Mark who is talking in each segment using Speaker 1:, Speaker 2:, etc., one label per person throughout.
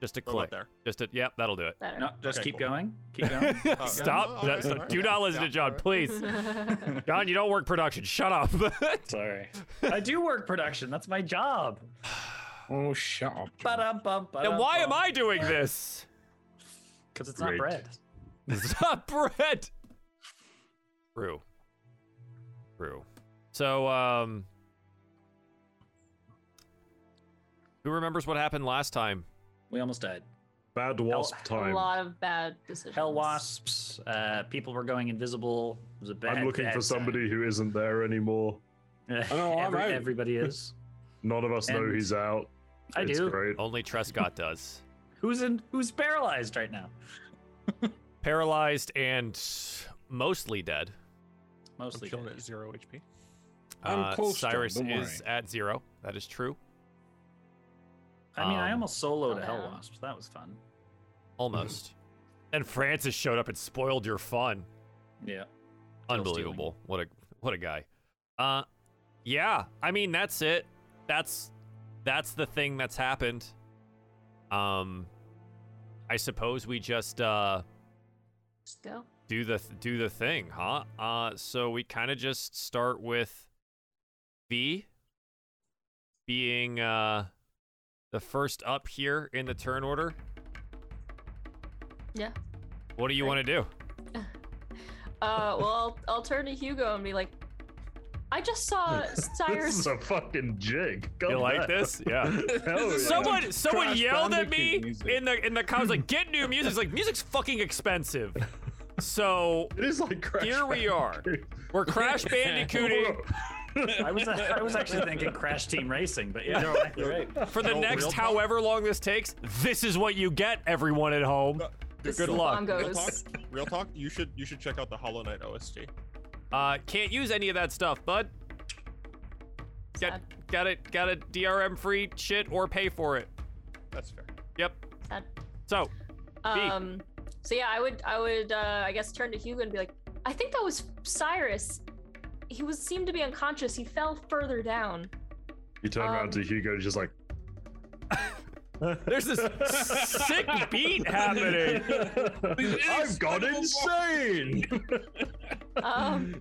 Speaker 1: Just a
Speaker 2: What about
Speaker 1: click.
Speaker 2: there?
Speaker 1: Just a yep. That'll do it.
Speaker 3: Better.
Speaker 4: No, just
Speaker 2: Okay,
Speaker 4: keep
Speaker 2: cool.
Speaker 4: going. Keep going.
Speaker 1: Stop.
Speaker 5: all right,
Speaker 1: That-
Speaker 5: all right.
Speaker 1: do not listen
Speaker 5: Oh, Yeah,
Speaker 1: to John,
Speaker 5: all right.
Speaker 1: please. John, you don't work production. Shut up.
Speaker 4: Sorry. I do work production. That's my job.
Speaker 6: Oh, shut up.
Speaker 4: Ba-dum-bum,
Speaker 1: and why am I doing this?
Speaker 4: Because it's not
Speaker 2: Great.
Speaker 4: bread.
Speaker 1: This is not bread. True. True. So, um, who remembers what happened last time?
Speaker 4: We almost died.
Speaker 2: Bad wasp
Speaker 3: a
Speaker 2: time.
Speaker 3: lot of bad decisions.
Speaker 4: Hell wasps. Uh, people were going invisible. It was a bad.
Speaker 2: I'm looking
Speaker 4: bad
Speaker 2: for somebody who isn't there anymore.
Speaker 4: Time.
Speaker 6: I know, I'm
Speaker 4: Every-
Speaker 6: out.
Speaker 4: Everybody is.
Speaker 2: None of us know
Speaker 4: And-
Speaker 2: who's out.
Speaker 4: I
Speaker 2: it's
Speaker 4: do.
Speaker 2: Great.
Speaker 1: Only Trescott does.
Speaker 4: Who's in? Who's paralyzed right now?
Speaker 1: Paralyzed and mostly dead.
Speaker 4: Mostly.
Speaker 5: Chilling
Speaker 4: dead.
Speaker 5: at zero HP.
Speaker 6: I'm close, John,
Speaker 1: Uh, Cyrus
Speaker 6: don't
Speaker 1: is at zero. That is true.
Speaker 4: I mean, I
Speaker 1: Um,
Speaker 4: almost soloed
Speaker 3: Oh,
Speaker 4: a hell
Speaker 3: yeah.
Speaker 4: wasp. That was fun.
Speaker 1: Almost. and Francis showed up and spoiled your fun.
Speaker 4: Yeah. Still stealing.
Speaker 1: Unbelievable. What a what a guy. Uh yeah, I mean that's it. That's that's the thing that's happened. Um I suppose we just uh
Speaker 3: Just go.
Speaker 1: do the th- do the thing, huh? Uh so we kind of just start with V being uh the first up here in the turn order.
Speaker 3: Yeah.
Speaker 1: What do you want to do?
Speaker 3: Uh, well, I'll, I'll turn to Hugo and be like, I just saw
Speaker 2: This is
Speaker 3: Cyrus.
Speaker 2: a fucking jig. God
Speaker 1: You like
Speaker 2: damn.
Speaker 1: this? Yeah.
Speaker 2: Hell Oh, yeah.
Speaker 1: Someone, someone
Speaker 6: Crash
Speaker 1: yelled at me
Speaker 6: Bandicoot music.
Speaker 1: in the in the comments like, "Get new music." It's like music's fucking expensive. So
Speaker 2: It is like Crash
Speaker 1: here we are.
Speaker 2: Bandicoot.
Speaker 1: We're Crash Bandicooting
Speaker 4: I was I was actually thinking Crash Team Racing, but yeah, you're exactly right.
Speaker 1: for the
Speaker 5: Oh,
Speaker 1: next
Speaker 5: real talk.
Speaker 1: however long this takes. This is what you get, everyone at home.
Speaker 5: Uh,
Speaker 3: This
Speaker 1: good
Speaker 3: is
Speaker 1: luck.
Speaker 3: Bongos.
Speaker 5: Real talk. Real talk. You should you should check out the Hollow Knight OST.
Speaker 1: Uh, can't use any of that stuff, bud. Got
Speaker 3: Sad.
Speaker 1: got it. Got a DRM free shit or pay for it.
Speaker 5: That's fair.
Speaker 1: Yep.
Speaker 3: Sad.
Speaker 1: So
Speaker 3: Um, so yeah, I would, I would, uh, I guess turn to Hugo and be like, I think that was Cyrus. He was seemed to be unconscious. He fell further down.
Speaker 2: You turn
Speaker 3: Um,
Speaker 2: around to Hugo, just like,
Speaker 1: there's this sick beat happening.
Speaker 2: I've gone insane.
Speaker 3: Um,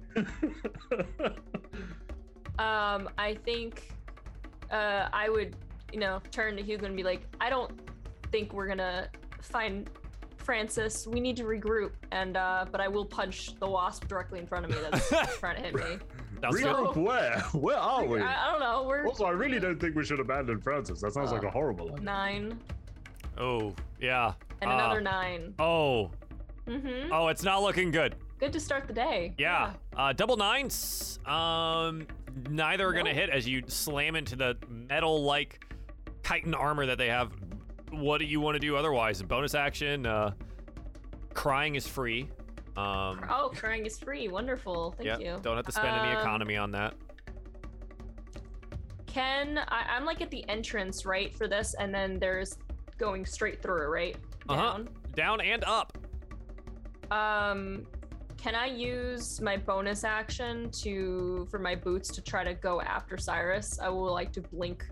Speaker 3: um, I think, uh, I would, you know, turn to Hugo and be like, I don't think we're gonna find Francis. We need to regroup. And uh, but I will punch the wasp directly in front of me. That's trying to hit me.
Speaker 1: Sounds good.
Speaker 2: Regroup where? Where are we?
Speaker 3: I, Uh, I don't know. We're
Speaker 2: Also, I really don't think we should abandon Francis. That sounds like a horrible idea.
Speaker 3: nine
Speaker 1: Oh yeah.
Speaker 3: and
Speaker 1: Uh,
Speaker 2: Ah.
Speaker 3: another nine.
Speaker 1: Oh
Speaker 3: Mm-hmm.
Speaker 1: oh, it's not looking good.
Speaker 3: Good to start the day.
Speaker 1: Yeah. Uh, double nines. Um, neither are gonna
Speaker 3: No.
Speaker 1: hit as you slam into the metal-like chitin armor that they have. What do you want to do otherwise? Bonus action. Uh, crying is free. Um,
Speaker 3: Oh, crying is free. Wonderful. Thank
Speaker 1: yeah,
Speaker 3: you.
Speaker 1: Don't have to spend any
Speaker 3: Um,
Speaker 1: economy on that.
Speaker 3: Can I, I'm like at the entrance, right, for this, and then there's going straight through, right?
Speaker 1: Uh-huh. Down and up.
Speaker 3: Down. Um, can I use my bonus action to for my boots to try to go after Cyrus? I will like to blink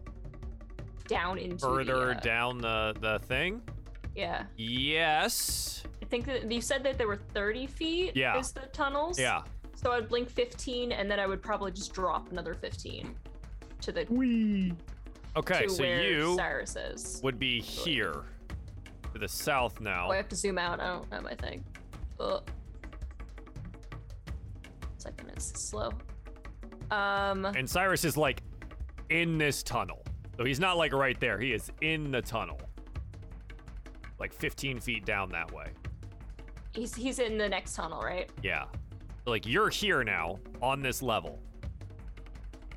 Speaker 3: down into the,
Speaker 1: Further
Speaker 3: uh,
Speaker 1: down the the thing.
Speaker 3: Yeah,
Speaker 1: Yes.
Speaker 3: I think that you said that there were 30 feet.
Speaker 1: Yeah.
Speaker 3: Is the tunnels?
Speaker 1: Yeah.
Speaker 3: So I'd blink 15, and then I would probably just drop another 15 to the
Speaker 1: Okay.
Speaker 3: to
Speaker 1: So
Speaker 3: where
Speaker 1: you
Speaker 3: Cyrus is.
Speaker 1: would be here, to the south now.
Speaker 3: Oh, I have to zoom out. I don't know my thing. Ugh. Second, it's slow. Um,
Speaker 1: And Cyrus is like in this tunnel. So he's not like right there. He is in the tunnel. Like 15 feet down that way.
Speaker 3: he's he's in the next tunnel, right?
Speaker 1: Yeah. Like you're here now on this level.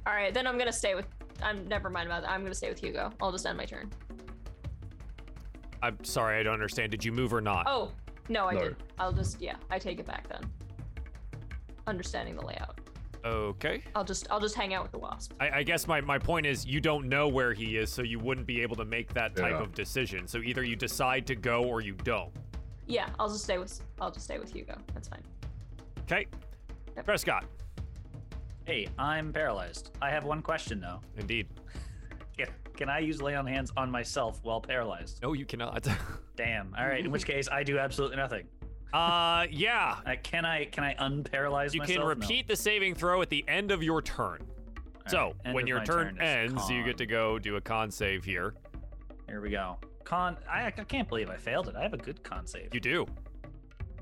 Speaker 3: All right, then I'm gonna stay with. I'm never mind about that. I'm gonna stay with Hugo. I'll just end my turn.
Speaker 1: I'm sorry, I don't understand. Did you move or not?
Speaker 3: Oh no, I
Speaker 2: No.
Speaker 3: did. I'll just yeah, I take it back then. Understanding the layout,
Speaker 1: Okay.
Speaker 3: I'll just I'll just hang out with the wasp.
Speaker 1: I, I guess my, my point is you don't know where he is, so you wouldn't be able to make that type
Speaker 2: Yeah.
Speaker 1: of decision. So either you decide to go or you don't.
Speaker 3: Yeah, I'll just stay with I'll just stay with Hugo. That's fine.
Speaker 1: Okay.
Speaker 3: Yep.
Speaker 1: Prescott.
Speaker 4: Hey, I'm paralyzed. I have one question though.
Speaker 1: Indeed.
Speaker 4: Yeah. Can I use lay on hands on myself while paralyzed?
Speaker 1: No, you cannot.
Speaker 4: Damn. All right. In which case, I do absolutely nothing.
Speaker 1: uh, yeah.
Speaker 4: Uh, can I? Can I unparalyze
Speaker 1: You
Speaker 4: myself?
Speaker 1: can
Speaker 4: No.
Speaker 1: repeat the saving throw at the end of your turn.
Speaker 4: All
Speaker 1: so
Speaker 4: right, end
Speaker 1: when
Speaker 4: of
Speaker 1: your
Speaker 4: my
Speaker 1: turn,
Speaker 4: turn is
Speaker 1: ends, you get to go do a con save here.
Speaker 4: Here we go. Con. I, I can't believe I failed it. I have a good con save.
Speaker 1: You do.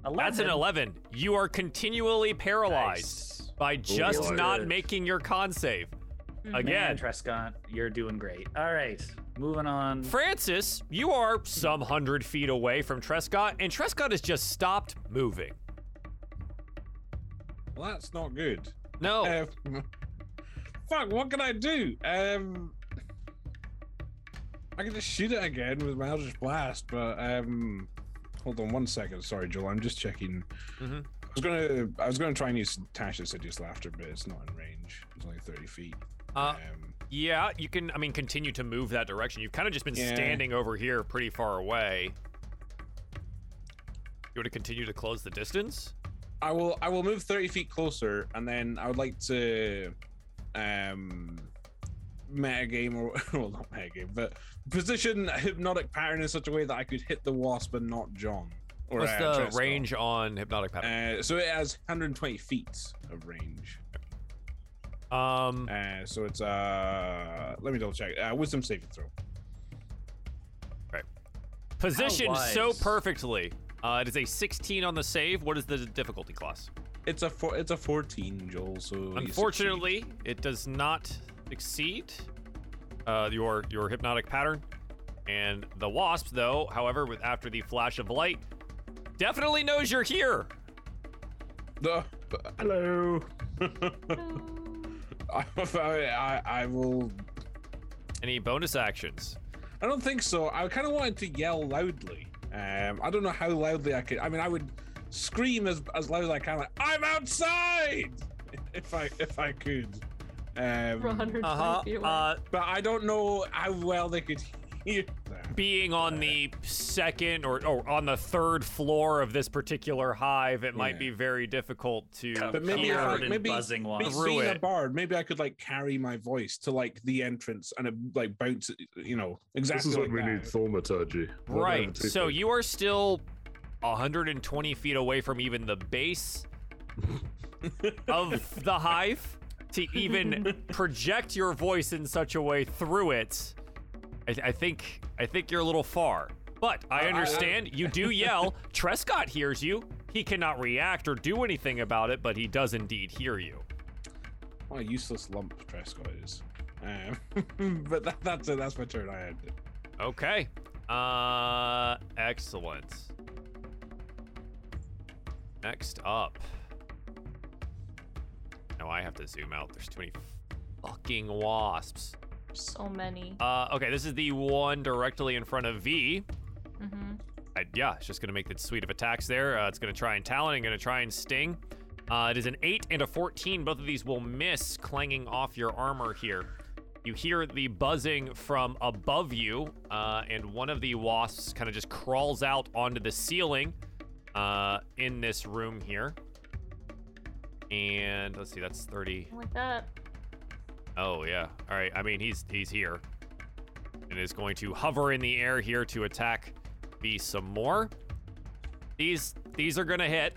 Speaker 4: 11.
Speaker 1: That's an 11. You are continually paralyzed
Speaker 4: Nice.
Speaker 1: by just
Speaker 2: boy.
Speaker 1: not making your con save.
Speaker 3: Mm.
Speaker 1: Again,
Speaker 4: Man, Trescott, you're doing great. All right. Moving on.
Speaker 1: Francis, you are some hundred feet away from Trescott, and Trescott has just stopped moving.
Speaker 6: Well, that's not good.
Speaker 1: No.
Speaker 4: Uh,
Speaker 6: Um, fuck, what can I do? Um, I can just shoot it again with my Eldritch Blast, but um, hold on one second. Sorry, Joel, I'm just checking.
Speaker 1: Mhm.
Speaker 6: I was gonna, I was gonna try and use Tasha's Seduce Laughter, but it's not in range. It's only thirty feet.
Speaker 1: Uh,
Speaker 6: um,
Speaker 1: yeah, you can, I mean, continue to move that direction. You've kind of just been
Speaker 6: Yeah.
Speaker 1: standing over here pretty far away. You want to continue to close the distance?
Speaker 6: I will, I will move thirty feet closer, and then I would like to, um, metagame or well, not metagame, but position a hypnotic pattern in such a way that I could hit the wasp and not John. Or,
Speaker 1: What's
Speaker 6: uh,
Speaker 1: the
Speaker 6: Tresco.
Speaker 1: range on Hypnotic Pattern?
Speaker 6: Uh, so it has 120 feet of range.
Speaker 1: Um,
Speaker 6: Uh, so it's uh, let me double check. Uh, wisdom saving throw.
Speaker 1: positioned so
Speaker 4: wise.
Speaker 1: perfectly. Uh, it is a 16 on the save. What is the difficulty class?
Speaker 6: It's a four, it's a 14, Joel. So you succeed.
Speaker 1: Unfortunately, it does not exceed uh, your your hypnotic pattern. And the wasp, though, however, with after the flash of light, definitely knows you're here.
Speaker 6: The- hello. I, I, I will.
Speaker 1: Any bonus actions?
Speaker 6: I don't think so. I kind of wanted to yell loudly. Um, I don't know how loudly I could. I mean, I would scream as as loud as I can. Like I'm outside. If I if I could. Um,
Speaker 3: We're 120 feet away.
Speaker 1: Mm-hmm. Uh,
Speaker 6: But I don't know how well they could hear that.
Speaker 1: being on the second or, or on the third floor of this particular hive, it might be
Speaker 6: Yeah.
Speaker 1: very difficult to.
Speaker 6: But maybe
Speaker 1: hear.
Speaker 6: I-
Speaker 4: Covered in
Speaker 6: maybe-
Speaker 4: buzzing
Speaker 6: Be-
Speaker 4: wasps.
Speaker 1: through
Speaker 6: being a
Speaker 1: it.
Speaker 6: bard, maybe I could like carry my voice to like the entrance and it, like bounce, you know,
Speaker 2: This
Speaker 6: exactly.
Speaker 2: is what
Speaker 6: like
Speaker 2: we
Speaker 6: that.
Speaker 2: need thaumaturgy. We'll never
Speaker 1: Right.
Speaker 2: take
Speaker 1: So
Speaker 2: it.
Speaker 1: you are still 120 feet away from even the base of the hive to even project your voice in such a way through it. I, I think I think you're a little far. But I
Speaker 6: I- I-
Speaker 1: understand you do yell. Trescott hears you. He cannot react or do anything about it, but he does indeed hear you.
Speaker 6: What a useless lump Trescott is. Um, but that, that's it. That's my turn. I had.
Speaker 1: Okay. Uh excellent. Next up. No, I have to zoom out. There's too many fucking wasps.
Speaker 3: so many.
Speaker 1: Uh okay, this is the one directly in front of V.
Speaker 3: hmm
Speaker 1: I, yeah, it's just gonna make the suite of attacks there. Uh, it's gonna try and talon and gonna try and sting. Uh, it is an eight and a fourteen. Both of these will miss, clanging off your armor here. You hear the buzzing from above you, uh, and one of the wasps kind of just crawls out onto the ceiling uh, in this room here. And let's see, that's thirty.
Speaker 3: Like that.
Speaker 1: Oh yeah. All right. I mean, he's he's here, and is going to hover in the air here to attack B some more. These these are gonna hit.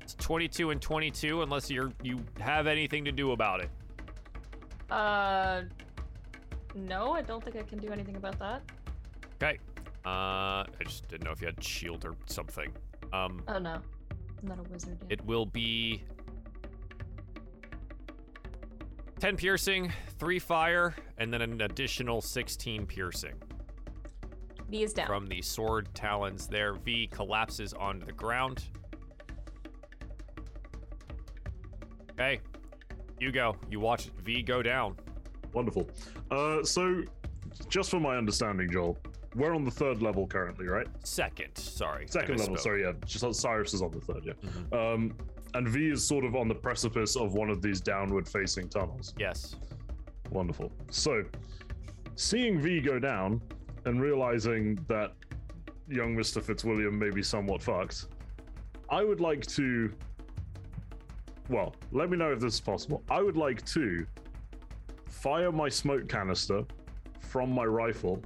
Speaker 1: It's 22 and 22, unless you're you have anything to do about it.
Speaker 3: Uh, no, I don't think I can do anything about that.
Speaker 1: Okay. Uh, I just didn't know if you had shield or something. Um,
Speaker 3: Oh no, I'm not a wizard yet.
Speaker 1: it will be 10 piercing, three fire, and then an additional 16 piercing.
Speaker 3: B is down.
Speaker 1: from the sword talons there. V collapses onto the ground. Okay. You go. You watch V go down.
Speaker 2: Wonderful. Uh, so, just for my understanding, Joel, we're on the third level currently, right?
Speaker 1: Second. Sorry. I
Speaker 2: Second level,
Speaker 1: misspoke.
Speaker 2: sorry, yeah. Just on- Cyrus is on the third, yeah.
Speaker 1: Mhm.
Speaker 2: Um, and V is sort of on the precipice of one of these downward-facing tunnels.
Speaker 1: Yes.
Speaker 2: Wonderful. So, seeing V go down and realizing that young Mr. Fitzwilliam may be somewhat fucked, I would like to. Well, let me know if this is possible. I would like to fire my smoke canister from my rifle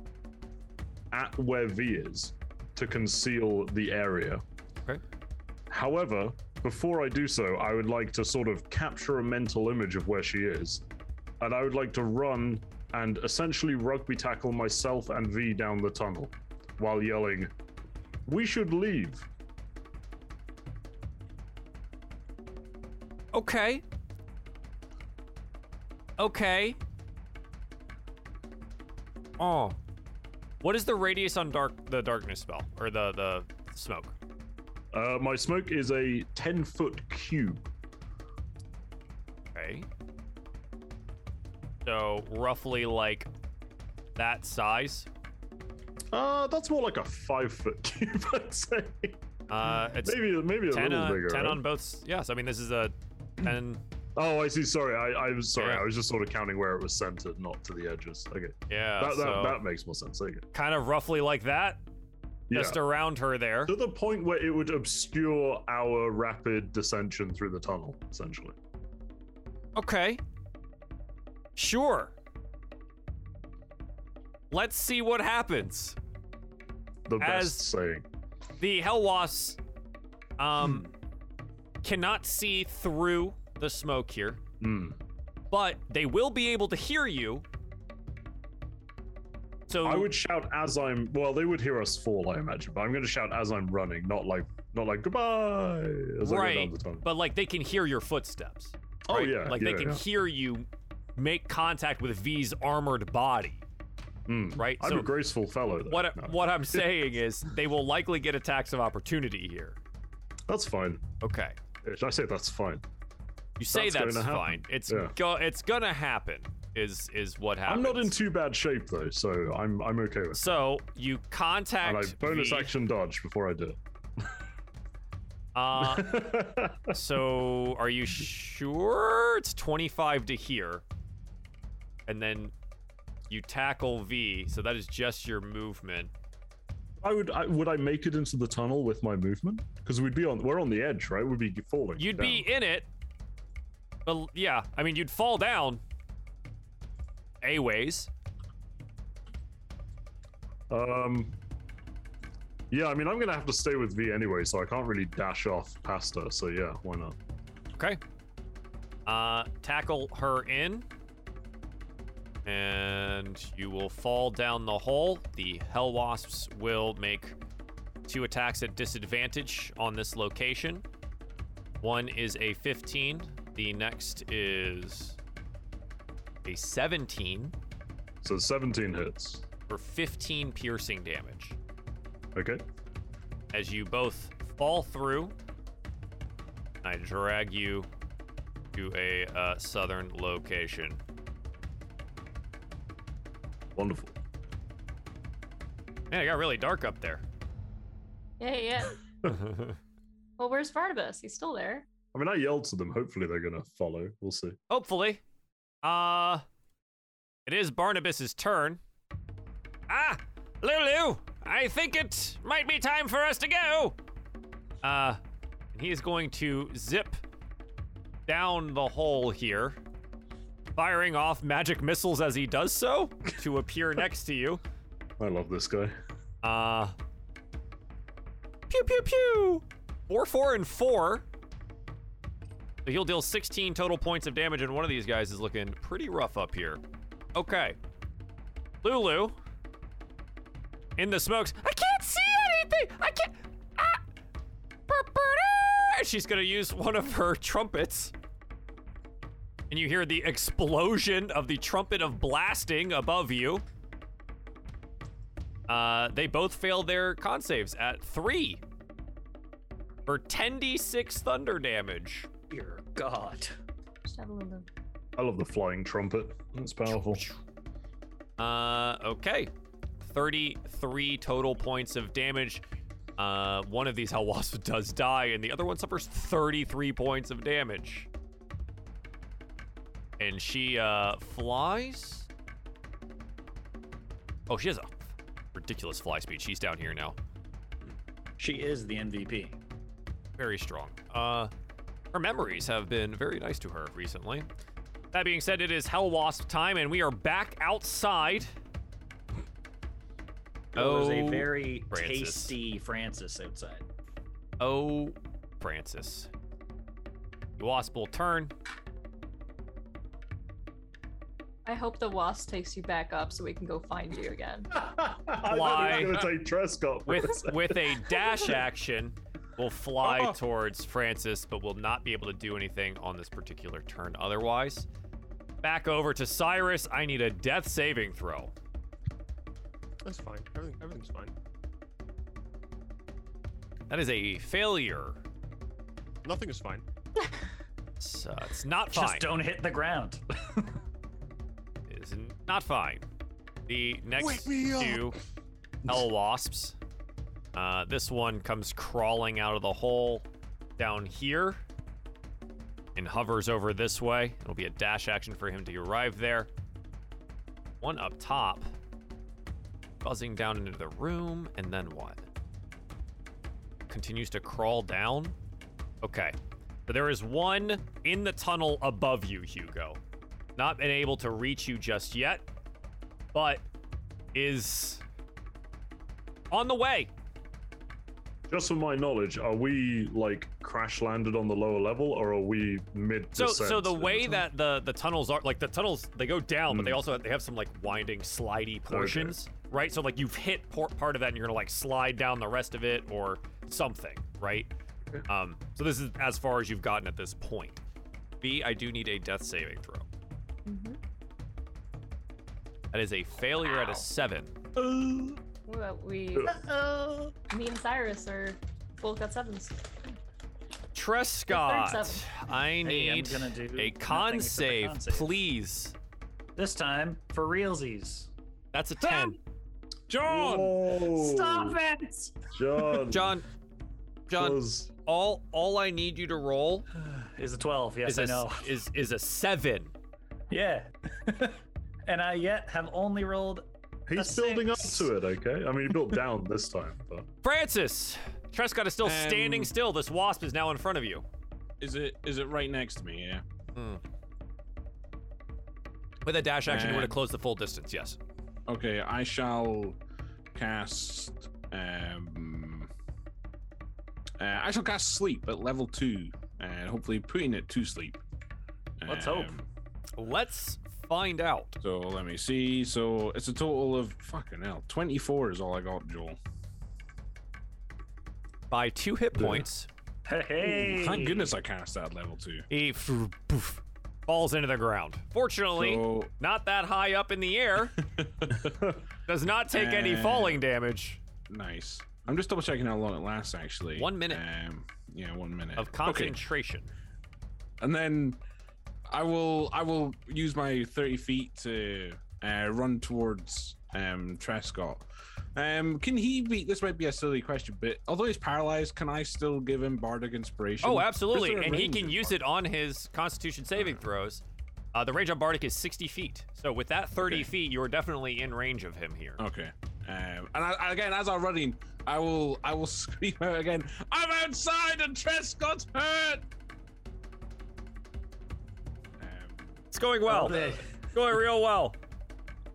Speaker 2: at where V is to conceal the area.
Speaker 1: Okay.
Speaker 2: However, before I do so, I would like to sort of capture a mental image of where she is, and I would like to run and essentially rugby tackle myself and V down the tunnel while yelling, "We should leave."
Speaker 1: Okay. Okay. Oh. What is the radius on dark the darkness spell or the the smoke?
Speaker 2: Uh, my smoke is a 10 foot cube.
Speaker 1: Okay. So roughly like that size.
Speaker 2: Uh, that's more like a five foot cube, I'd say.
Speaker 1: Uh, it's
Speaker 2: Maybe, maybe a
Speaker 1: 10,
Speaker 2: little
Speaker 1: uh,
Speaker 2: bigger.
Speaker 1: 10
Speaker 2: right?
Speaker 1: on both. s- Yes, I mean this is a 10.
Speaker 2: Oh, I see. Sorry, I, I was sorry.
Speaker 1: Yeah.
Speaker 2: I was just sort of counting where it was centered, not to the edges. Okay,
Speaker 1: Yeah,
Speaker 2: that, that,
Speaker 1: so
Speaker 2: that makes more sense. Okay,
Speaker 1: kind of roughly like that,
Speaker 2: yeah.
Speaker 1: just around her there.
Speaker 2: to the point where it would obscure our rapid dissension through the tunnel, essentially.
Speaker 1: Okay. Sure. Let's see what happens.
Speaker 2: The best
Speaker 1: As-
Speaker 2: saying.
Speaker 1: The hell wasps um cannot see through the smoke here,
Speaker 2: Hmm.
Speaker 1: but they will be able to hear you. So
Speaker 2: I would shout as I'm. Well, they would hear us fall, I imagine. But I'm going to shout as I'm running, not like not like goodbye as I go down
Speaker 1: right,
Speaker 2: the tunnel.
Speaker 1: but like they can hear your footsteps.
Speaker 2: oh
Speaker 1: right?
Speaker 2: yeah,
Speaker 1: like
Speaker 2: yeah,
Speaker 1: they can
Speaker 2: yeah.
Speaker 1: hear you make contact with V's armored body,
Speaker 2: Hmm.
Speaker 1: right?
Speaker 2: I'm
Speaker 1: so
Speaker 2: a graceful fellow. Though.
Speaker 1: what I-
Speaker 2: No,
Speaker 1: what I'm saying is they will likely get attacks of opportunity here.
Speaker 2: That's fine.
Speaker 1: Okay.
Speaker 2: Should I say that's fine?
Speaker 1: You say
Speaker 2: That's gonna
Speaker 1: that's,
Speaker 2: happen.
Speaker 1: fine. It's
Speaker 2: Yeah.
Speaker 1: go it's gonna happen is is what happens.
Speaker 2: I'm not in too bad shape though, so I'm I'm okay with. It.
Speaker 1: So you
Speaker 2: And I
Speaker 1: contact
Speaker 2: bonus
Speaker 1: V,
Speaker 2: action dodge before I do it.
Speaker 1: Uh, so are you sure it's 25 to here? And then you tackle V, so that is just your movement.
Speaker 2: I would I, would I make it into the tunnel with my movement? Because we'd be on we're on the edge, right? We'd be falling.
Speaker 1: You'd
Speaker 2: down.
Speaker 1: be in it. But l- yeah, I mean you'd fall down a ways.
Speaker 2: Um. Yeah, I mean, I'm gonna have to stay with V anyway, so I can't really dash off past her. So yeah, why not?
Speaker 1: Okay. Uh, tackle her in, and you will fall down the hole. The hell wasps will make two attacks at disadvantage on this location. One is a 15. The next is a 17
Speaker 2: So 17 hits.
Speaker 1: for 15 piercing damage
Speaker 2: Okay.
Speaker 1: as you both fall through. I drag you to a uh, southern location.
Speaker 2: Wonderful.
Speaker 1: Man, it got really dark up there.
Speaker 3: Yeah, yeah. Well, where's Barnabas? He's still there.
Speaker 2: I mean, I yelled to them. Hopefully, they're gonna follow. We'll see.
Speaker 1: Hopefully. Uh it is Barnabas's turn. Ah! Lulu! I think it might be time for us to go. Uh and he is going to zip down the hole here, firing off magic missiles as he does so to appear next to you.
Speaker 2: I love this guy.
Speaker 1: Uh Pew pew pew. Four, four, and four. So he'll deal 16 total points of damage, and one of these guys is looking pretty rough up here. Okay. Lulu. In the smokes. I can't see anything! I can't ah! Ba-ba-da! She's gonna use one of her trumpets. And you hear the explosion of the trumpet of blasting above you. Uh, they both fail their con saves at three for 10d6 thunder damage.
Speaker 4: Dear God.
Speaker 3: Just have a little bit.
Speaker 2: I love the flying trumpet. That's powerful.
Speaker 1: Uh, okay. 33 total points of damage. Uh, one of these hell wasps does die, and the other one suffers 33 points of damage. And she uh, flies. Oh, she has a ridiculous fly speed. She's down here now.
Speaker 4: She is the MVP.
Speaker 1: very strong. Uh, her memories have been very nice to her recently. That being said, it is Hell Wasp time, and we are back outside
Speaker 4: Well, there's
Speaker 1: Oh,
Speaker 4: a very
Speaker 1: Francis.
Speaker 4: tasty Francis outside.
Speaker 1: Oh, Francis. The wasp will turn.
Speaker 3: I hope the wasp takes you back up so we can go find you again.
Speaker 1: Fly.
Speaker 2: I'm going to take Trescott. for a
Speaker 1: with
Speaker 2: sec.
Speaker 1: with a dash action will fly
Speaker 6: Oh.
Speaker 1: towards Francis, but will not be able to do anything on this particular turn otherwise. Back over to Cyrus. I need a death saving throw.
Speaker 5: That's fine. Everything, everything's fine.
Speaker 1: That is a failure.
Speaker 5: Nothing is fine.
Speaker 1: It's, uh, it's not fine.
Speaker 4: Just don't hit the ground.
Speaker 1: It's n- not fine. The next
Speaker 5: Wake me up.
Speaker 1: two hell wasps. Uh, this one comes crawling out of the hole down here and hovers over this way. It'll be a dash action for him to arrive there. One up top, buzzing down into the room, and then what? Continues to crawl down. Okay. So there is one in the tunnel above you, Hugo. Not been able to reach you just yet, but is on the way.
Speaker 2: Just for my knowledge, are we like crash landed on the lower level, or are we mid?
Speaker 1: So so the Mm. way that the the tunnels are like the tunnels they go down, but they also have, they have some like winding, slidey portions, right? So like you've hit por- part of that, and you're gonna like slide down the rest of it or something, right? Um, so this is as far as you've gotten at this point. B, I do need a death saving throw.
Speaker 3: Mm-hmm.
Speaker 1: That is a failure at a seven.
Speaker 3: Well, uh, we. Me and Cyrus are both got sevens.
Speaker 1: Trescott,
Speaker 3: seven.
Speaker 1: I
Speaker 4: Hey, I'm
Speaker 1: need
Speaker 4: gonna do
Speaker 1: a
Speaker 4: nothing
Speaker 1: con
Speaker 4: except for
Speaker 1: save,
Speaker 4: con save.
Speaker 1: please.
Speaker 4: This time for realsies.
Speaker 1: That's a ten.
Speaker 6: John!
Speaker 2: Stop
Speaker 4: it!
Speaker 2: John.
Speaker 1: John, John,
Speaker 2: was-
Speaker 1: all all I need you to roll
Speaker 4: Is a twelve? Yes,
Speaker 1: is
Speaker 4: I
Speaker 1: a,
Speaker 4: know.
Speaker 1: is is a seven.
Speaker 4: Yeah. and I yet have only rolled.
Speaker 2: He's
Speaker 4: a
Speaker 2: building up
Speaker 4: six.
Speaker 2: to it, okay? I mean, he built down this time, but
Speaker 1: Francis, Trescott is still standing
Speaker 6: Um,
Speaker 1: still. This wasp is now in front of you.
Speaker 6: Is it is it right next to me? Yeah.
Speaker 1: With a dash action, it would have
Speaker 6: And-
Speaker 1: closed the full distance. Yes.
Speaker 6: Okay, I shall cast. Um, uh, I shall cast sleep at level two, and hopefully putting it to sleep. Um,
Speaker 4: Let's hope.
Speaker 1: Let's find out.
Speaker 6: So let me see. So it's a total of fucking hell. Twenty four is all I got, Joel.
Speaker 1: By two hit
Speaker 2: Yeah.
Speaker 1: points,
Speaker 4: Hey.
Speaker 6: Thank goodness I cast that at level two.
Speaker 1: he f- poof, falls into the ground. Fortunately,
Speaker 6: So
Speaker 1: not that high up in the air, does not take any
Speaker 6: Uh,
Speaker 1: falling damage.
Speaker 6: nice. I'm just double checking how long it lasts actually.
Speaker 1: One minute.
Speaker 6: Um, yeah, one minute.
Speaker 1: Of
Speaker 6: Okay.
Speaker 1: concentration.
Speaker 6: and then I will I will use my thirty feet to uh, run towards um, Trescott. Um, can he be? This might be a silly question, but although he's paralyzed, can I still give him bardic inspiration?
Speaker 1: Oh,
Speaker 6: Is
Speaker 1: absolutely,
Speaker 6: there a
Speaker 1: and he
Speaker 6: range
Speaker 1: can
Speaker 6: of
Speaker 1: use
Speaker 6: bardic?
Speaker 1: it on his Constitution saving throws. Uh, the range on Bardic is 60 feet, so with that 30
Speaker 6: Okay. Oh.
Speaker 1: feet, you are definitely in range of him here.
Speaker 6: Okay. Um, and I, again, as I'm running, I will I will scream out again. I'm outside, and Trescott's hurt. Um,
Speaker 1: It's going well,
Speaker 4: Hey.
Speaker 1: It's going real well.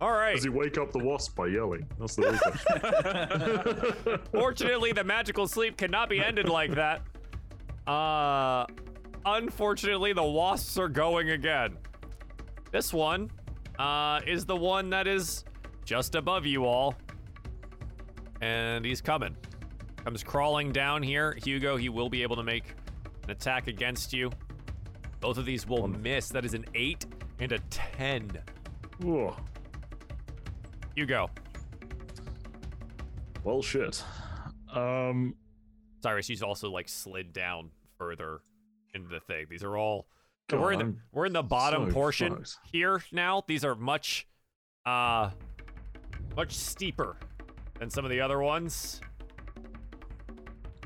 Speaker 1: All right.
Speaker 2: does he wake up the wasp by yelling? That's the real question.
Speaker 1: Fortunately, the magical sleep cannot be ended like that. Uh, unfortunately, the wasps are going again. This one, uh, is the one that is just above you all, and he's coming. Comes crawling down here, Hugo. He will be able to make an attack against you. Both of these will miss. That is an eight and a ten.
Speaker 2: Whoa.
Speaker 1: Hugo,
Speaker 2: Well, shit. Um,
Speaker 1: Cyrus, he's also like slid down further into the thing. These are all So
Speaker 2: God,
Speaker 1: we're in the
Speaker 2: I'm-
Speaker 1: we're in the bottom
Speaker 2: so
Speaker 1: portion
Speaker 2: fucked.
Speaker 1: here now. These are much uh much steeper than some of the other ones.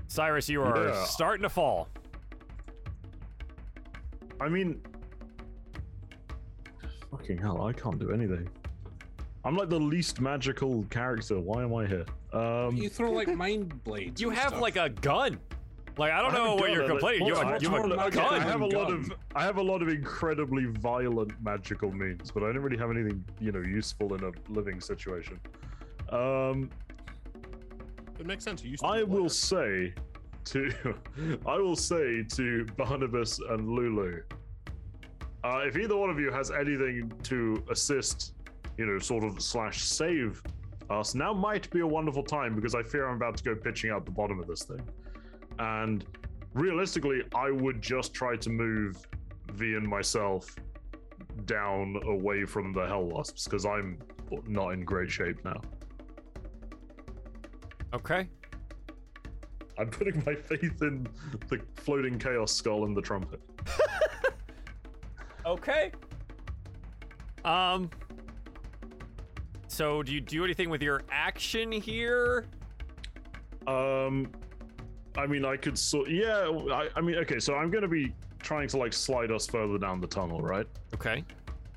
Speaker 1: Cyrus, you are
Speaker 2: Yeah.
Speaker 1: starting to fall.
Speaker 2: I mean, fucking hell, I can't do anything. I'm like the least magical character. Why am I here? Um,
Speaker 6: you throw like mind blades.
Speaker 1: You
Speaker 6: and
Speaker 1: have
Speaker 6: stuff.
Speaker 1: like a gun. Like I don't
Speaker 2: I have
Speaker 1: know
Speaker 2: a
Speaker 1: what
Speaker 2: gun,
Speaker 1: you're
Speaker 2: I like-
Speaker 1: complaining. You
Speaker 2: Hold
Speaker 1: have,
Speaker 2: on,
Speaker 1: you have
Speaker 2: hold
Speaker 1: a
Speaker 2: on, okay, I
Speaker 1: gun.
Speaker 2: have a lot
Speaker 6: Gun.
Speaker 2: of I have a lot of incredibly violent magical means, but I don't really have anything you know useful in a living situation. Um,
Speaker 5: It makes sense. You used to be
Speaker 2: I
Speaker 5: a
Speaker 2: will
Speaker 5: lawyer.
Speaker 2: say to I will say to Barnabas and Lulu, uh, if either one of you has anything to assist, you know, sort of slash save us, now might be a wonderful time because I fear I'm about to go pitching out the bottom of this thing. And realistically, I would just try to move V and myself down away from the hell wasps because I'm not in great shape now.
Speaker 1: Okay.
Speaker 2: I'm putting my faith in the floating chaos skull and the trumpet.
Speaker 1: Okay. Um. So, do you do anything with your action here?
Speaker 2: Um, I mean, I could sort. Yeah, I, I mean, okay. So I'm going to be trying to like slide us further down the tunnel, right?
Speaker 1: Okay.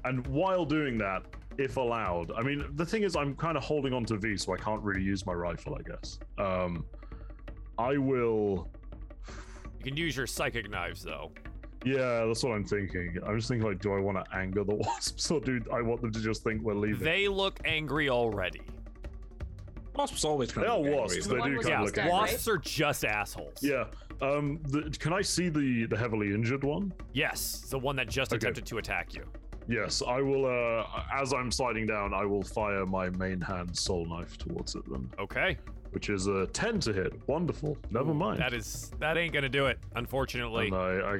Speaker 2: And while doing that, if allowed, I mean, the thing is, I'm kind of holding on to V, so I can't really use my rifle, I guess. Um, I will.
Speaker 1: You can use your psychic knives, though.
Speaker 2: Yeah, that's what I'm thinking. I'm just thinking, like, do I want to anger the wasps, or do I want them to just think we're leaving?
Speaker 1: They look angry already.
Speaker 6: Wasps always
Speaker 2: They are wasps. They
Speaker 3: One
Speaker 2: do
Speaker 3: was
Speaker 2: kind
Speaker 1: Yeah,
Speaker 2: of
Speaker 3: almost
Speaker 2: look.
Speaker 3: dead,
Speaker 2: angry.
Speaker 3: right?
Speaker 1: wasps are just assholes.
Speaker 2: Yeah. Um. The, can I see the the heavily injured one?
Speaker 1: Yes, it's the one that just
Speaker 2: Okay.
Speaker 1: attempted to attack you.
Speaker 2: Yes. I will. Uh. As I'm sliding down, I will fire my main hand soul knife towards it then,
Speaker 1: Okay.
Speaker 2: which is a ten to hit. Wonderful. Never mind.
Speaker 1: That is that ain't gonna do it, unfortunately.
Speaker 2: and I, I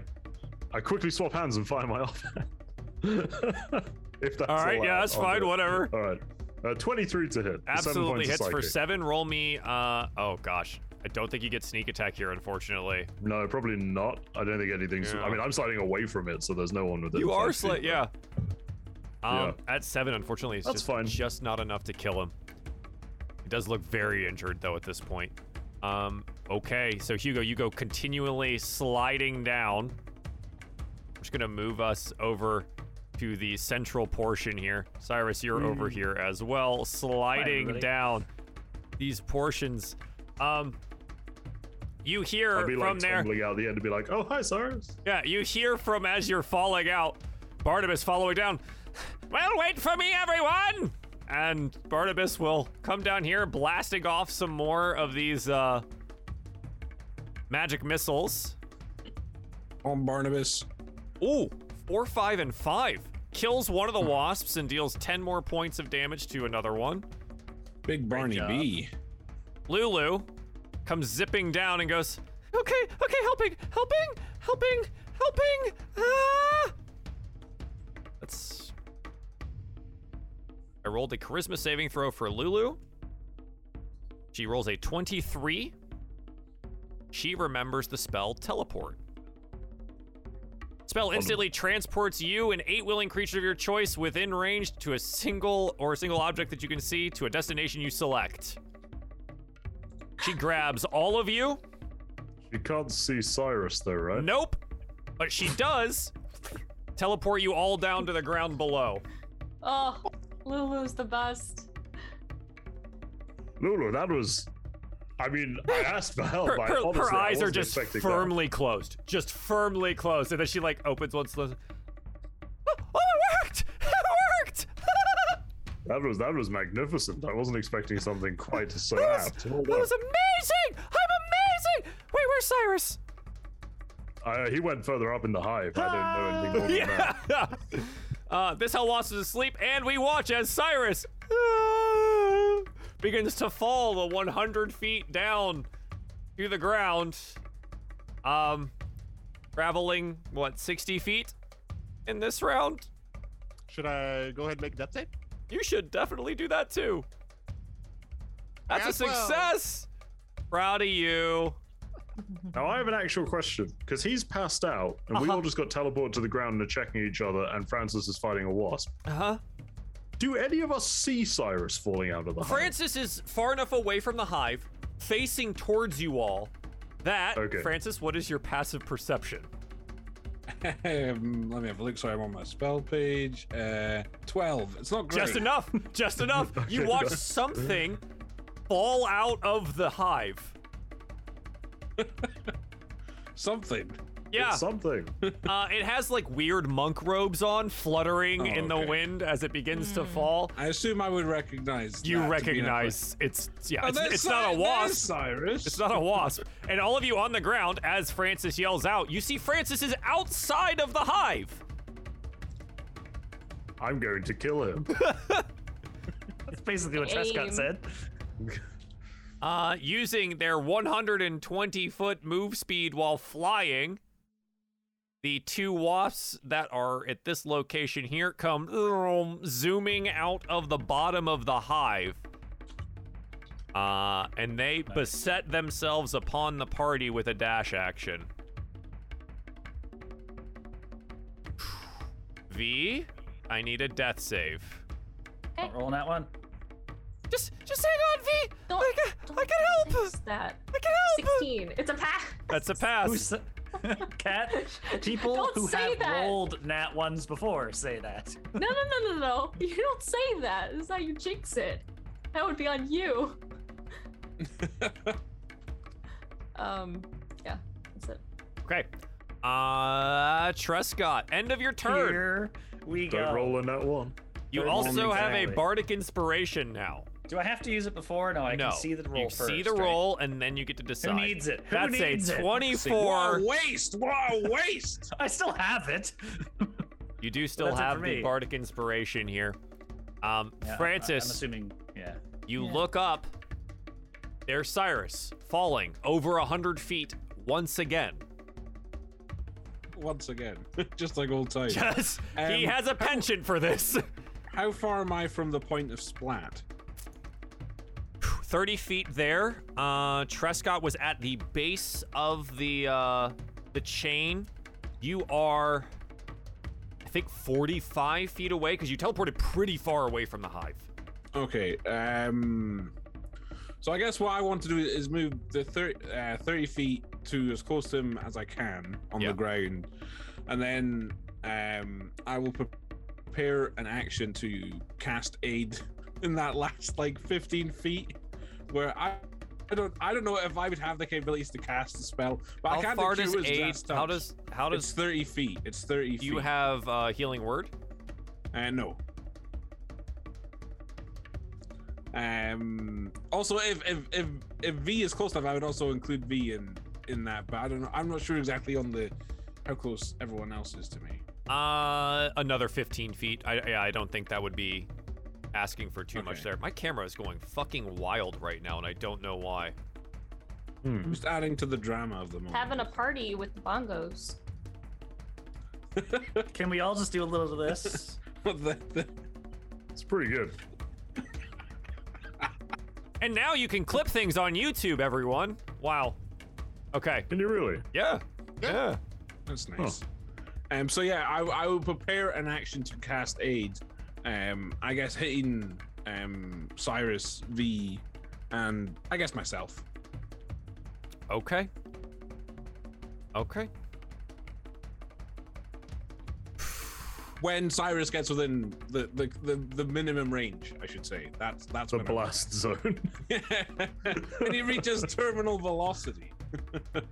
Speaker 2: I quickly swap hands and fire my off. if that's
Speaker 1: All right, yeah,
Speaker 2: allowed,
Speaker 1: that's
Speaker 2: uh, I'll
Speaker 1: fine,
Speaker 2: do it.
Speaker 1: whatever.
Speaker 2: All right. Uh, 23 to hit. seven
Speaker 1: Absolutely
Speaker 2: points of
Speaker 1: hits for
Speaker 2: psychic.
Speaker 1: seven. Roll me. Uh oh gosh, I don't think you get sneak attack here, unfortunately.
Speaker 2: No, probably not. I don't think anything's.
Speaker 1: Yeah.
Speaker 2: I mean, I'm sliding away from it, so there's no one within.
Speaker 1: You are
Speaker 2: 5 feet,
Speaker 1: slight,
Speaker 2: but-
Speaker 1: yeah. Um, at seven, unfortunately, it's
Speaker 2: That's
Speaker 1: just,
Speaker 2: fine.
Speaker 1: just not enough to kill him. He does look very injured though at this point. Um, okay, so Hugo, you go continually sliding down. I'm just gonna move us over to the central portion here. Cyrus, you're over
Speaker 2: Hmm.
Speaker 1: here as well, sliding
Speaker 4: everybody.
Speaker 1: down these portions. Um, you hear
Speaker 2: I'd be
Speaker 1: from
Speaker 2: like
Speaker 1: there.
Speaker 2: tumbling out the end and be like, "Oh, hi, Cyrus."
Speaker 1: Yeah, you hear from as you're falling out, Barnabas following down. Well, wait for me, everyone! And Barnabas will come down here, blasting off some more of these uh, magic missiles.
Speaker 6: On Barnabas.
Speaker 1: Ooh, four, five, and five. Kills one of the wasps and deals 10 more points of damage to another one.
Speaker 6: Big Barney
Speaker 4: job.
Speaker 6: B.
Speaker 1: Lulu comes zipping down and goes, Okay, okay, helping, helping, helping, helping. Ah! That's. I rolled a charisma saving throw for Lulu. She rolls a 23. She remembers the spell teleport. Spell instantly transports you and eight willing creatures of your choice within range to a single or a single object that you can see to a destination you select. She grabs all of you.
Speaker 2: You can't see Cyrus though, right?
Speaker 1: Nope. But she does teleport you all down to the ground below.
Speaker 3: Oh, Lulu's the best.
Speaker 2: Lulu, that was. I mean, I asked for help.
Speaker 1: Her,
Speaker 2: I
Speaker 1: her- her
Speaker 2: honestly, I
Speaker 1: eyes are
Speaker 2: wasn't
Speaker 1: just
Speaker 2: expecting that.
Speaker 1: firmly closed. Just firmly closed. And then she like opens one slice. Oh, oh, it worked! It worked!
Speaker 2: That was that was magnificent. I wasn't expecting something quite so
Speaker 1: that, was,
Speaker 2: apt. Well
Speaker 1: that was
Speaker 2: done.
Speaker 1: amazing! I'm amazing! Wait, where's Cyrus?
Speaker 2: I- he went further up in the hive. I didn't know anything more than that.
Speaker 1: Ah, Yeah. Uh, this hell wasp is asleep, and we watch as Cyrus ah, begins to fall the 100 feet down to the ground. Um, traveling what 60 feet in this round.
Speaker 5: Should I go ahead and make that save?
Speaker 1: You should definitely do that too. That's a
Speaker 5: As well.
Speaker 1: success. Proud of you.
Speaker 2: Now I have an actual question because he's passed out, and we
Speaker 1: Uh-huh.
Speaker 2: all just got teleported to the ground and are checking each other, and Francis is fighting a wasp.
Speaker 1: Uh huh.
Speaker 2: Do any of us see Cyrus falling out of the hive?
Speaker 1: Francis is far enough away from the hive, facing towards you all, that
Speaker 2: Okay.
Speaker 1: Francis, what is your passive perception?
Speaker 6: Um, let me have a look. Sorry, I'm on my spell page. Uh, 12. It's not great.
Speaker 1: Just enough. Just enough. You
Speaker 2: Okay,
Speaker 1: watch
Speaker 2: nice.
Speaker 1: something fall out of the hive.
Speaker 6: Something.
Speaker 1: Yeah,
Speaker 2: It's something.
Speaker 1: uh, it has like weird monk robes on, fluttering
Speaker 6: Oh,
Speaker 1: in the
Speaker 6: okay.
Speaker 1: wind as it begins to
Speaker 3: Mm.
Speaker 1: fall.
Speaker 6: I assume I would
Speaker 1: You
Speaker 6: recognize. that to be an aqua-
Speaker 1: recognize it's yeah,
Speaker 6: Oh,
Speaker 1: it's,
Speaker 6: there's
Speaker 1: it's not a
Speaker 6: Cy- there's
Speaker 1: wasp.
Speaker 6: Cyrus.
Speaker 1: It's not a wasp. And all of you on the ground, as Francis yells out, you see Francis is outside of the hive.
Speaker 2: I'm going to kill him.
Speaker 4: That's basically what Trescott
Speaker 3: Aim.
Speaker 4: said.
Speaker 1: Uh, using their 120 foot move speed while flying, the two wasps that are at this location here come vroom, zooming out of the bottom of the hive. Uh, and they beset themselves upon the party with a dash action. V, I need a death save.
Speaker 4: Not rolling that one.
Speaker 1: Just, just hang on, V.
Speaker 3: Don't-
Speaker 1: I ca- I
Speaker 3: don't
Speaker 1: can help.
Speaker 3: fix that.
Speaker 1: I can help.
Speaker 3: 16. It's a pass.
Speaker 1: That's a pass.
Speaker 4: Who's cat? People
Speaker 3: Don't
Speaker 4: who
Speaker 3: say
Speaker 4: have
Speaker 3: that.
Speaker 4: rolled nat ones before say that.
Speaker 3: No, no, no, no, no. You don't say that. This is how you jinx it. That would be on you. um, yeah, that's it.
Speaker 1: Okay. Uh Trescott, end of your turn.
Speaker 4: Here we go.
Speaker 2: Don't roll in that one.
Speaker 1: you
Speaker 4: third
Speaker 1: also
Speaker 4: one,
Speaker 1: have a
Speaker 4: exactly.
Speaker 1: bardic inspiration now.
Speaker 4: Do I have to use it before? No, I
Speaker 1: no.
Speaker 4: can see the roll
Speaker 1: you
Speaker 4: first.
Speaker 1: see the
Speaker 4: right?
Speaker 1: roll and then you get to decide.
Speaker 4: Who needs it? Who
Speaker 1: That's
Speaker 4: needs
Speaker 1: a
Speaker 4: it?
Speaker 1: 24.
Speaker 6: What a waste! What a waste!
Speaker 4: I still have it.
Speaker 1: you do still
Speaker 4: That's it
Speaker 1: have
Speaker 4: for
Speaker 1: the
Speaker 4: me.
Speaker 1: bardic inspiration here. Um
Speaker 4: Yeah, I'm- I'm
Speaker 1: Francis,
Speaker 4: assuming. Yeah.
Speaker 1: you look up. There's Cyrus falling over a hundred feet once again.
Speaker 6: Once again, just like old times.
Speaker 1: Yes, he
Speaker 6: Um,
Speaker 1: has a penchant for this.
Speaker 6: How far am I from the point of splat?
Speaker 1: 30 feet there. Uh, Trescott was at the base of the uh, the chain. You are, I think, 45 feet away because you teleported pretty far away from the hive.
Speaker 6: Okay. Um. So I guess what I want to do is move the 30, uh, 30 feet to as close to him as I can on
Speaker 1: Yeah.
Speaker 6: the ground, and then um, I will pre- prepare an action to cast aid in that last like fifteen feet, where I. I don't. I don't know if I would have the capabilities to cast the spell, but I
Speaker 1: how
Speaker 6: can't
Speaker 1: far
Speaker 6: do
Speaker 1: does
Speaker 6: it as
Speaker 1: aid?
Speaker 6: last
Speaker 1: How
Speaker 6: touch.
Speaker 1: does how
Speaker 6: it's
Speaker 1: does
Speaker 6: thirty feet? It's thirty
Speaker 1: do you
Speaker 6: feet.
Speaker 1: have uh, healing word?
Speaker 6: Uh, no. Um. Also, if if if if V is close enough, I would also include V in in that. But I don't know. I'm not sure exactly on the how close everyone else is to me.
Speaker 1: Uh, another 15 feet. I yeah, I don't think that would be asking for too much
Speaker 6: Okay.
Speaker 1: there. My camera is going fucking wild right now, and I don't know why.
Speaker 2: Hmm.
Speaker 6: I'm just adding to the drama of the moment.
Speaker 3: Having a party with the bongos.
Speaker 4: Can we all just do a little of this?
Speaker 6: the, the,
Speaker 2: It's pretty good.
Speaker 1: And now you can clip things on YouTube, everyone. Wow. Okay.
Speaker 2: Can you really?
Speaker 1: Yeah. Yeah.
Speaker 6: that's nice. Um. So yeah, I I will prepare an action to cast aid. Um. I guess hitting um Cyrus V, and I guess myself.
Speaker 1: Okay. Okay.
Speaker 6: when Cyrus gets within the the, the, the minimum range, I should say. That's that's
Speaker 2: The
Speaker 6: when I-
Speaker 2: blast zone.
Speaker 6: when he reaches terminal velocity.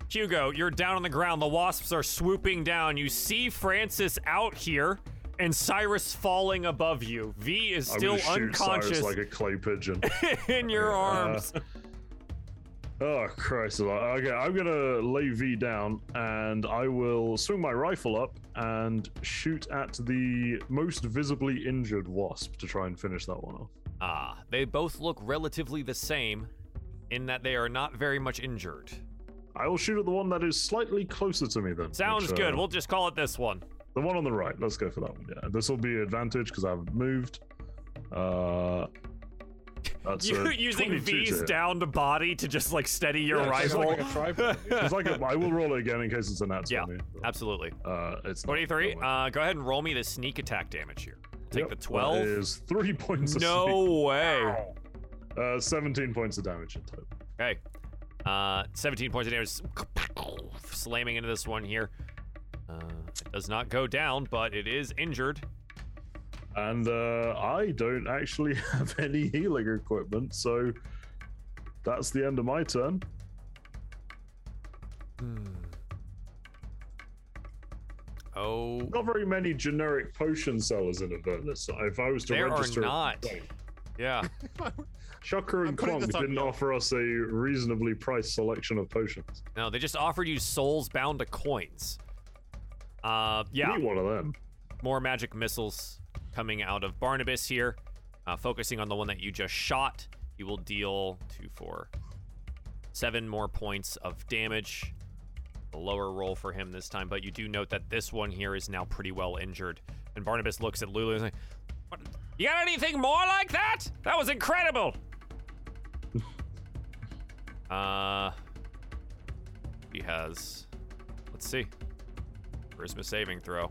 Speaker 1: Hugo, you're down on the ground. The wasps are swooping down. You see Francis out here and Cyrus falling above you. V is
Speaker 2: I'm
Speaker 1: still
Speaker 2: gonna shoot
Speaker 1: unconscious
Speaker 2: Cyrus like a clay pigeon.
Speaker 1: in your
Speaker 2: Uh,
Speaker 1: arms.
Speaker 2: Oh Christ! alive. Okay, I'm gonna lay V down, and I will swing my rifle up and shoot at the most visibly injured wasp to try and finish that one off.
Speaker 1: Ah, they both look relatively the same in that they are not very much injured.
Speaker 2: I will shoot at the one that is slightly closer to me. Then
Speaker 1: Sounds
Speaker 2: which, uh,
Speaker 1: good. We'll just call it this one.
Speaker 2: the one on the right. Let's go for that one. Yeah, this will be advantage because I haven't moved. Uh, that's
Speaker 1: You
Speaker 2: a
Speaker 1: using
Speaker 2: 22 to
Speaker 1: V's
Speaker 2: hit.
Speaker 1: down to body to just like steady your
Speaker 6: Yeah, it's
Speaker 1: rifle.
Speaker 6: like a tripod.
Speaker 2: It's like a, I will roll it again in case it's an nat
Speaker 1: Yeah,
Speaker 2: 20.
Speaker 1: Absolutely.
Speaker 2: Uh, it's not.
Speaker 1: 23.
Speaker 2: Don't worry.
Speaker 1: Uh, go ahead and roll me the sneak attack damage here. Take
Speaker 2: Yep,
Speaker 1: the
Speaker 2: that
Speaker 1: 12.
Speaker 2: is three points. of
Speaker 1: No way.
Speaker 2: sneak- Uh, 17 points of damage in total.
Speaker 1: Okay. Uh, 17 points of damage. Slamming into this one here. Uh, it does not go down, but it is injured.
Speaker 2: And uh, I don't actually have any healing equipment, so that's
Speaker 1: Hmm.
Speaker 2: the end of my turn.
Speaker 1: No,
Speaker 2: Not very many generic potion sellers in Avernus. If I was to
Speaker 1: there are
Speaker 2: register, a
Speaker 1: not.
Speaker 2: complaint,
Speaker 1: Yeah,
Speaker 2: Shocker
Speaker 5: I'm
Speaker 2: and
Speaker 5: putting
Speaker 2: Kwong
Speaker 5: this on
Speaker 2: didn't
Speaker 5: note.
Speaker 2: offer us a reasonably priced selection of potions.
Speaker 1: no, they just offered you souls bound to coins. Uh, yeah,
Speaker 2: Need one of them.
Speaker 1: more magic missiles coming out of Barnabas here, uh, focusing on the one that you just shot. You will deal two, four, seven more points of damage. A lower roll for him this time, but you do note that this one here is now pretty well injured. And Barnabas looks at Lulu and is like, what? "You got anything more like that? That was incredible." uh, he has. Let's see. Charisma saving throw.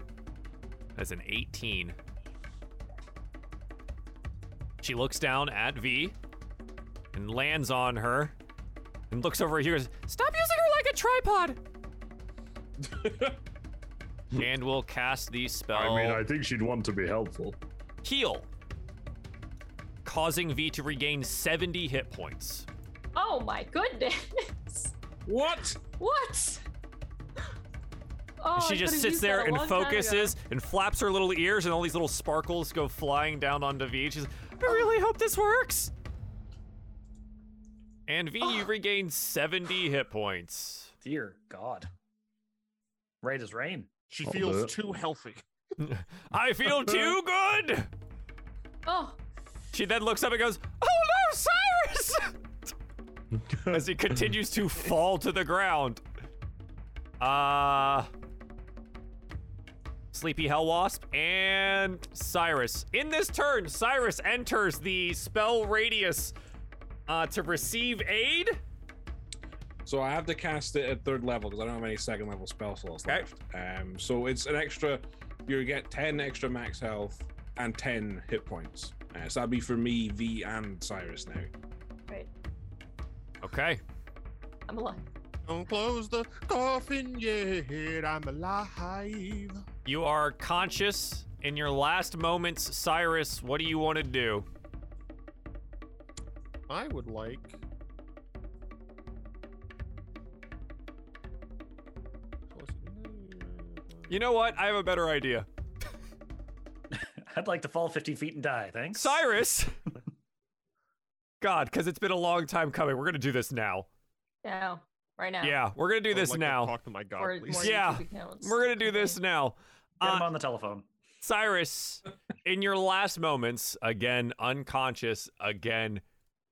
Speaker 1: That's an 18. She looks down at V and lands on her and looks over here and goes, Stop using her like a tripod! and will cast the spell
Speaker 2: I mean, I think she'd want to be helpful.
Speaker 1: Heal, causing V to regain 70 hit points.
Speaker 3: Oh my goodness.
Speaker 6: What?
Speaker 3: What? Oh,
Speaker 1: she just
Speaker 3: I could've
Speaker 1: sits
Speaker 3: used that
Speaker 1: there
Speaker 3: a
Speaker 1: and
Speaker 3: long time ago.
Speaker 1: focuses and flaps her little ears, and all these little sparkles go flying down onto V. She's like, I really hope this works. And V, you regain 70 hit points.
Speaker 4: Dear God. Right as rain.
Speaker 5: She
Speaker 2: I'll do
Speaker 5: feels
Speaker 2: it.
Speaker 5: too healthy.
Speaker 1: I feel too good.
Speaker 3: Oh,
Speaker 1: She then looks up and goes, Oh no, Cyrus! As he continues to fall to the ground. Uh. Sleepy Hell Wasp and Cyrus. In this turn, Cyrus enters the spell radius uh, to receive aid.
Speaker 6: So I have to cast it at third level because I don't have any second level spell slots
Speaker 1: Okay.
Speaker 6: left. Um, so it's an extra. You get ten extra max health and ten hit points. Uh, so that'd be for me, V, and Cyrus now.
Speaker 3: right.
Speaker 1: Okay.
Speaker 3: I'm alive.
Speaker 5: Don't close the coffin yet. I'm alive.
Speaker 1: You are conscious. In your last moments, Cyrus, what do you want to do?
Speaker 5: I would like.
Speaker 1: You know what? I have a better idea.
Speaker 4: I'd like to fall 50 feet and die. Thanks.
Speaker 1: Cyrus. God, because it's been a long time coming. We're gonna do this now.
Speaker 3: Now. Right now.
Speaker 1: Yeah, we're gonna do
Speaker 5: I would
Speaker 1: this
Speaker 5: Oh, like to
Speaker 1: now.
Speaker 5: Talk to my god,
Speaker 3: Or
Speaker 5: please.
Speaker 3: more
Speaker 1: Yeah.
Speaker 3: YouTube accounts.
Speaker 1: We're gonna do this
Speaker 3: Okay.
Speaker 1: now.
Speaker 4: Get him
Speaker 1: Uh,
Speaker 4: on the telephone.
Speaker 1: Cyrus, in your last moments, again unconscious, again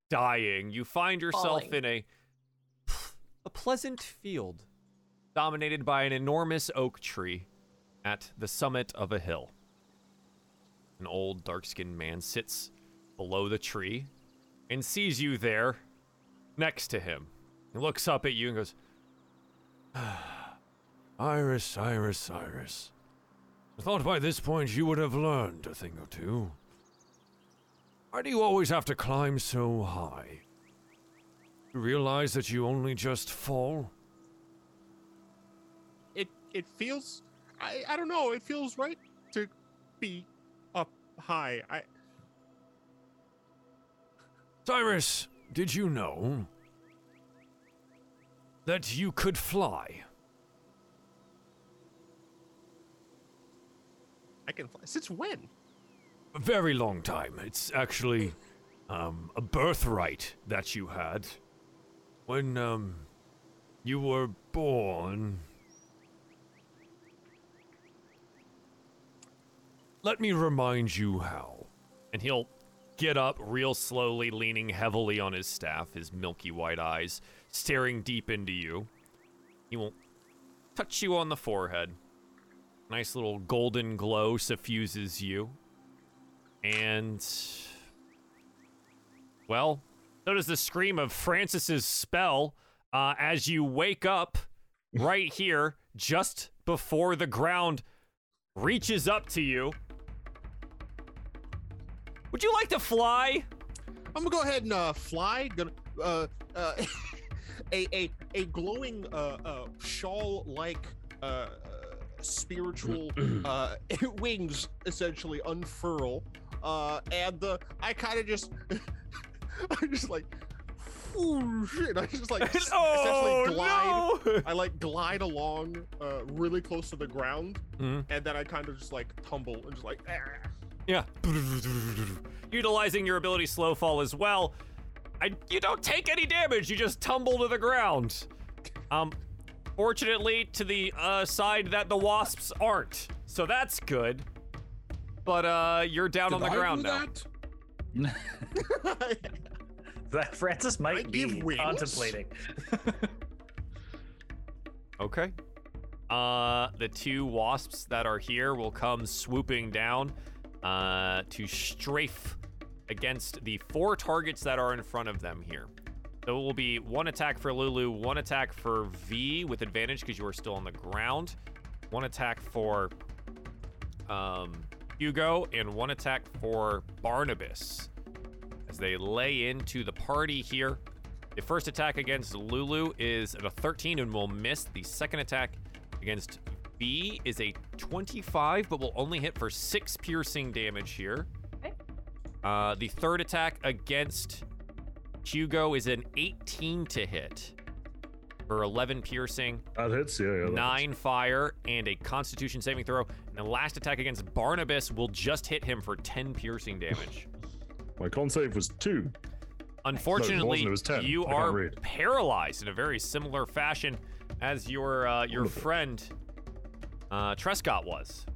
Speaker 1: dying, you find yourself
Speaker 3: Falling.
Speaker 1: in a a pleasant field dominated by an enormous oak tree at the summit of a hill. An old dark-skinned man sits below the tree and sees you there next to him. He looks up at you and goes, Iris, Iris, Iris. I thought by this point you would have learned a thing or two. Why do you always have to climb so high? You realize that you only just fall?
Speaker 5: It it feels. I I don't know. It feels right to be up high. I
Speaker 1: Cyrus, did you know that you could fly?
Speaker 5: I can fly. Since when?
Speaker 1: A very long time. It's actually um, a birthright that you had when um, you were born. Let me remind you how. And he'll get up real slowly, leaning heavily on his staff, his milky white eyes staring deep into you. He won't touch you on the forehead. Nice little golden glow suffuses you. And well, so does the scream of Francis's spell uh, as you wake up right here, just before the ground reaches up to you. Would you like to fly?
Speaker 5: I'm gonna go ahead and uh, fly. Gonna uh, uh, a a a glowing uh, uh, shawl like uh, uh, spiritual uh, wings essentially unfurl, uh, and the I kind of just I'm just like ooh shit! I just like s-
Speaker 1: oh
Speaker 5: essentially glide.
Speaker 1: no!
Speaker 5: I like glide along, uh, really close to the ground,
Speaker 1: Mhm.
Speaker 5: and then I kind of just like tumble and just like. "Ah."
Speaker 1: Yeah. Utilizing your ability slow fall as well. I, you don't take any damage. You just tumble to the ground. Um, fortunately, to the uh, side that the wasps aren't, so that's good. But uh, you're down on
Speaker 6: Did
Speaker 1: the
Speaker 6: I
Speaker 1: ground
Speaker 6: do
Speaker 1: now.
Speaker 6: that?
Speaker 4: That Francis might
Speaker 5: I
Speaker 4: be
Speaker 5: give wings.
Speaker 4: contemplating.
Speaker 1: Okay. Uh, the two wasps that are here will come swooping down uh, to strafe against the four targets that are in front of them here. So it will be one attack for Lulu, one attack for V with advantage because you are still on the ground, one attack for um, Hugo, and one attack for Barnabas as they lay into the party here. The first attack against Lulu is at a 13 and will miss. The second attack against B is a 25, but will only hit for six piercing damage here.
Speaker 3: Okay.
Speaker 1: Uh, the third attack against Hugo is an 18 to hit for 11 piercing,
Speaker 2: That hits, yeah, yeah. that
Speaker 1: nine fire, and a Constitution saving throw. And the last attack against Barnabas will just hit him for 10 piercing damage.
Speaker 2: hits. My con save was two.
Speaker 1: Unfortunately,
Speaker 2: it was 10.
Speaker 1: you
Speaker 2: I can't
Speaker 1: are
Speaker 2: read.
Speaker 1: paralyzed in a very similar fashion as your uh, your
Speaker 2: Wonderful.
Speaker 1: friend uh, Trescott was.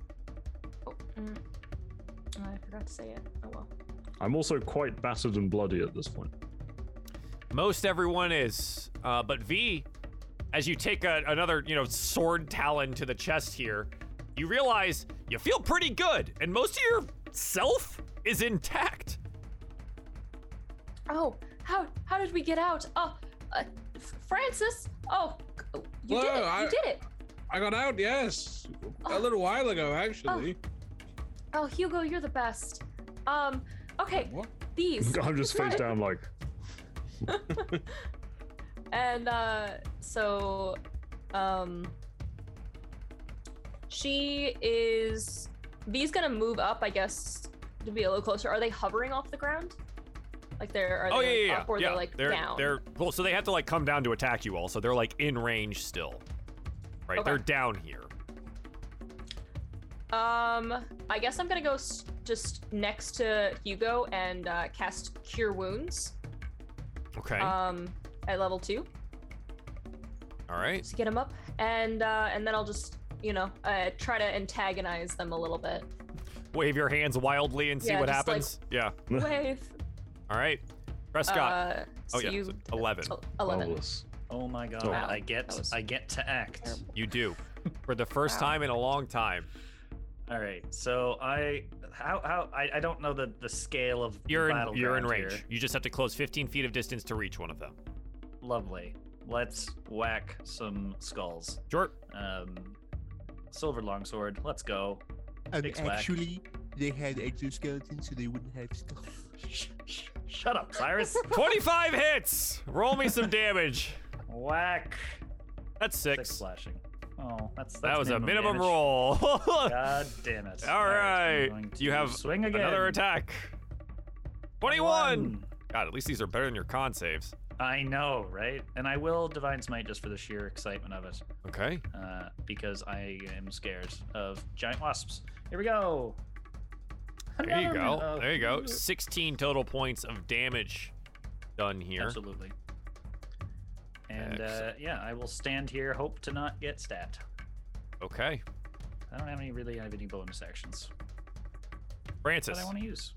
Speaker 3: Oh, mm. Oh, I forgot to say it. Oh well.
Speaker 2: I'm also quite battered and bloody at this point.
Speaker 1: Most everyone is, uh, but V, as you take a, another you know sword talon to the chest here, you realize you feel pretty good, and most of your self is intact.
Speaker 3: Oh, how how did we get out? Oh, uh, F- Francis. Oh, c- you did
Speaker 6: Whoa,
Speaker 3: it.
Speaker 6: I-
Speaker 3: You did it.
Speaker 6: I got out, yes. A little while ago, actually.
Speaker 3: Oh, Hugo, you're the best. Um, okay,
Speaker 6: What?
Speaker 3: these.
Speaker 2: I'm just face down, like,
Speaker 3: And uh, so, um, she is. V's gonna move up, I guess, to be a little closer. Are they hovering off the ground? Like they're are they
Speaker 1: oh yeah,
Speaker 3: like,
Speaker 1: yeah, yeah.
Speaker 3: up or
Speaker 1: yeah.
Speaker 3: they're like
Speaker 1: they're,
Speaker 3: down?
Speaker 1: They're well, so they have to like come down to attack you all, so they're like in range still, right?
Speaker 3: Okay.
Speaker 1: They're down here.
Speaker 3: Um, I guess I'm gonna go s- just next to Hugo and uh, cast Cure Wounds.
Speaker 1: Okay.
Speaker 3: Um, at level two.
Speaker 1: all right.
Speaker 3: to get them up, and uh, and then I'll just you know uh, try to antagonize them a little bit.
Speaker 1: wave your hands wildly and see
Speaker 3: Yeah,
Speaker 1: what
Speaker 3: just, like-
Speaker 1: happens. yeah.
Speaker 3: Wave.
Speaker 1: All right. Prescott.
Speaker 3: Uh,
Speaker 1: oh
Speaker 3: so
Speaker 1: yeah.
Speaker 3: you,
Speaker 1: so Eleven.
Speaker 3: oh, eleven.
Speaker 2: marvelous.
Speaker 4: Oh my god!
Speaker 3: Wow,
Speaker 4: I get,
Speaker 3: that was
Speaker 4: I get to act.
Speaker 3: terrible.
Speaker 1: You do. For the first
Speaker 3: Wow.
Speaker 1: time in a long time.
Speaker 4: All right, so I, how, how, I, I don't know the the scale of the
Speaker 1: You're in
Speaker 4: battleground
Speaker 1: you're in range.
Speaker 4: here.
Speaker 1: You just have to close 15 feet of distance to reach one of them.
Speaker 4: Lovely. Let's whack some skulls.
Speaker 1: Sure.
Speaker 4: Um, silver longsword. Let's go.
Speaker 5: And
Speaker 4: Big slack.
Speaker 5: actually, they had exoskeletons, so they wouldn't have stuff.
Speaker 4: Sh- sh- shut up, Cyrus.
Speaker 1: 25 hits. Roll me some damage.
Speaker 4: whack.
Speaker 1: That's
Speaker 4: Six
Speaker 1: six.
Speaker 4: slashing. Oh, that's, that's
Speaker 1: that was a minimum
Speaker 4: damage.
Speaker 1: roll.
Speaker 4: God damn it.
Speaker 1: All
Speaker 4: I'm
Speaker 1: right,
Speaker 4: going
Speaker 1: you
Speaker 4: to
Speaker 1: have
Speaker 4: swing again.
Speaker 1: Another attack. 21. God, at least these are better than your con saves.
Speaker 4: I know, right? And I will divine smite just for the sheer excitement of it,
Speaker 1: Okay.
Speaker 4: uh, because I am scared of giant wasps. Here we go.
Speaker 1: There you
Speaker 4: Another min-
Speaker 1: go.
Speaker 4: oh,
Speaker 1: There you go. 16 total points of damage done here.
Speaker 4: Absolutely. And uh,
Speaker 1: Excellent.
Speaker 4: yeah, I will stand here, hope to not get stabbed.
Speaker 1: Okay.
Speaker 4: I don't have any really have any bonus actions
Speaker 1: Francis.
Speaker 4: that I want to use.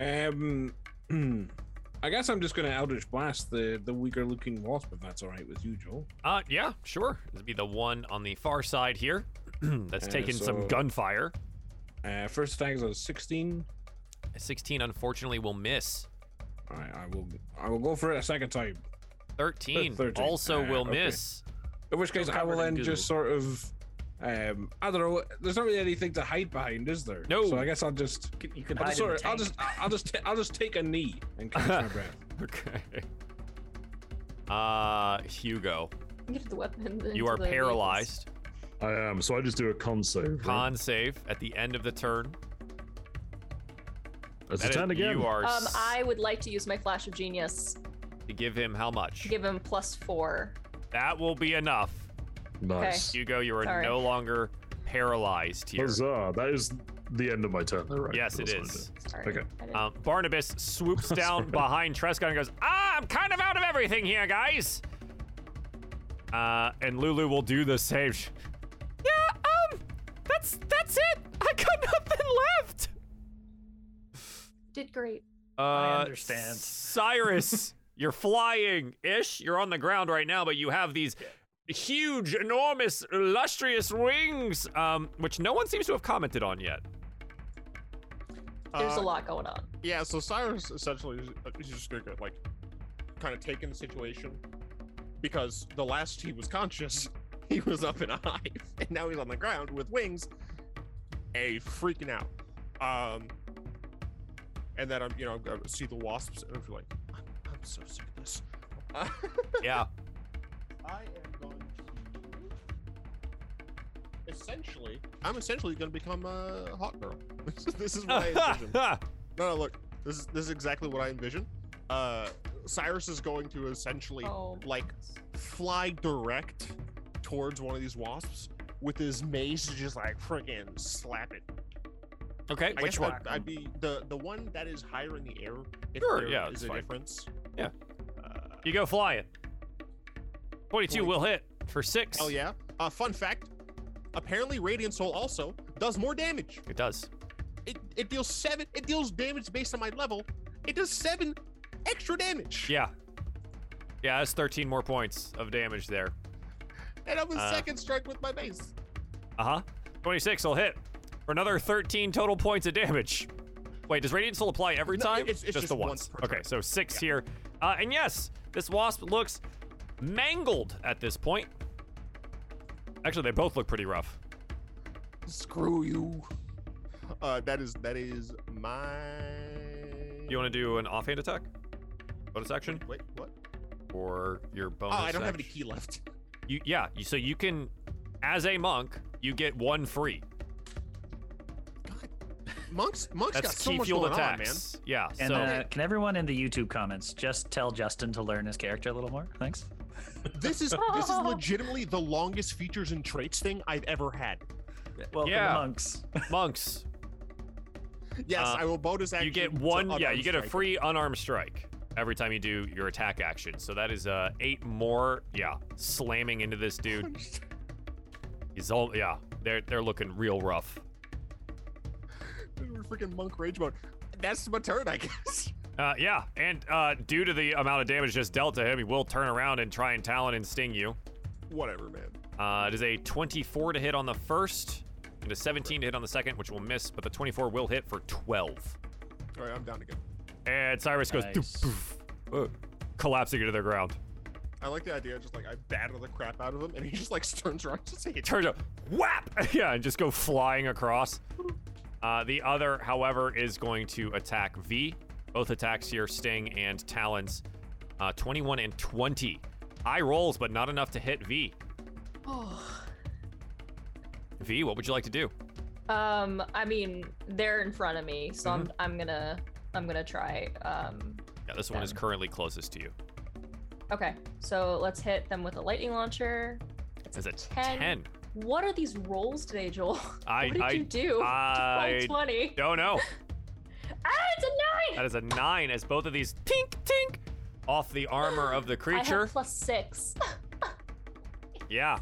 Speaker 6: Um, I guess I'm just going to Eldritch Blast the, the weaker looking wasp, if that's all right with you, Joel.
Speaker 1: Uh, yeah, sure. This would be the one on the far side here that's
Speaker 6: Uh,
Speaker 1: taking some
Speaker 6: so-
Speaker 1: gunfire.
Speaker 6: Uh, first attack is a 16.
Speaker 1: A 16, unfortunately, will miss.
Speaker 6: All right, I will I will go for it a second time.
Speaker 1: 13,
Speaker 6: 13,
Speaker 1: also
Speaker 6: uh,
Speaker 1: will
Speaker 6: okay.
Speaker 1: miss.
Speaker 6: In which case,
Speaker 4: Still
Speaker 6: I will
Speaker 4: covered in
Speaker 6: then just sort of. Um, I don't know. There's not really anything to hide behind, is there?
Speaker 1: No.
Speaker 6: So I guess I'll just.
Speaker 4: You can- You can
Speaker 6: I'll
Speaker 4: hide
Speaker 6: just,
Speaker 4: in
Speaker 6: sort
Speaker 4: the
Speaker 6: of, I'll
Speaker 4: tank.
Speaker 6: just. I'll just. ta- I'll just take a knee and catch my breath.
Speaker 1: Okay. Uh, Hugo,
Speaker 3: Get the weapons.
Speaker 1: you
Speaker 3: into
Speaker 1: are
Speaker 3: the vehicles.
Speaker 1: paralyzed.
Speaker 2: I am, so I just do a con save. right?
Speaker 1: Con save at the end of the turn.
Speaker 2: That's a
Speaker 1: Bennett,
Speaker 2: 10 again.
Speaker 1: You are
Speaker 3: Um,
Speaker 1: s-
Speaker 3: I would like to use my flash of genius
Speaker 1: to give him how much?
Speaker 3: to give him plus four.
Speaker 1: That will be enough.
Speaker 2: nice.
Speaker 1: Hugo, you are
Speaker 3: Sorry.
Speaker 1: no longer paralyzed here.
Speaker 2: Huzzah. That is the end of my turn, though, right?
Speaker 1: Yes, it
Speaker 2: That's what I
Speaker 1: is.
Speaker 3: Sorry.
Speaker 2: Okay.
Speaker 3: I didn't-
Speaker 1: Um, Barnabas swoops down
Speaker 2: Sorry.
Speaker 1: behind Trescott and goes, "Ah, I'm kind of out of everything here, guys." Uh, and Lulu will do the same. Sh- Yeah, um, that's that's it. I got nothing left.
Speaker 3: Did great.
Speaker 1: Uh,
Speaker 4: understand.
Speaker 1: Cyrus, you're flying ish. You're on the ground right now, but you have these huge, enormous, lustrous wings, um, which no one seems to have commented on yet.
Speaker 3: There's
Speaker 5: Uh,
Speaker 3: a lot going on.
Speaker 5: Yeah, so Cyrus essentially is, is just gonna go, like kind of take in the situation because the last he was conscious, he was up in a hive, and now he's on the ground with wings, a freaking out. Um, and then I'm, you know, I see the wasps, and I'm like, I'm, I'm so sick of this. Uh,
Speaker 1: Yeah.
Speaker 5: I am going to essentially. I'm essentially going to become a hot girl. This is- this is what I envision. No, no, look. This is this is exactly what I envision. Uh, Cyrus is going to essentially
Speaker 3: Oh.
Speaker 5: like fly direct towards one of these wasps with his mace, to just like freaking slap it.
Speaker 1: okay.
Speaker 5: I
Speaker 1: Which
Speaker 5: guess
Speaker 1: one?
Speaker 5: I'd, I'd be the the one that is higher in the air. If
Speaker 1: Sure,
Speaker 5: there
Speaker 1: yeah,
Speaker 5: is
Speaker 1: it's
Speaker 5: a
Speaker 1: fine.
Speaker 5: difference.
Speaker 1: Yeah.
Speaker 5: Uh,
Speaker 1: You go flying. 22
Speaker 5: Forty-
Speaker 1: will hit for six.
Speaker 5: Oh yeah. Uh, fun fact. Apparently, Radiant Soul also does more damage.
Speaker 1: It does.
Speaker 5: It it deals seven. It deals damage based on my level. It does seven extra damage.
Speaker 1: Yeah. Yeah, that's 13 more points of damage there.
Speaker 5: And I'm a
Speaker 1: Uh,
Speaker 5: second strike with my mace.
Speaker 1: Uh huh. 26 will hit for another 13 total points of damage. Wait, does Radiant Soul apply every
Speaker 5: No,
Speaker 1: time?
Speaker 5: it's- it's just
Speaker 1: the
Speaker 5: once
Speaker 1: once.
Speaker 5: per
Speaker 1: Okay, so six here. Uh, and yes, this wasp looks mangled at this point. Actually, they both look pretty rough.
Speaker 5: Screw you. Uh, that is that is my.
Speaker 1: You want to do an offhand attack? Bonus action?
Speaker 5: Wait, what?
Speaker 1: Or your
Speaker 5: Oh,
Speaker 1: bonus
Speaker 5: I don't have any
Speaker 1: action?
Speaker 5: key left.
Speaker 1: You yeah. You, so you can, as a monk, you get one free.
Speaker 5: God, monks monks
Speaker 1: That's
Speaker 5: got so
Speaker 1: key
Speaker 5: much
Speaker 1: fueled
Speaker 5: going
Speaker 1: attacks. Yeah.
Speaker 4: And
Speaker 1: so
Speaker 4: uh, can everyone in the YouTube comments just tell Justin to learn his character a little more? Thanks.
Speaker 5: on, man. This is this is legitimately the longest features and traits thing I've ever had.
Speaker 4: Well,
Speaker 1: Yeah.
Speaker 4: the monks.
Speaker 1: monks,
Speaker 5: Yes,
Speaker 1: Uh,
Speaker 5: I will bonus action.
Speaker 1: you get
Speaker 5: to
Speaker 1: one. Yeah,
Speaker 5: unarmed
Speaker 1: you get a
Speaker 5: strike.
Speaker 1: free unarmed strike every time you do your attack action. So that is uh eight more. Yeah, slamming into this dude. He's all yeah. They're they're looking real rough.
Speaker 5: We're freaking monk rage mode. That's my turn, I guess.
Speaker 1: Uh, yeah, and uh, due to the amount of damage just dealt to him, he will turn around and try and talon and sting you.
Speaker 5: Whatever, man.
Speaker 1: Uh, it is a 24 to hit on the first, and a 17 to hit on the second, which will miss, but the 24 will hit for 12.
Speaker 5: All right, I'm down again.
Speaker 1: And Cyrus goes, "Doof,
Speaker 4: Nice.
Speaker 1: poof," uh, collapsing into the ground.
Speaker 5: I like the idea. Just like I batter the crap out of him, and he just like turns around to say,
Speaker 1: It turns out, whap! yeah, and just go flying across. Uh, the other, however, is going to attack V. Both attacks here, Sting and Talons. Uh, 21 and 20. High rolls, but not enough to hit V.
Speaker 3: Oh.
Speaker 1: V, what would you like to do?
Speaker 3: Um, I mean, they're in front of me, so
Speaker 1: Mm-hmm.
Speaker 3: I'm I'm gonna I'm gonna try. Um,
Speaker 1: Yeah, this one is
Speaker 3: Seven.
Speaker 1: currently closest to you.
Speaker 3: okay, so let's hit them with a lightning launcher.
Speaker 1: It's a
Speaker 3: 10.
Speaker 1: 10.
Speaker 3: What are these rolls today, Joel?
Speaker 1: I,
Speaker 3: what did
Speaker 1: I,
Speaker 3: you do?
Speaker 1: I
Speaker 3: Roll twenty.
Speaker 1: don't know.
Speaker 3: Ah, it's a
Speaker 1: That
Speaker 3: nine.
Speaker 1: is a nine as both of these tink tink off the armor of the
Speaker 3: I
Speaker 1: creature.
Speaker 3: have plus six.
Speaker 1: yeah.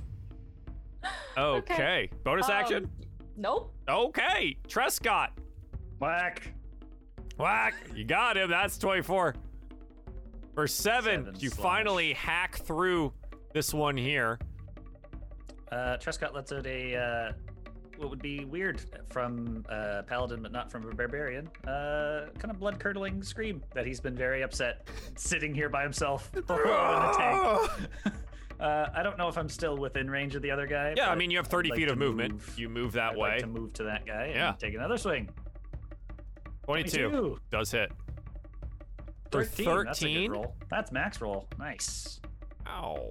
Speaker 1: Okay. Bonus
Speaker 3: Um,
Speaker 1: action.
Speaker 3: Nope.
Speaker 1: Okay. Trescott.
Speaker 4: Whack.
Speaker 1: Whack. You got him. That's 24. For seven,
Speaker 4: Seven
Speaker 1: you
Speaker 4: slash.
Speaker 1: finally hack through this one here.
Speaker 4: Uh, Trescott lets out a uh, what would be weird from uh, paladin, but not from a barbarian. Uh, kind of blood curdling scream that he's been very upset sitting here by himself the whole time in the tank. uh, I don't know if I'm still within range of the other guy.
Speaker 1: Yeah, I
Speaker 4: but
Speaker 1: mean, you have 30
Speaker 4: I'd like
Speaker 1: feet of
Speaker 4: to
Speaker 1: movement.
Speaker 4: move-
Speaker 1: You move that
Speaker 4: I'd
Speaker 1: way.
Speaker 4: Like to move to that guy.
Speaker 1: Yeah.
Speaker 4: And take another swing.
Speaker 1: 22. Does hit. For
Speaker 4: 13. That's a good
Speaker 1: 13?
Speaker 4: roll. That's max roll. Nice.
Speaker 1: Ow.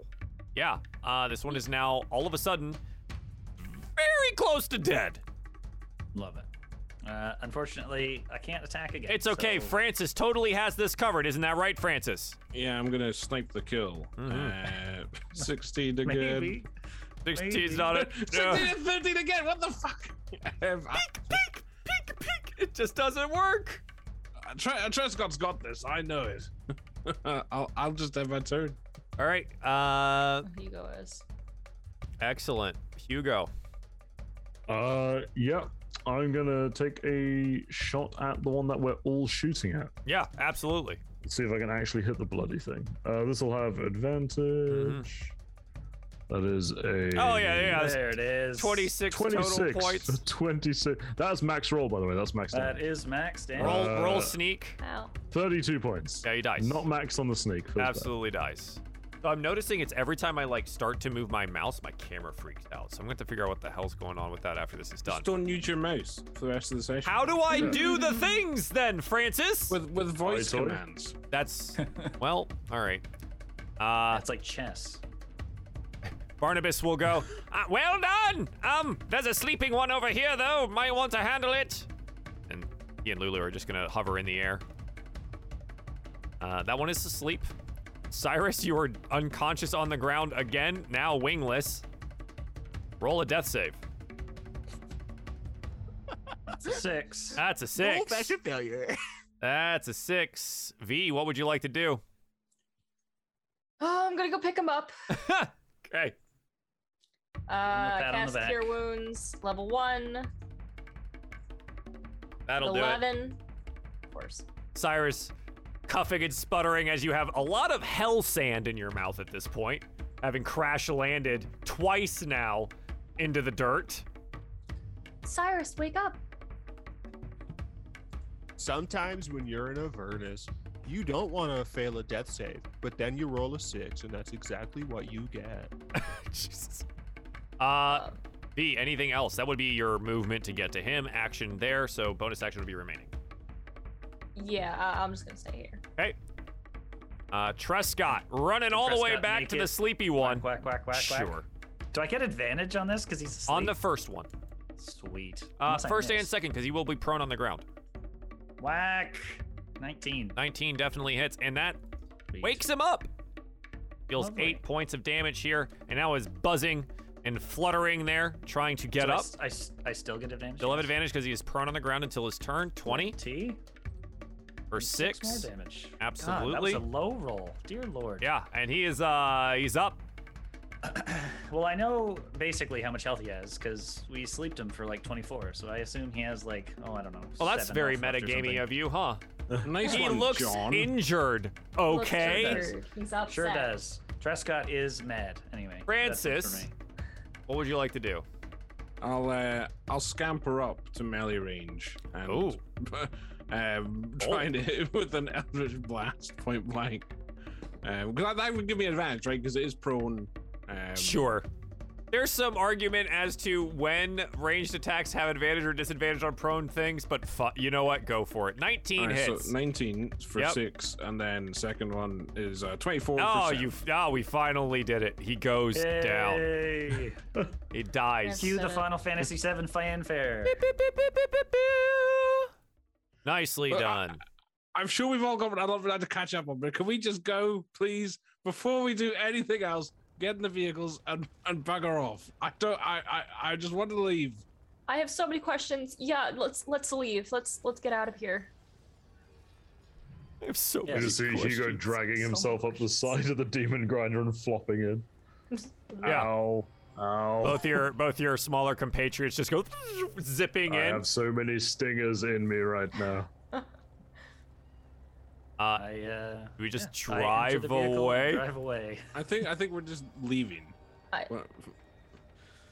Speaker 1: Yeah. Uh, this one is now all of a sudden very close to dead.
Speaker 4: Love it. Uh, unfortunately, I can't attack again.
Speaker 1: It's okay.
Speaker 4: so-
Speaker 1: Francis totally has this covered. Isn't that right, Francis?
Speaker 6: Yeah, I'm gonna snipe the kill.
Speaker 4: Mm-hmm.
Speaker 6: Uh, 16 again.
Speaker 4: Maybe.
Speaker 1: 16's not it.
Speaker 6: 16
Speaker 1: No.
Speaker 6: and 13 again. What the fuck? Um, I,
Speaker 1: Peek, peek, peek. It just doesn't work.
Speaker 6: I, try, I trust Scott's uh, got this. I know it. I'll, I'll just have my turn.
Speaker 1: All right. Uh,
Speaker 3: You go as.
Speaker 1: excellent, Hugo.
Speaker 2: Uh, yeah. I'm gonna take a shot at the one that we're all shooting at.
Speaker 1: Yeah, absolutely.
Speaker 2: Let's see if I can actually hit the bloody thing. Uh, this will have advantage. That is a.
Speaker 1: Mm-hmm. Oh yeah, yeah. it's
Speaker 4: There it is.
Speaker 1: 26, total
Speaker 2: 26.
Speaker 1: points.
Speaker 2: 26. That's max roll, by the way. That's max
Speaker 4: That
Speaker 2: damage.
Speaker 4: is max damage.
Speaker 1: Roll, roll
Speaker 2: Uh,
Speaker 1: sneak.
Speaker 3: Ow.
Speaker 2: 32 points.
Speaker 1: Yeah, he dies.
Speaker 2: Not max on the sneak. feels bad.
Speaker 1: absolutely dies. So I'm noticing it's every time I like start to move my mouse, my camera freaks out. So I'm going to figure out what the hell's going on with that after this is done.
Speaker 6: Just don't use your mouse for the rest of the session.
Speaker 1: How do I do the things then, Francis?
Speaker 6: With with voice
Speaker 2: Alright, sorry.
Speaker 6: commands.
Speaker 1: That's well, all right. Uh,
Speaker 4: That's Ah, like chess.
Speaker 1: Barnabas will go. Uh, well done. Um, there's a sleeping one over here though. Might want to handle it. And he and Lulu are just gonna hover in the air. Uh, that one is asleep. Cyrus, you are unconscious on the ground again. Now wingless. Roll a death save.
Speaker 4: That's a six.
Speaker 1: That's a six.
Speaker 5: That's a failure.
Speaker 1: That's a six. V, what would you like to do?
Speaker 3: Oh, I'm gonna go pick him up.
Speaker 1: Okay.
Speaker 3: Uh,
Speaker 4: pat on the
Speaker 3: cast
Speaker 4: back.
Speaker 3: Cure Wounds, level one,
Speaker 1: That'll do it.
Speaker 3: eleven. Of course.
Speaker 1: Cyrus cuffing and sputtering as you have a lot of hell sand in your mouth at this point, having crash landed twice now into the dirt.
Speaker 3: Cyrus, wake up.
Speaker 5: Sometimes when you're in Avernus, you don't want to fail a death save, but then you roll a six, and that's exactly what you get.
Speaker 1: Jesus. Uh, B, anything else? That would be your movement to get to him, action there, so bonus action would be remaining.
Speaker 3: Yeah, I- I'm just gonna stay here.
Speaker 1: Uh, Trescott running
Speaker 4: Did
Speaker 1: all the way
Speaker 4: Trescott
Speaker 1: back
Speaker 4: make
Speaker 1: to the
Speaker 4: it?
Speaker 1: sleepy one.
Speaker 4: Quack, quack, quack, quack.
Speaker 1: sure.
Speaker 4: Do I get advantage on this? Because he's asleep?
Speaker 1: On the first one.
Speaker 4: Sweet.
Speaker 1: Uh,
Speaker 4: Unless I
Speaker 1: first and
Speaker 4: miss.
Speaker 1: second, because he will be prone on the ground.
Speaker 4: Whack. 19.
Speaker 1: 19 definitely hits, and that
Speaker 4: Sweet.
Speaker 1: wakes him up. Deals
Speaker 4: Lovely.
Speaker 1: eight points of damage here, and now is buzzing and fluttering there, trying to get
Speaker 4: So I
Speaker 1: up.
Speaker 4: s- I, s- I still get advantage.
Speaker 1: He'll have advantage because he is prone on the ground until his turn. 20
Speaker 4: T
Speaker 1: or six.
Speaker 4: more damage. God,
Speaker 1: Absolutely.
Speaker 4: that was a low roll. Dear lord.
Speaker 1: Yeah, and he is uh he's up.
Speaker 4: Well, I know basically how much health he has because we sleeped him for like 24. So I assume he has like oh I don't know.
Speaker 1: Well, that's
Speaker 4: seven
Speaker 1: very
Speaker 4: health left or something.
Speaker 1: metagamey of you, huh?
Speaker 6: Nice
Speaker 1: He
Speaker 6: one,
Speaker 1: looks
Speaker 6: John.
Speaker 1: injured.
Speaker 3: Looks
Speaker 1: Okay.
Speaker 3: disturbed. He's upset.
Speaker 4: Sure does. Trescott is mad. Anyway. that's it for
Speaker 1: Francis.
Speaker 4: me.
Speaker 1: What would you like to do?
Speaker 6: Um, I'll uh, I'll scamper up to melee range and
Speaker 1: Ooh.
Speaker 6: um, try and hit him with an eldritch blast point blank. Um, 'cause that, that would give me advantage, right? Because it is prone. Um,
Speaker 1: Sure. There's some argument as to when ranged attacks have advantage or disadvantage on prone things, but fu- you know what? Go for it. 19
Speaker 6: alright,
Speaker 1: hits.
Speaker 6: So 19 for
Speaker 1: Yep.
Speaker 6: six, and then second one is uh, 24.
Speaker 1: Oh,
Speaker 6: for
Speaker 1: you!
Speaker 6: seven.
Speaker 1: f- Oh, we finally did it. He goes down.
Speaker 4: Yay.
Speaker 1: He dies.
Speaker 4: Cue the
Speaker 3: Seven.
Speaker 4: Final Fantasy VII fanfare.
Speaker 1: Beep, beep, beep, beep, beep, beep. Nicely
Speaker 6: Uh,
Speaker 1: done.
Speaker 6: I'm sure we've all got a lot of that to catch up on, but can we just go, please, before we do anything else, get in the vehicles and, and bugger off? I don't. I, I I just want to leave.
Speaker 3: I have so many questions. Yeah, let's let's leave. Let's let's get out of here.
Speaker 1: I have so
Speaker 4: yeah.
Speaker 2: You
Speaker 4: many
Speaker 2: just see Hugo dragging
Speaker 3: So
Speaker 2: himself up the
Speaker 3: questions.
Speaker 2: side of the demon grinder and flopping in.
Speaker 1: Yeah.
Speaker 2: Ow. Ow.
Speaker 1: Both your both your smaller compatriots just go zipping
Speaker 2: I
Speaker 1: in.
Speaker 2: have so many stingers in me right now.
Speaker 1: Uh,
Speaker 4: I uh.
Speaker 1: we just
Speaker 4: I enter
Speaker 1: drive
Speaker 4: the vehicle and
Speaker 1: away.
Speaker 4: Drive away.
Speaker 6: I think I think we're just leaving.
Speaker 3: I-
Speaker 6: Well,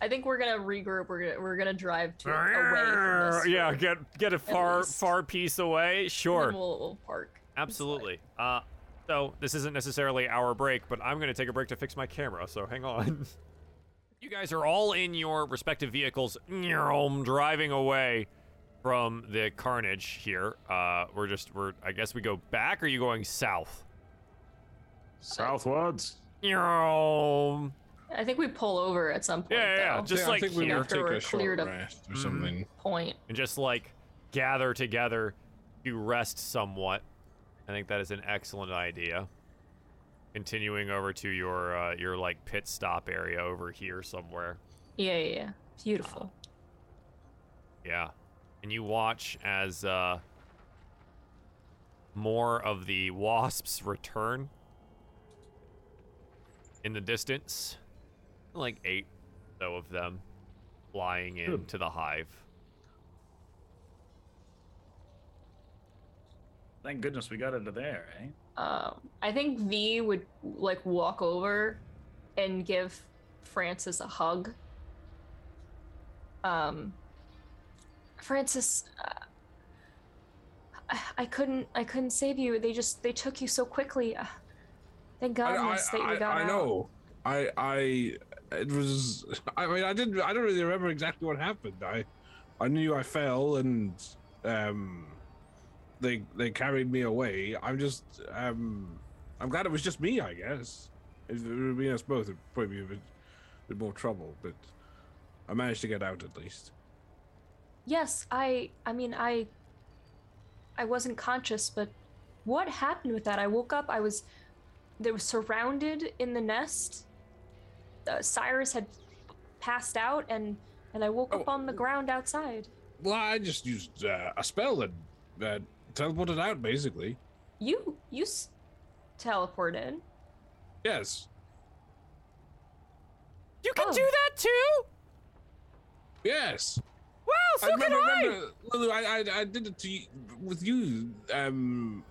Speaker 3: I think we're gonna regroup. We're gonna we're gonna drive to away from this.
Speaker 1: yeah,
Speaker 3: road, and
Speaker 1: get get a far
Speaker 3: least.
Speaker 1: far piece away.
Speaker 3: then
Speaker 1: Sure.
Speaker 3: We'll, we'll park.
Speaker 1: Absolutely. Uh, so this isn't necessarily our break, but I'm gonna take a break to fix my camera. So hang on. you guys are all in your respective vehicles, driving away from the carnage here. Uh, we're just we're I guess we go back. Or are you going south?
Speaker 2: Southwards.
Speaker 1: Nyarm.
Speaker 3: I think we pull over at some point.
Speaker 1: Yeah, yeah, yeah,
Speaker 3: though.
Speaker 1: just
Speaker 6: yeah,
Speaker 1: like
Speaker 6: I think we
Speaker 1: here. Mm.
Speaker 6: will take
Speaker 3: After we're
Speaker 6: a short
Speaker 3: cleared of-
Speaker 6: rest or something.
Speaker 3: point.
Speaker 1: and just like gather together to rest somewhat. I think that is an excellent idea. Continuing over to your uh, your like pit stop area over here somewhere.
Speaker 3: Yeah, yeah, yeah. Beautiful.
Speaker 1: Yeah. And you watch as uh, more of the wasps return in the distance. Like eight, though, of them flying into the hive.
Speaker 4: Thank goodness we got into there, eh?
Speaker 3: Um, I think V would like walk over and give Francis a hug. Um, Francis, uh, I, I couldn't, I couldn't save you. They just, they took you so quickly. Uh, thank
Speaker 6: I,
Speaker 3: God
Speaker 6: I,
Speaker 3: that we
Speaker 6: I-
Speaker 3: got
Speaker 6: I
Speaker 3: out.
Speaker 6: know. I I it was. I mean, I didn't. I don't really remember exactly what happened. I I knew I fell and um they they carried me away. I'm just um I'm glad it was just me. I guess if it would have been us both, it'd probably be a bit, bit more trouble. But I managed to get out at least.
Speaker 3: Yes, I, I mean, I, I wasn't conscious, but what happened with that? I woke up. I was, they were surrounded in the nest. Uh, Cyrus had passed out, and and I woke up
Speaker 6: Oh.
Speaker 3: on the ground outside.
Speaker 6: Well, I just used uh, a spell and uh, teleported out basically.
Speaker 3: You you s- teleported.
Speaker 6: Yes.
Speaker 1: You can
Speaker 3: Oh.
Speaker 1: do that too?
Speaker 6: Yes.
Speaker 1: Wow, so can I!
Speaker 6: remember- Lulu, I, I, I did it to you, with you um,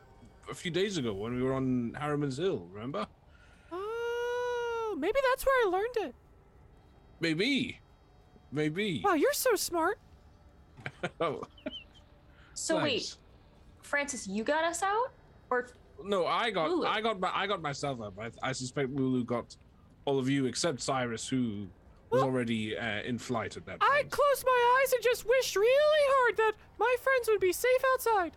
Speaker 6: a few days ago when we were on Harriman's Hill, remember?
Speaker 1: Oh, maybe that's where I learned it.
Speaker 6: Maybe. Maybe.
Speaker 1: Wow, you're so smart.
Speaker 6: Oh,
Speaker 3: So wait,
Speaker 6: thanks.
Speaker 3: Francis, you got us out, or
Speaker 6: No, I got
Speaker 3: Lulu.
Speaker 6: I got my, I got myself up. I, I suspect Lulu got all of you except Cyrus, who was
Speaker 7: Well-
Speaker 6: already uh, in flight at that
Speaker 7: I
Speaker 6: point.
Speaker 7: closed my eyes and just wished really hard that my friends would be safe outside.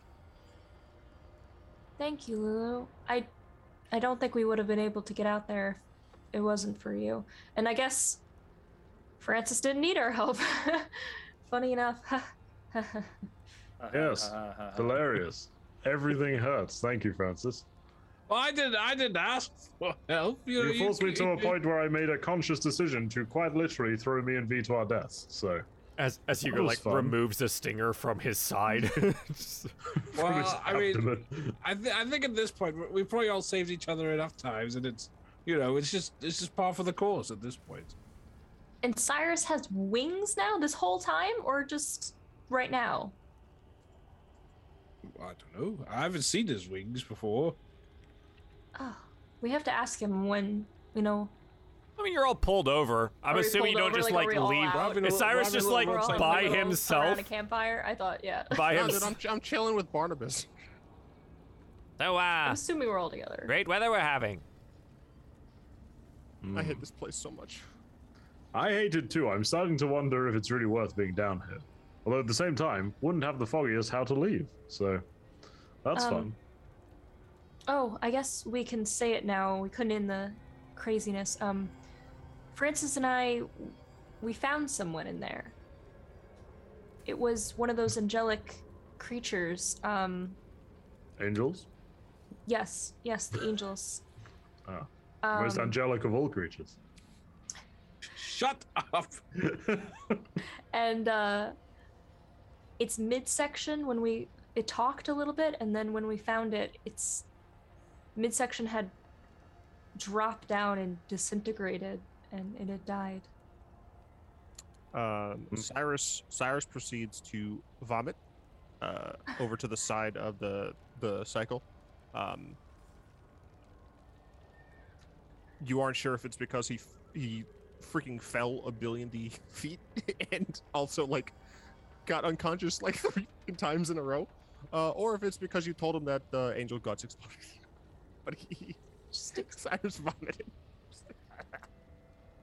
Speaker 3: thank you, Lulu. I I don't think we would have been able to get out there if it wasn't for you. And I guess Francis didn't need our help. Funny enough.
Speaker 2: Yes. Hilarious. Everything hurts. Thank you, Francis.
Speaker 6: well, I did I didn't ask for help. You,
Speaker 2: You
Speaker 6: you-
Speaker 2: forced me to a
Speaker 6: you-
Speaker 2: point where I made a conscious decision to quite literally throw me and V to our deaths. So
Speaker 1: As as
Speaker 2: That
Speaker 1: Hugo
Speaker 2: was
Speaker 1: like
Speaker 2: fun.
Speaker 1: removes a stinger from his side.
Speaker 2: from his
Speaker 6: Well, I mean,
Speaker 2: abdomen.
Speaker 6: I, th- I think at this point we- we probably all saved each other enough times, and it's you know it's just it's just par for the course at this point.
Speaker 3: and Cyrus has wings now this whole time, or just right now?
Speaker 6: I don't know. I haven't seen his wings before.
Speaker 3: Oh, we have to ask him when you know.
Speaker 1: I mean, you're all pulled over. I'm
Speaker 3: Are we
Speaker 1: assuming you
Speaker 3: pulled
Speaker 1: don't
Speaker 3: over,
Speaker 1: just
Speaker 3: like,
Speaker 1: like,
Speaker 3: are we all
Speaker 1: leave.
Speaker 3: out?
Speaker 1: Is Cyrus
Speaker 6: Robin
Speaker 1: just
Speaker 6: will
Speaker 1: like
Speaker 6: roll
Speaker 3: on
Speaker 6: outside.
Speaker 3: the
Speaker 1: by
Speaker 3: road around
Speaker 1: himself?
Speaker 3: a campfire. I thought, yeah.
Speaker 1: By
Speaker 5: No, dude, I'm,
Speaker 1: himself.
Speaker 5: I'm chilling with Barnabas.
Speaker 1: So,
Speaker 3: I'm
Speaker 1: uh,
Speaker 3: assuming we're all together.
Speaker 1: great weather we're having.
Speaker 5: I hate this place so much.
Speaker 2: I hate it too. I'm starting to wonder if it's really worth being down here. Although at the same time, wouldn't have the foggiest how to leave. So that's
Speaker 3: Um,
Speaker 2: fun.
Speaker 3: Oh, I guess we can say it now. We couldn't in the craziness. Um, Francis and I, we found someone in there. It was one of those angelic creatures. Um,
Speaker 2: Angels,
Speaker 3: yes, yes, the angels.
Speaker 2: Oh,
Speaker 3: Um,
Speaker 2: most angelic of all creatures.
Speaker 6: Shut up!
Speaker 3: and uh, its midsection when we it talked a little bit, and then when we found it, its midsection had dropped down and disintegrated, and it had died.
Speaker 5: Um, Cyrus Cyrus proceeds to vomit uh, over to the side of the the cycle. Um, you aren't sure if it's because he f- he freaking fell a billion D feet and also like got unconscious like three times in a row, uh, or if it's because you told him that uh, angel guts exploded. but he Cyrus vomited.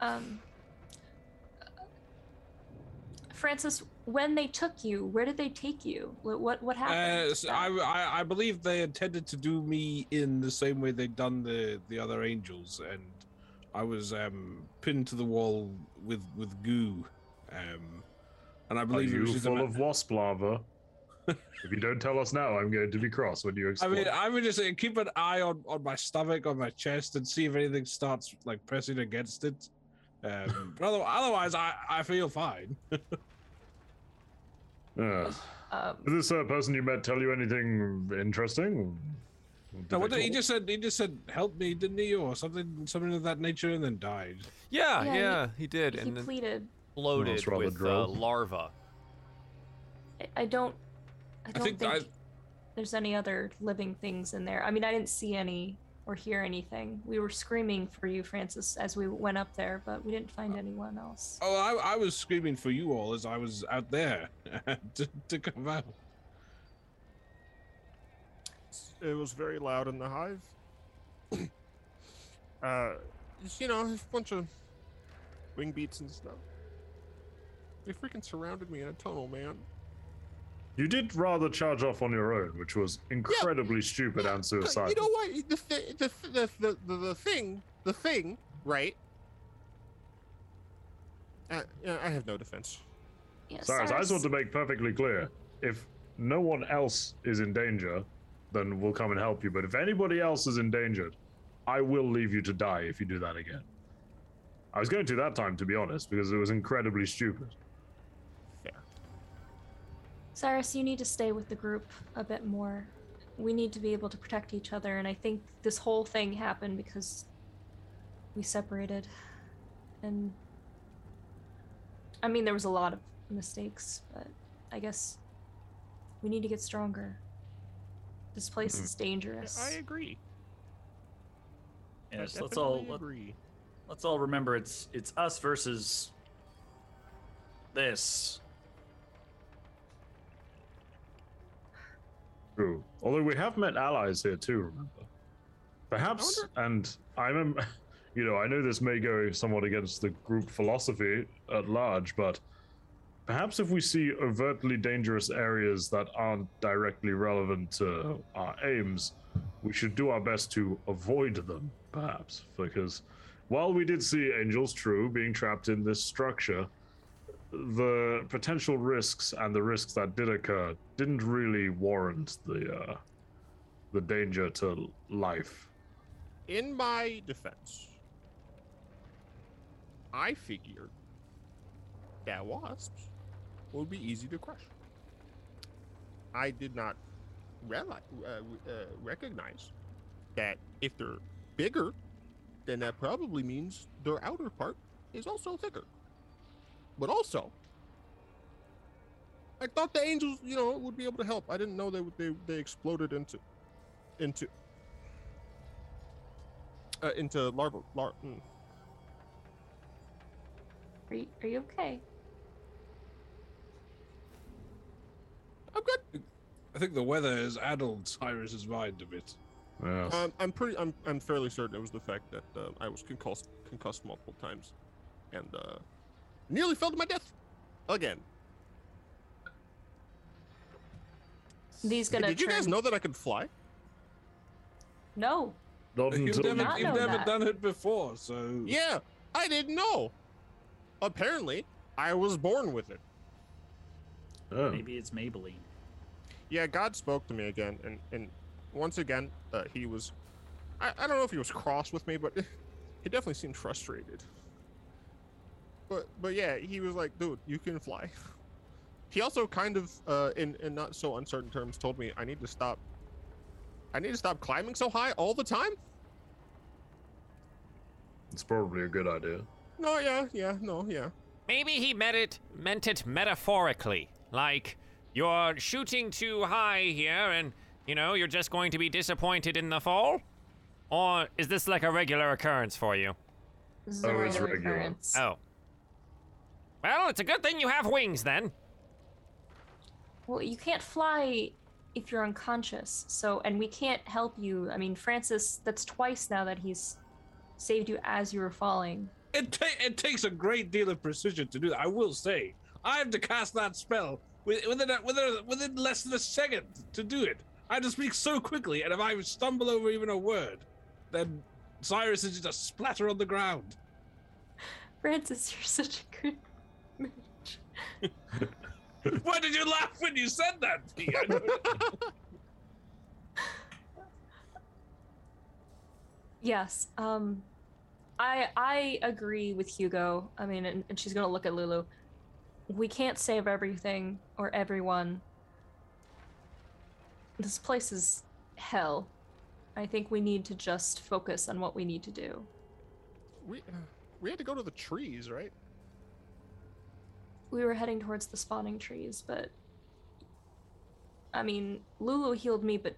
Speaker 3: Um, Francis, when they took you, where did they take you? What what, what happened?
Speaker 6: Uh, so I, I I believe they intended to do me in the same way they'd done the the other angels, and I was um pinned to the wall with with goo, um, and I
Speaker 2: Are
Speaker 6: believe it
Speaker 2: you
Speaker 6: was just a
Speaker 2: full
Speaker 6: ma-
Speaker 2: of wasp lava? If you don't tell us now, I'm going to be cross when you
Speaker 6: I
Speaker 2: explode.
Speaker 6: mean, I would just uh, keep an eye on, on my stomach, on my chest, and see if anything starts like pressing against it. Um, but other- otherwise, I, I feel fine.
Speaker 2: Yes.
Speaker 3: Um,
Speaker 2: Did this uh, person you met tell you anything interesting? Did
Speaker 6: No, what
Speaker 2: they
Speaker 6: did, he
Speaker 2: talk?
Speaker 6: just said he just said help me, didn't he, or something something of that nature, and then died.
Speaker 1: Yeah,
Speaker 3: Yeah,
Speaker 1: yeah,
Speaker 3: he-
Speaker 1: he, did,
Speaker 3: he
Speaker 1: and then
Speaker 3: pleaded.
Speaker 1: loaded
Speaker 2: that's rather
Speaker 1: with uh,
Speaker 2: droll.
Speaker 1: larva.
Speaker 3: I- I don't. I don't
Speaker 6: think
Speaker 3: think,
Speaker 6: I-
Speaker 3: there's any other living things in there. I mean, I didn't see any or hear anything. We were screaming for you, Francis, as we went up there, but we didn't
Speaker 6: Uh,
Speaker 3: find anyone else.
Speaker 6: Oh, I, I was screaming for you all as I was out there to, to come out.
Speaker 5: It was very loud in the hive. uh, just, you know, a bunch of wing beats and stuff. They freaking surrounded me in a tunnel, man.
Speaker 2: You did rather charge off on your own, which was incredibly stupid
Speaker 5: Yeah,
Speaker 2: and
Speaker 5: but
Speaker 2: suicidal.
Speaker 5: You know what? The, thi- the, thi- the, the, the, the thing, the thing, right? Uh, yeah, I have no defense.
Speaker 3: Yeah,
Speaker 2: Cyrus, I just
Speaker 3: Cyrus-
Speaker 2: want to make perfectly clear: if no one else is in danger, then we'll come and help you. But if anybody else is endangered, I will leave you to die if you do that again. I was going to that time, to be honest, because it was incredibly stupid.
Speaker 3: Cyrus, you need to stay with the group a bit more. We need to be able to protect each other, and I think this whole thing happened because we separated. And I mean, there was a lot of mistakes, but I guess we need to get stronger. This place
Speaker 2: Hmm.
Speaker 3: is dangerous.
Speaker 5: I agree.
Speaker 4: Yeah,
Speaker 5: I
Speaker 4: just let's all
Speaker 5: definitely
Speaker 4: let,
Speaker 5: agree.
Speaker 4: let's all remember it's it's us versus this.
Speaker 2: True. Although we have met allies here too, remember? Perhaps, and I'm, um, you know, I know this may go somewhat against the group philosophy at large, but perhaps if we see overtly dangerous areas that aren't directly relevant to our aims, we should do our best to avoid them, perhaps, because while we did see angels, true, being trapped in this structure, the potential risks and the risks that did occur didn't really warrant the uh, the danger to life.
Speaker 5: In my defense, I figured that wasps would be easy to crush. I did not realize, uh, w- uh, recognize that if they're bigger, then that probably means their outer part is also thicker. But also, I thought the angels, you know, would be able to help. I didn't know they would- they they exploded into into uh, into larva. Lar- mm.
Speaker 3: Are you, are you okay?
Speaker 5: I'm good.
Speaker 6: I think the weather has addled Cyrus's mind a bit.
Speaker 2: Yes.
Speaker 5: Um, I'm pretty. I'm. I'm fairly certain it was the fact that uh, I was concussed, concussed multiple times, and uh, nearly fell to my death again.
Speaker 3: These
Speaker 5: Hey,
Speaker 3: gonna.
Speaker 5: Did you guys
Speaker 3: turn-
Speaker 5: know that I could fly?
Speaker 3: No.
Speaker 2: not
Speaker 6: You've
Speaker 2: until
Speaker 6: never,
Speaker 3: not
Speaker 6: you've
Speaker 3: know
Speaker 6: never
Speaker 3: that.
Speaker 6: done it before, so
Speaker 3: Hmm.
Speaker 5: Yeah, I didn't know. Apparently, I was born with it.
Speaker 2: Oh.
Speaker 4: Maybe it's Maybelline.
Speaker 5: Yeah, God spoke to me again, and and once again, uh, he was. I, I don't know if he was cross with me, but he definitely seemed frustrated. But but yeah, he was like, "Dude, you can fly." He also kind of, uh, in in not so uncertain terms, told me I need to stop. I need to stop climbing so high all the time.
Speaker 2: it's probably a good idea.
Speaker 5: No, yeah, yeah, no, yeah.
Speaker 7: Maybe he meant it, meant it metaphorically. Like, you're shooting too high here and, you know, you're just going to be disappointed in the fall? Or is this like a regular occurrence for you?
Speaker 3: This is
Speaker 2: Oh, it's
Speaker 3: regular
Speaker 2: regular.
Speaker 3: occurrence.
Speaker 7: Oh. Well, it's a good thing you have wings then.
Speaker 3: Well, you can't fly if you're unconscious. So, and we can't help you. I mean, Francis, that's twice now that he's saved you as you were falling.
Speaker 6: it ta- it takes a great deal of precision to do that. I will say, I have to cast that spell wi- within a, within a- within less than a second to do it. I have to speak so quickly, and if I stumble over even a word, then Cyrus is just a splatter on the ground.
Speaker 3: Francis, you're such a good.
Speaker 6: Why did you laugh when you said that, Theon?
Speaker 3: Yes. Um, I I agree with Hugo. I mean, and, and she's gonna look at Lulu. We can't save everything or everyone. This place is hell. I think we need to just focus on what we need to do.
Speaker 5: We uh, we had to go to the trees, right?
Speaker 3: We were heading towards the spawning trees, but I mean, Lulu healed me, but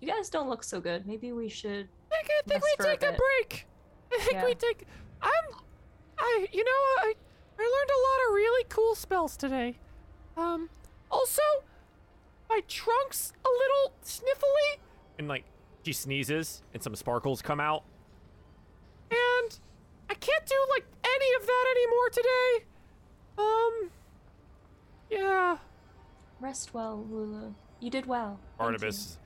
Speaker 3: you guys don't look so good. Maybe we should
Speaker 1: I think- I think
Speaker 3: Rest
Speaker 1: we
Speaker 3: for a
Speaker 1: take a
Speaker 3: bit.
Speaker 1: break. I think we
Speaker 3: Yeah.
Speaker 1: take. I'm. I. You know. I. I learned a lot of really cool spells today. Um. Also, my trunk's a little sniffly,
Speaker 8: And like she sneezes and some sparkles come out.
Speaker 1: and I can't do like any of that anymore today. Um. Yeah.
Speaker 3: rest well, Lulu. You did well. Thank you.
Speaker 8: Artemis.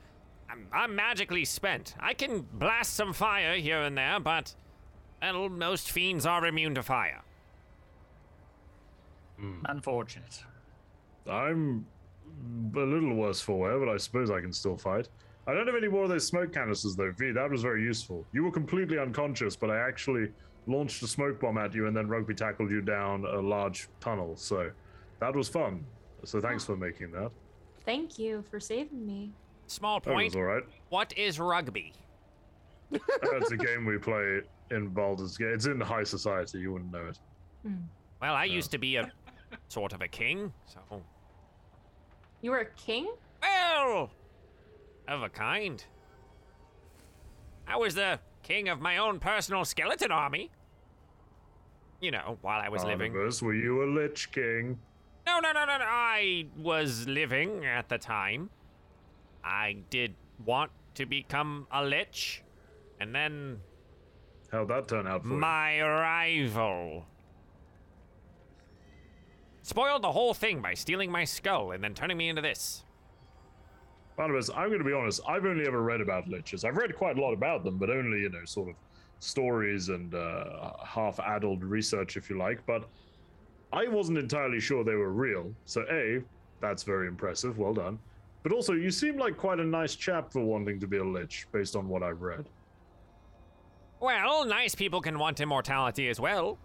Speaker 8: I'm, I'm magically spent. I can blast some fire here and there, but well, most fiends are immune to fire.
Speaker 4: Unfortunate.
Speaker 2: I'm a little worse for wear, but I suppose I can still fight. I don't have any more of those smoke canisters, though, V. That was very useful. You were completely unconscious, but I actually launched a smoke bomb at you and then rugby tackled you down a large tunnel. So that was fun. So thanks for making that.
Speaker 3: Thank you for saving me.
Speaker 1: Small
Speaker 2: That was
Speaker 1: point.
Speaker 2: all right.
Speaker 1: What is rugby?
Speaker 2: That's a game we play in Baldur's Gate. It's in high society. You wouldn't know it.
Speaker 1: Well,
Speaker 2: Oh.
Speaker 1: I used to be a sort of a king, so
Speaker 3: You were a king?
Speaker 1: Well, of a kind. I was the king of my own personal skeleton army. You know, while I
Speaker 2: Oh,
Speaker 1: was living.
Speaker 2: Barnabas, were you a Lich King?
Speaker 1: No, no, no, no, no. I was living at the time. I did want to become a lich, and then
Speaker 2: How'd that turn out for
Speaker 1: my rival spoiled the whole thing by stealing my skull and then turning me into this.
Speaker 2: you? Barnabas, I'm going to be honest. I've only ever read about Liches. I've read quite a lot about them, but only, you know, sort of stories and uh, half addled research, if you like. But I wasn't entirely sure they were real. So, A, that's very impressive. Well done. But also, you seem like quite a nice chap for wanting to be a Lich, based on what I've read.
Speaker 1: Well, nice people can want immortality as well.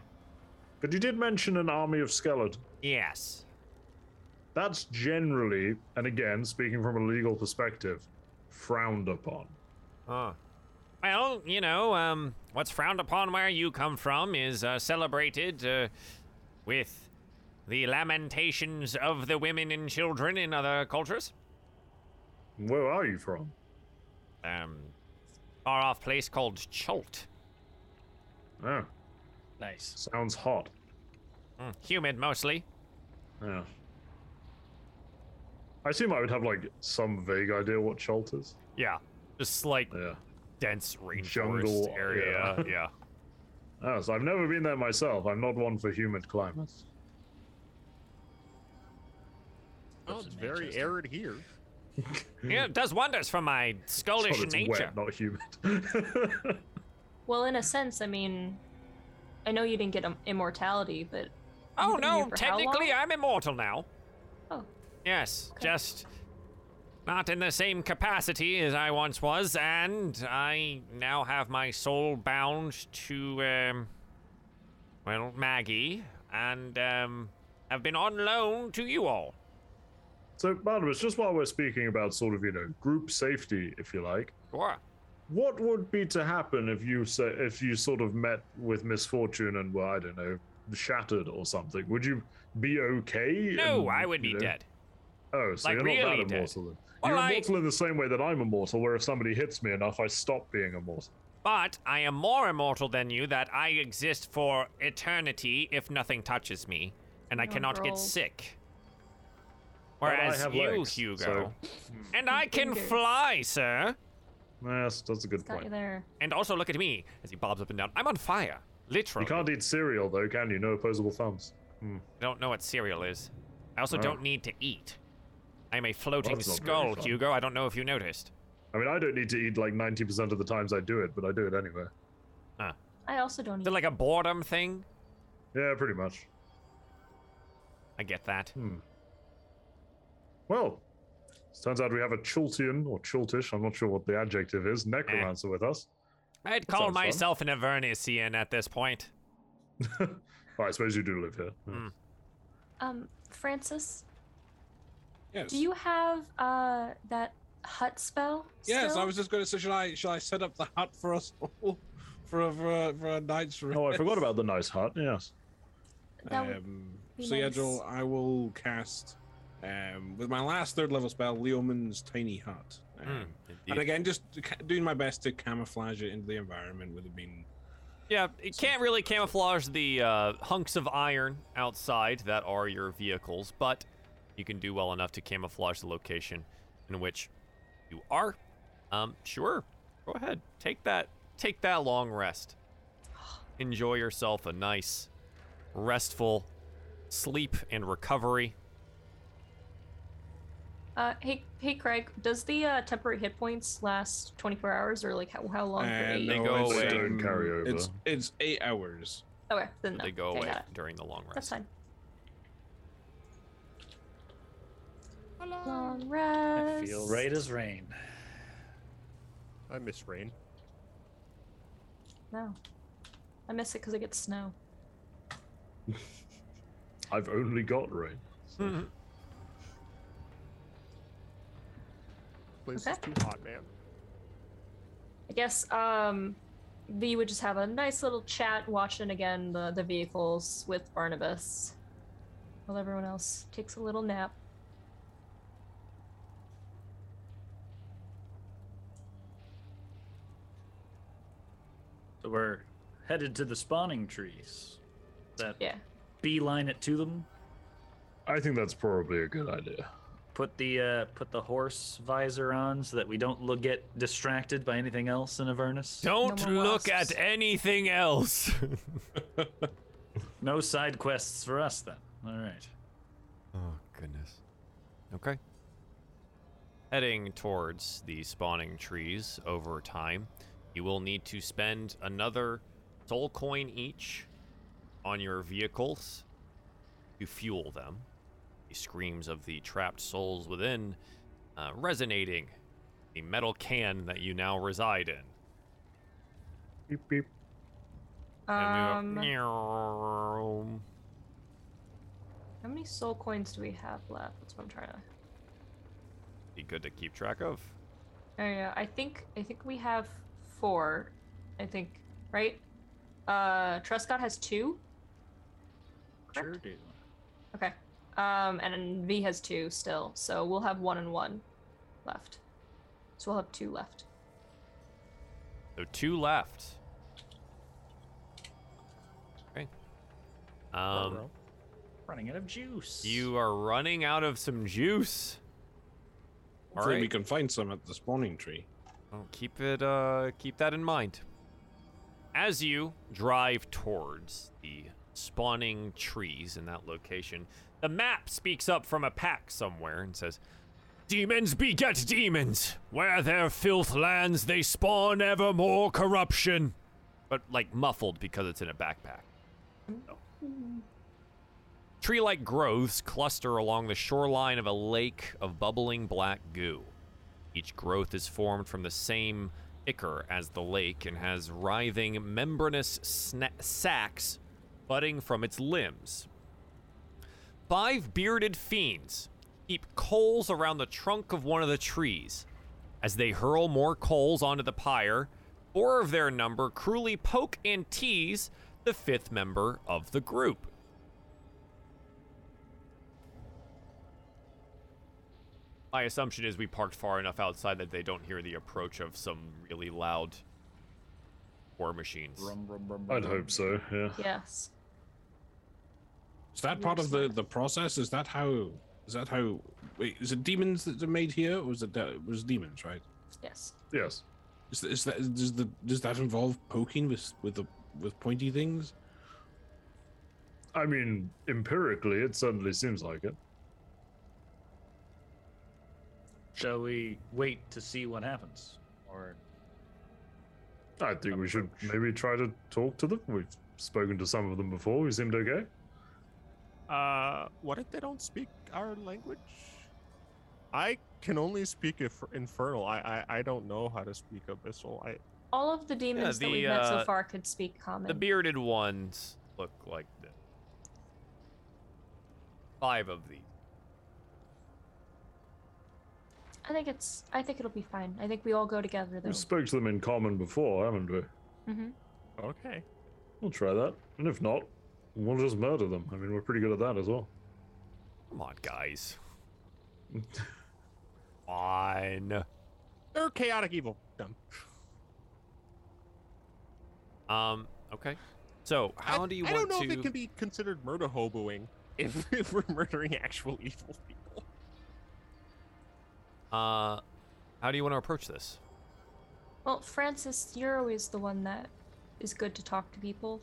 Speaker 2: But you did mention an army of skeletons.
Speaker 1: Yes.
Speaker 2: that's generally, and again, speaking from a legal perspective, frowned upon.
Speaker 1: Huh. Well, you know, um, what's frowned upon where you come from is uh, celebrated uh, with the lamentations of the women and children in other cultures.
Speaker 2: Where are you from?
Speaker 1: Um, far off place called Cholt.
Speaker 2: Oh,
Speaker 4: Nice.
Speaker 2: sounds hot.
Speaker 1: Mm, humid mostly.
Speaker 2: Yeah. I assume I would have like some vague idea what Chult is.
Speaker 8: Yeah. Just like
Speaker 2: Yeah.
Speaker 8: dense rainforest
Speaker 2: Jungle,
Speaker 8: area.
Speaker 2: yeah.
Speaker 8: Yeah.
Speaker 2: Oh, so I've never been there myself. I'm not one for humid climates.
Speaker 5: Oh, it's very arid here.
Speaker 1: Yeah, it does wonders for my
Speaker 2: Sort
Speaker 1: skullish
Speaker 2: of it's
Speaker 1: nature.
Speaker 2: wet, not humid.
Speaker 3: Well, in a sense, I mean, I know you didn't get im- immortality, but
Speaker 1: Oh
Speaker 3: You've been here
Speaker 1: no,
Speaker 3: for how
Speaker 1: technically
Speaker 3: long?
Speaker 1: I'm immortal now.
Speaker 3: oh,
Speaker 1: Yes,
Speaker 3: Okay.
Speaker 1: just not in the same capacity as I once was, and I now have my soul bound to, um, well, Maggie, and um, have been on loan to you all.
Speaker 2: so, Barnabas, just while we're speaking about sort of, you know, group safety, if you like,
Speaker 1: Sure.
Speaker 2: what would be to happen if you say if you sort of met with misfortune and were I don't know shattered or something? Would you be okay?
Speaker 1: No,
Speaker 2: and,
Speaker 1: I would be
Speaker 2: you know-
Speaker 1: dead.
Speaker 2: Oh, so
Speaker 1: Like,
Speaker 2: you're not
Speaker 1: really
Speaker 2: that
Speaker 1: dead.
Speaker 2: immortal. Then.
Speaker 1: Well,
Speaker 2: you're
Speaker 1: I-
Speaker 2: immortal in the same way that I'm immortal, where if somebody hits me enough, I stop being immortal.
Speaker 1: But I am more immortal than you, that I exist for eternity if nothing touches me, and I
Speaker 3: No,
Speaker 1: cannot
Speaker 3: girl.
Speaker 1: get sick.
Speaker 2: But
Speaker 1: Whereas
Speaker 2: I have
Speaker 1: you,
Speaker 2: legs, hmm.
Speaker 1: Hugo, and I can
Speaker 3: fingers.
Speaker 1: fly, sir.
Speaker 2: Yes, that's a good
Speaker 3: got you
Speaker 2: point.
Speaker 3: there.
Speaker 1: And also look at me as he bobs up and down. I'm on fire,
Speaker 2: You
Speaker 1: literally.
Speaker 2: can't eat cereal though, can you? No opposable thumbs.
Speaker 1: I don't know what cereal is. I also
Speaker 2: Oh.
Speaker 1: don't need to eat. I'm a floating
Speaker 2: that's not very
Speaker 1: skull,
Speaker 2: fun.
Speaker 1: Hugo. I don't know if you noticed.
Speaker 2: I mean, I don't need to eat like 90% of the times I do it, but I do it anyway.
Speaker 3: I also don't
Speaker 1: Is it
Speaker 3: eat.
Speaker 1: like a boredom thing?
Speaker 2: Yeah, pretty much.
Speaker 1: I get that.
Speaker 2: Hmm. Well, turns out we have a Chultian or Chultish, I'm not sure what the adjective is,
Speaker 1: Eh.
Speaker 2: necromancer with us.
Speaker 7: I'd call
Speaker 2: sounds fun.
Speaker 7: myself an Avernisian at this point.
Speaker 2: Well, I suppose you do live here. Yeah.
Speaker 3: Um, Francis,
Speaker 6: Yes.
Speaker 3: do you have uh that hut spell?
Speaker 6: Yes,
Speaker 3: still?
Speaker 6: I was just going to say, should I should I set up the hut for us all for a, for a, for a night's rest?
Speaker 2: Oh, I forgot about the nice hut. Yes.
Speaker 3: That would
Speaker 6: um,
Speaker 3: be
Speaker 6: so yeah, Joel,
Speaker 3: nice.
Speaker 6: I will cast um, with my last third level spell, Leoman's Tiny Hut.
Speaker 1: Hmm.
Speaker 6: Um, And again, just ca- doing my best to camouflage it into the environment would have been.
Speaker 1: Yeah, it can't really camouflage the uh, hunks of iron outside that are your vehicles, but you can do well enough to camouflage the location in which you are. Um, sure. Go ahead. Take that. Take that long rest. Enjoy yourself a nice, restful sleep and recovery.
Speaker 3: Uh, hey, hey, Craig. Does the uh, temporary hit points last 24 hours, or like how, how long? do
Speaker 6: Uh,
Speaker 3: they-
Speaker 1: They
Speaker 6: no,
Speaker 1: go
Speaker 6: it's, um,
Speaker 1: away.
Speaker 2: They don't carry over.
Speaker 6: It's it's eight hours.
Speaker 3: Okay, then no.
Speaker 1: They go
Speaker 3: Okay,
Speaker 1: away
Speaker 3: got it.
Speaker 1: during the long rest.
Speaker 3: That's fine. Long rest.
Speaker 4: I feel right as rain.
Speaker 5: I miss rain.
Speaker 3: No, I miss it because it gets snow.
Speaker 2: I've only got rain.
Speaker 1: Mm-hmm.
Speaker 5: Place is
Speaker 3: Okay.
Speaker 5: too hot, man.
Speaker 3: I guess um, V would just have a nice little chat watching again the, the vehicles with Barnabas, while everyone else takes a little nap.
Speaker 4: So we're headed to the spawning trees. That
Speaker 3: Yeah.
Speaker 4: beeline it to them.
Speaker 2: I think that's probably a good idea.
Speaker 4: Put the uh, put the horse visor on so that we don't look, get distracted by anything else in Avernus.
Speaker 7: Don't
Speaker 3: more
Speaker 7: look
Speaker 3: wasps.
Speaker 7: at anything else.
Speaker 4: No side quests for us then. All right.
Speaker 1: Oh goodness. Okay. Heading towards the spawning trees over time, you will need to spend another soul coin each on your vehicles to fuel them. The screams of the trapped souls within uh, resonating the metal can that you now reside in.
Speaker 2: Beep, beep.
Speaker 1: And we
Speaker 3: Um,
Speaker 1: go, "Meow."
Speaker 3: how many soul coins do we have left? That's what I'm trying to.
Speaker 1: be good to keep track of.
Speaker 3: I don't know. Oh, I think I think we have four. I think right. Uh, Truscott has two. Correct?
Speaker 4: Sure do.
Speaker 3: Okay. Um, and then V has two still, so we'll have one and one left. So we'll have two left.
Speaker 1: So two left. Okay. Um,
Speaker 4: Ruh-roh. Running out of juice.
Speaker 1: you are running out of some juice. All
Speaker 6: Hopefully we
Speaker 1: right.
Speaker 6: can find some at the spawning tree.
Speaker 1: Oh, keep it. Uh, keep that in mind. As you drive towards the spawning trees in that location, the map speaks up from a pack somewhere and says, "Demons beget demons. Where their filth lands, they spawn ever more corruption." But like muffled because it's in a backpack. Tree like growths cluster along the shoreline of a lake of bubbling black goo. Each growth is formed from the same ichor as the lake and has writhing, membranous sna- sacs budding from its limbs. Five bearded fiends heap coals around the trunk of one of the trees. As they hurl more coals onto the pyre, four of their number cruelly poke and tease the fifth member of the group. My assumption is we parked far enough outside that they don't hear the approach of some really loud war machines.
Speaker 4: Rum, rum, rum, rum,
Speaker 2: I'd
Speaker 4: rum.
Speaker 2: hope so, yeah.
Speaker 3: Yes.
Speaker 6: Is that part of the the process? Is that how? Is that how? Wait, is it demons that are made here, or is it that- it was demons, right?
Speaker 3: Yes.
Speaker 2: Yes.
Speaker 6: Is, is that does the does that involve poking with with the with pointy things?
Speaker 2: I mean, empirically, it certainly seems like it.
Speaker 4: Shall we wait to see what happens? Or
Speaker 2: I think we should maybe try to talk to them. We've spoken to some of them before. We seemed okay.
Speaker 5: Uh, what if they don't speak our language? I can only speak if infernal. I, I I don't know how to speak abyssal. I
Speaker 3: All of the demons that
Speaker 1: the,
Speaker 3: we've met
Speaker 1: uh,
Speaker 3: so far could speak common.
Speaker 1: The bearded ones look like this. Five of these.
Speaker 3: I think it's. I think it'll be fine. I think we all go together though.
Speaker 2: We spoke to them in common before, haven't we?
Speaker 3: hmm
Speaker 5: okay.
Speaker 2: We'll try that. And if not, we'll just murder them. I mean, we're pretty good at that as well.
Speaker 1: Come on, guys. Fine.
Speaker 5: They're chaotic evil. Dumb.
Speaker 1: Um. Okay. So, how
Speaker 5: I,
Speaker 1: do you
Speaker 5: I
Speaker 1: want
Speaker 5: don't know
Speaker 1: to?
Speaker 5: if it can be considered murder hoboing if, if we're murdering actual evil people.
Speaker 1: Uh, how do you want to approach this?
Speaker 3: Well, Francis, you're always the one that is good to talk to people.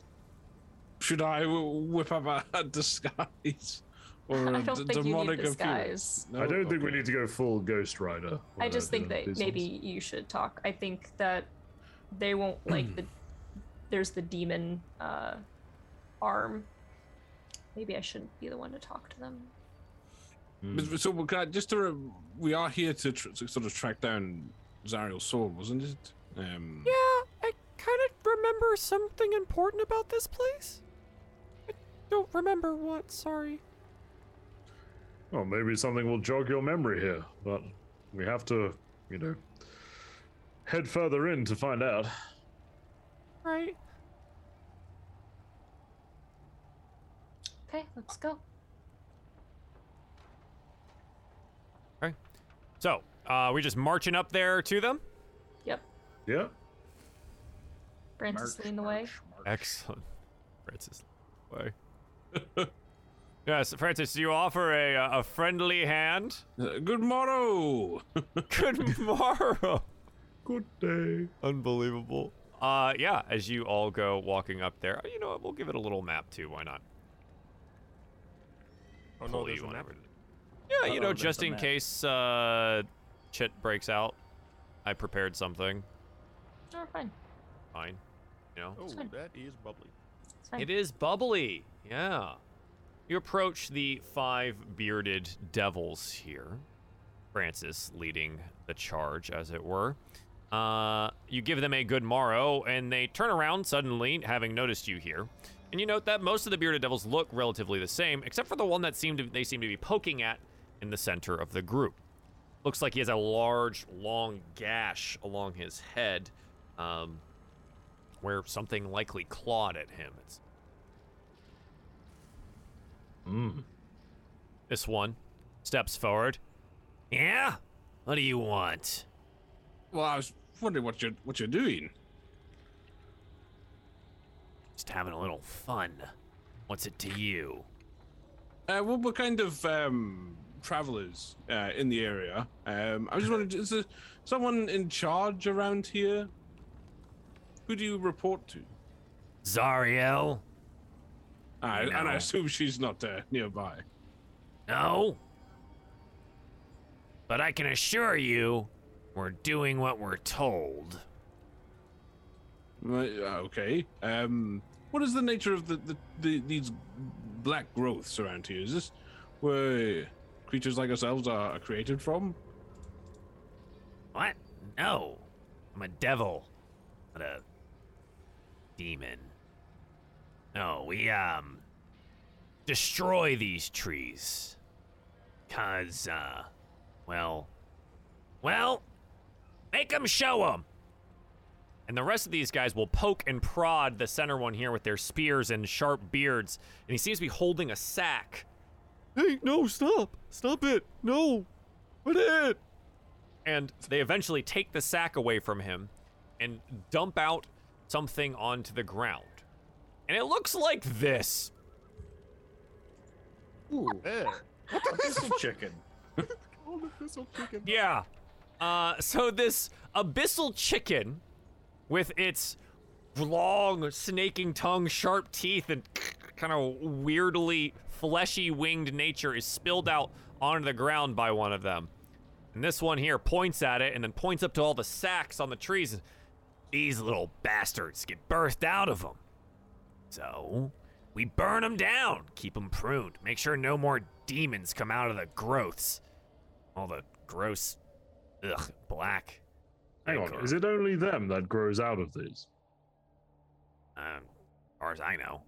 Speaker 6: Should I w- whip up a, a disguise or
Speaker 3: I
Speaker 6: a
Speaker 3: don't
Speaker 6: d-
Speaker 3: think you need
Speaker 6: demonic
Speaker 3: this,
Speaker 6: appearance?
Speaker 3: guys.
Speaker 6: No?
Speaker 2: I don't think we
Speaker 6: Okay.
Speaker 2: need to go full Ghost Rider.
Speaker 3: I
Speaker 2: on
Speaker 3: just think
Speaker 2: any of
Speaker 3: that
Speaker 2: these
Speaker 3: maybe
Speaker 2: ones.
Speaker 3: you should talk. I think that they won't like the. There's the demon uh, arm. Maybe I shouldn't be the one to talk to them.
Speaker 2: Mm.
Speaker 6: But- So we can I- just to re- we are here to, tr- to sort of track down Zariel's soul, wasn't it? Um, yeah.
Speaker 7: I kind of remember something important about this place. I don't remember what, sorry.
Speaker 2: Well, maybe something will jog your memory here, but we have to, you know, head further in to find out.
Speaker 7: Right?
Speaker 3: Okay, let's go.
Speaker 1: So, uh, we just marching up there to them.
Speaker 3: Yep,
Speaker 2: Yeah?
Speaker 3: Francis leading the way.
Speaker 1: Excellent, Francis. Way. yes, Francis. Do you offer a uh, a friendly hand?
Speaker 6: uh, Good morrow.
Speaker 1: Good morrow.
Speaker 2: Good day.
Speaker 1: Unbelievable. Uh, yeah. As you all go walking up there, you know what? We'll give it a little map too. Why not?
Speaker 5: Oh
Speaker 1: Pull
Speaker 5: no, there's
Speaker 1: you
Speaker 5: a map.
Speaker 1: whenever it- Yeah, you
Speaker 4: Uh-oh,
Speaker 1: know,
Speaker 4: there's
Speaker 1: just
Speaker 4: a
Speaker 1: in
Speaker 4: map.
Speaker 1: case uh, Chit breaks out, I prepared something.
Speaker 3: No, we're Oh, fine.
Speaker 1: Fine. You know.
Speaker 5: Oh,
Speaker 3: It's fine.
Speaker 5: that is bubbly.
Speaker 3: It's fine.
Speaker 1: It is bubbly. Yeah. You approach the five bearded devils here. Francis leading the charge, as it were. Uh, you give them a good morrow, and they turn around suddenly, having noticed you here. And you note that most of the bearded devils look relatively the same, except for the one that seemed to, they seem to be poking at in the center of the group. Looks like he has a large, long gash along his head, um, where something likely clawed at him. It's
Speaker 2: Mm.
Speaker 1: This one steps forward. Yeah? What do you want?
Speaker 6: Well, I was wondering what you're what you're doing.
Speaker 1: Just having a little fun. What's it to you?
Speaker 6: Uh, well, we're kind of um, travelers uh, in the area. Um, I just wanted to, is there someone in charge around here? Who do you report to?
Speaker 1: Zariel?
Speaker 6: I, And
Speaker 1: No.
Speaker 6: I assume she's not uh, nearby.
Speaker 1: No? But I can assure you, we're doing what we're told.
Speaker 6: Right, uh, Okay. Um, what is the nature of the, the, the these black growths around here? Is this where creatures like ourselves are, are created from?
Speaker 1: What? No. I'm a devil. Not a demon. No, we um destroy these trees. Cause uh well well make 'em show 'em. And the rest of these guys will poke and prod the center one here with their spears and sharp beards, and he seems to be holding a sack. Hey, no, stop. Stop it. No. Quit it and they eventually take the sack away from him and dump out something onto the ground. And it looks like this.
Speaker 5: There.
Speaker 4: Abyssal chicken.
Speaker 5: Oh, the abyssal chicken.
Speaker 1: Yeah. Uh, so this abyssal chicken with its long snaking tongue, sharp teeth, and kind of weirdly fleshy winged nature is spilled out onto the ground by one of them. And this one here points at it and then points up to all the sacks on the trees. These little bastards get birthed out of them. So we burn them down, keep them pruned, make sure no more demons come out of the growths.
Speaker 7: All the gross, ugh, black.
Speaker 2: Hang on, is it only them that grows out of these?
Speaker 7: Um, as far as I know.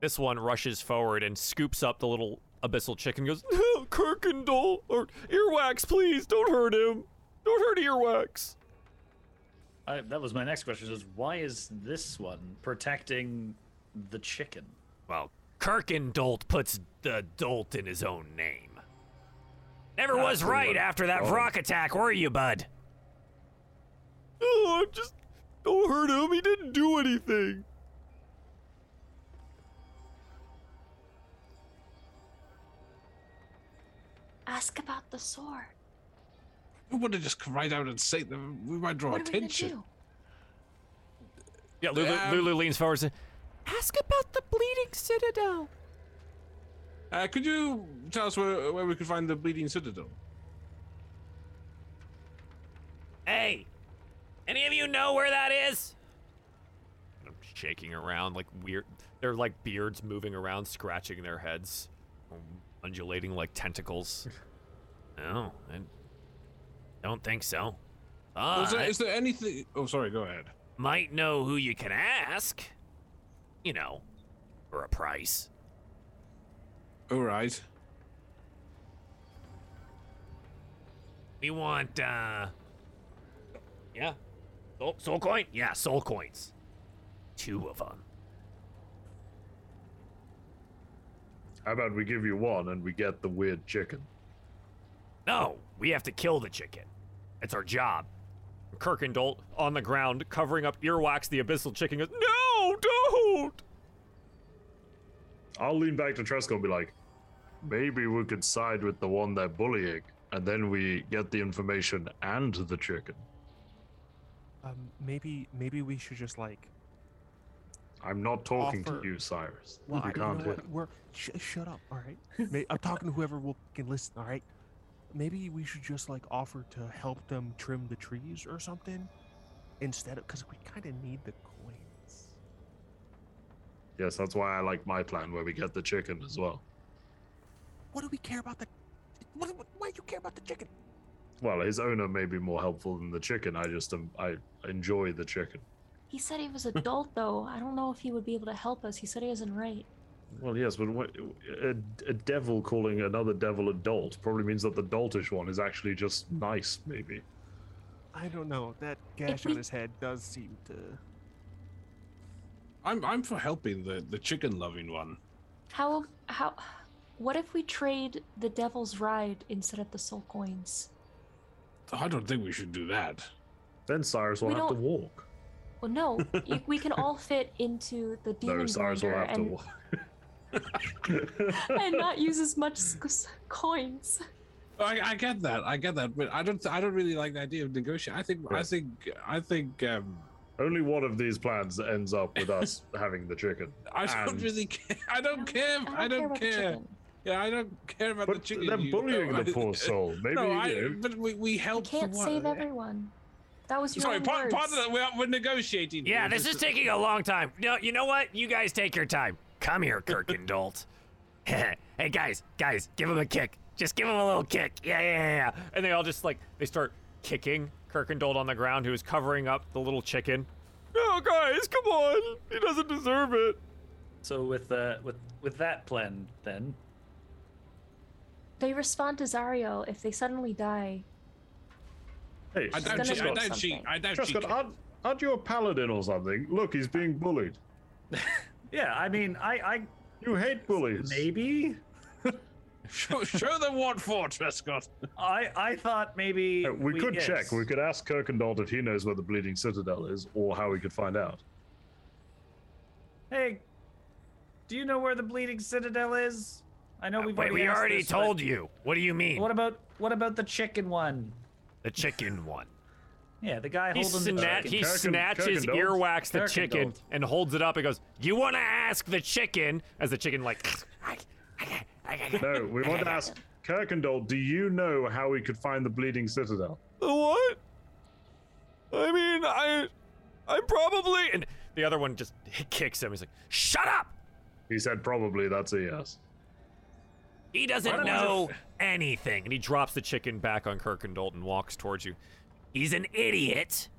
Speaker 1: This one rushes forward and scoops up the little abyssal chicken and goes, Kirkendall, or earwax, please, don't hurt him. Don't hurt earwax.
Speaker 4: I, that was my next question: is why is this one protecting the chicken?
Speaker 7: Well, Kirkendolt puts the dolt in his own name. Never was right after that Vrock attack, were you, bud?
Speaker 1: Oh, just don't hurt him. He didn't do anything.
Speaker 3: Ask about the sword.
Speaker 6: We would have just come right out and say them. We might
Speaker 1: Oh,
Speaker 6: draw
Speaker 3: What are we gonna
Speaker 6: attention.
Speaker 3: do?
Speaker 1: Yeah, Lulu,
Speaker 6: Um,
Speaker 1: Lulu leans forward and says, Ask about the bleeding citadel.
Speaker 6: Uh, could you tell us where, where we could find the Bleeding Citadel?
Speaker 7: Hey, any of you know where that is?
Speaker 1: And I'm shaking around like weird. They're like beards moving around, scratching their heads, um, undulating like tentacles.
Speaker 7: No, I don't think so. Uh,
Speaker 6: Is there, is there anything? Oh, sorry. Go ahead.
Speaker 7: might know who you can ask. You know, for a price.
Speaker 6: All right.
Speaker 7: We want, uh. Yeah. Soul, soul coin? Yeah, soul coins. Two of them.
Speaker 2: How about we give you one and we get the weird chicken?
Speaker 7: No, we have to kill the chicken. It's our job.
Speaker 1: Kirkendolt on the ground, covering up earwax. The abyssal chicken goes, No, don't.
Speaker 2: I'll lean back to Tresco and be like, maybe we could side with the one they're bullying, and then we get the information and the chicken.
Speaker 9: Um, maybe maybe we should just like.
Speaker 2: I'm not talking
Speaker 9: Offer-
Speaker 2: to you, Cyrus.
Speaker 9: Well,
Speaker 2: you
Speaker 9: I, you
Speaker 2: can't
Speaker 9: know
Speaker 2: hit
Speaker 9: what? We're sh- shut up. All right. May- I'm talking to whoever will can listen. All right. Maybe we should just like offer to help them trim the trees or something, instead of because we kind of need the coins.
Speaker 2: Yes, that's why I like my plan where we get the chicken as well.
Speaker 9: What do we care about the? What, what- why do you care about the chicken?
Speaker 2: Well, his owner may be more helpful than the chicken. I just um, I enjoy the chicken.
Speaker 3: He said he was adult though. I don't know if he would be able to help us. He said he wasn't right.
Speaker 2: Well, yes, but what, a, a devil calling another devil a dolt probably means that the doltish one is actually just nice, maybe.
Speaker 9: I don't know. That gash
Speaker 3: we-
Speaker 9: on his head does seem to.
Speaker 6: I'm I'm for helping the the chicken loving one.
Speaker 3: How how what if we trade the devil's ride instead of the soul coins?
Speaker 6: I don't think we should do that.
Speaker 2: Then Cyrus will
Speaker 3: We
Speaker 2: have to
Speaker 3: don't-
Speaker 2: walk.
Speaker 3: Well no, y- we can all fit into the demon
Speaker 2: No, Cyrus will
Speaker 3: grinder
Speaker 2: have to
Speaker 3: and,
Speaker 2: walk.
Speaker 3: and not use as much s- s- coins.
Speaker 6: I, I get that. I get that, but I don't. I don't really like the idea of negotiating. I think.
Speaker 2: Yeah.
Speaker 6: I think. I think. Um,
Speaker 2: Only one of these plans ends up with us having the chicken.
Speaker 6: I don't
Speaker 2: And-
Speaker 6: really care. I don't care. I don't
Speaker 3: the
Speaker 6: care.
Speaker 3: chicken.
Speaker 6: Yeah, I don't care about the
Speaker 2: But
Speaker 6: chicken.
Speaker 2: they're
Speaker 6: you-
Speaker 2: bullying
Speaker 6: no,
Speaker 2: the poor soul. Maybe
Speaker 6: No, I,
Speaker 2: you know,
Speaker 6: but we, we
Speaker 3: We
Speaker 6: help.
Speaker 3: can't
Speaker 6: one.
Speaker 3: save everyone. That was your
Speaker 6: Sorry,
Speaker 3: own
Speaker 6: part, part of
Speaker 3: words.
Speaker 6: that we're, we're negotiating.
Speaker 7: Yeah,
Speaker 6: here.
Speaker 7: this
Speaker 6: Just-
Speaker 7: is taking a long time. No, you know what? You guys take your time. Come here, Kirkendolt. hey, guys, guys, give him a kick. Just give him a little kick. Yeah, yeah, yeah.
Speaker 1: And they all just like they start kicking Kirkendolt on the ground, who is covering up the little chicken. No, guys, come on. He doesn't deserve it.
Speaker 4: So with uh, with with that plan, then
Speaker 3: They respond to Zario if they suddenly die.
Speaker 2: hey,
Speaker 6: I doubt
Speaker 3: gonna
Speaker 6: she. I
Speaker 3: drop
Speaker 6: doubt she.
Speaker 3: something.
Speaker 6: I doubt she.
Speaker 2: Trescott, aren't, aren't you a paladin or something? Look, he's being bullied.
Speaker 4: yeah. I mean, I I
Speaker 2: You hate bullies.
Speaker 4: maybe
Speaker 6: Show, show them what for, Trescott.
Speaker 4: I I thought maybe
Speaker 2: Uh, We, could check.
Speaker 4: yes.
Speaker 2: We could ask Kirkendall if he knows where the Bleeding Citadel is, or how we could find out.
Speaker 4: Hey, do you know where the Bleeding Citadel is? I know we've
Speaker 7: Uh, Wait,
Speaker 4: already
Speaker 7: we
Speaker 4: asked
Speaker 7: already
Speaker 4: this, but
Speaker 7: told you. What do you mean?
Speaker 4: What about what about the chicken one?
Speaker 7: The chicken one.
Speaker 4: Yeah, the guy
Speaker 1: He,
Speaker 4: holding the
Speaker 1: sna-
Speaker 4: chicken.
Speaker 1: he
Speaker 2: Kirken-
Speaker 1: snatches
Speaker 2: Kirkendolt?
Speaker 1: earwax the chicken
Speaker 4: Kirkendolt.
Speaker 1: and holds it up and goes, You want to ask the chicken? As the chicken, like,
Speaker 2: No, we want to ask Kirkendall, do you know how we could find the Bleeding Citadel?
Speaker 1: What? I mean, I. I probably. And the other one just kicks him. He's like, Shut up!
Speaker 2: He said probably that's a yes.
Speaker 1: He doesn't
Speaker 4: don't you
Speaker 1: know anything. And he drops the chicken back on Kirkendall and walks towards you. He's an idiot.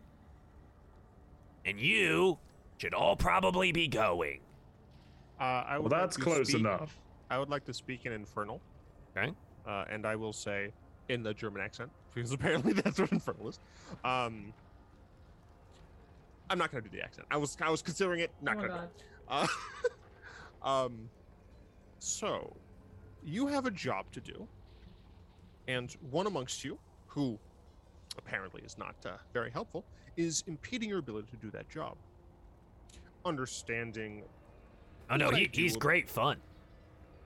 Speaker 1: And you should all probably be going.
Speaker 5: Uh, I
Speaker 2: Well,
Speaker 5: would like
Speaker 2: that's
Speaker 5: to
Speaker 2: close
Speaker 5: speak-
Speaker 2: enough.
Speaker 5: I would like to speak in Infernal.
Speaker 1: Okay.
Speaker 5: Uh, and I will say in the German accent, because apparently that's what Infernal is. Um, I'm not gonna do the accent. I was I was considering it. Not
Speaker 3: oh my
Speaker 5: gonna. do
Speaker 3: god.
Speaker 5: Uh, um, so, you have a job to do, and one amongst you, who apparently is not uh, very helpful, is impeding your ability to do that job. Understanding,
Speaker 1: Oh no,
Speaker 5: What I
Speaker 1: he,
Speaker 5: do
Speaker 1: he's
Speaker 5: ab-
Speaker 1: great fun.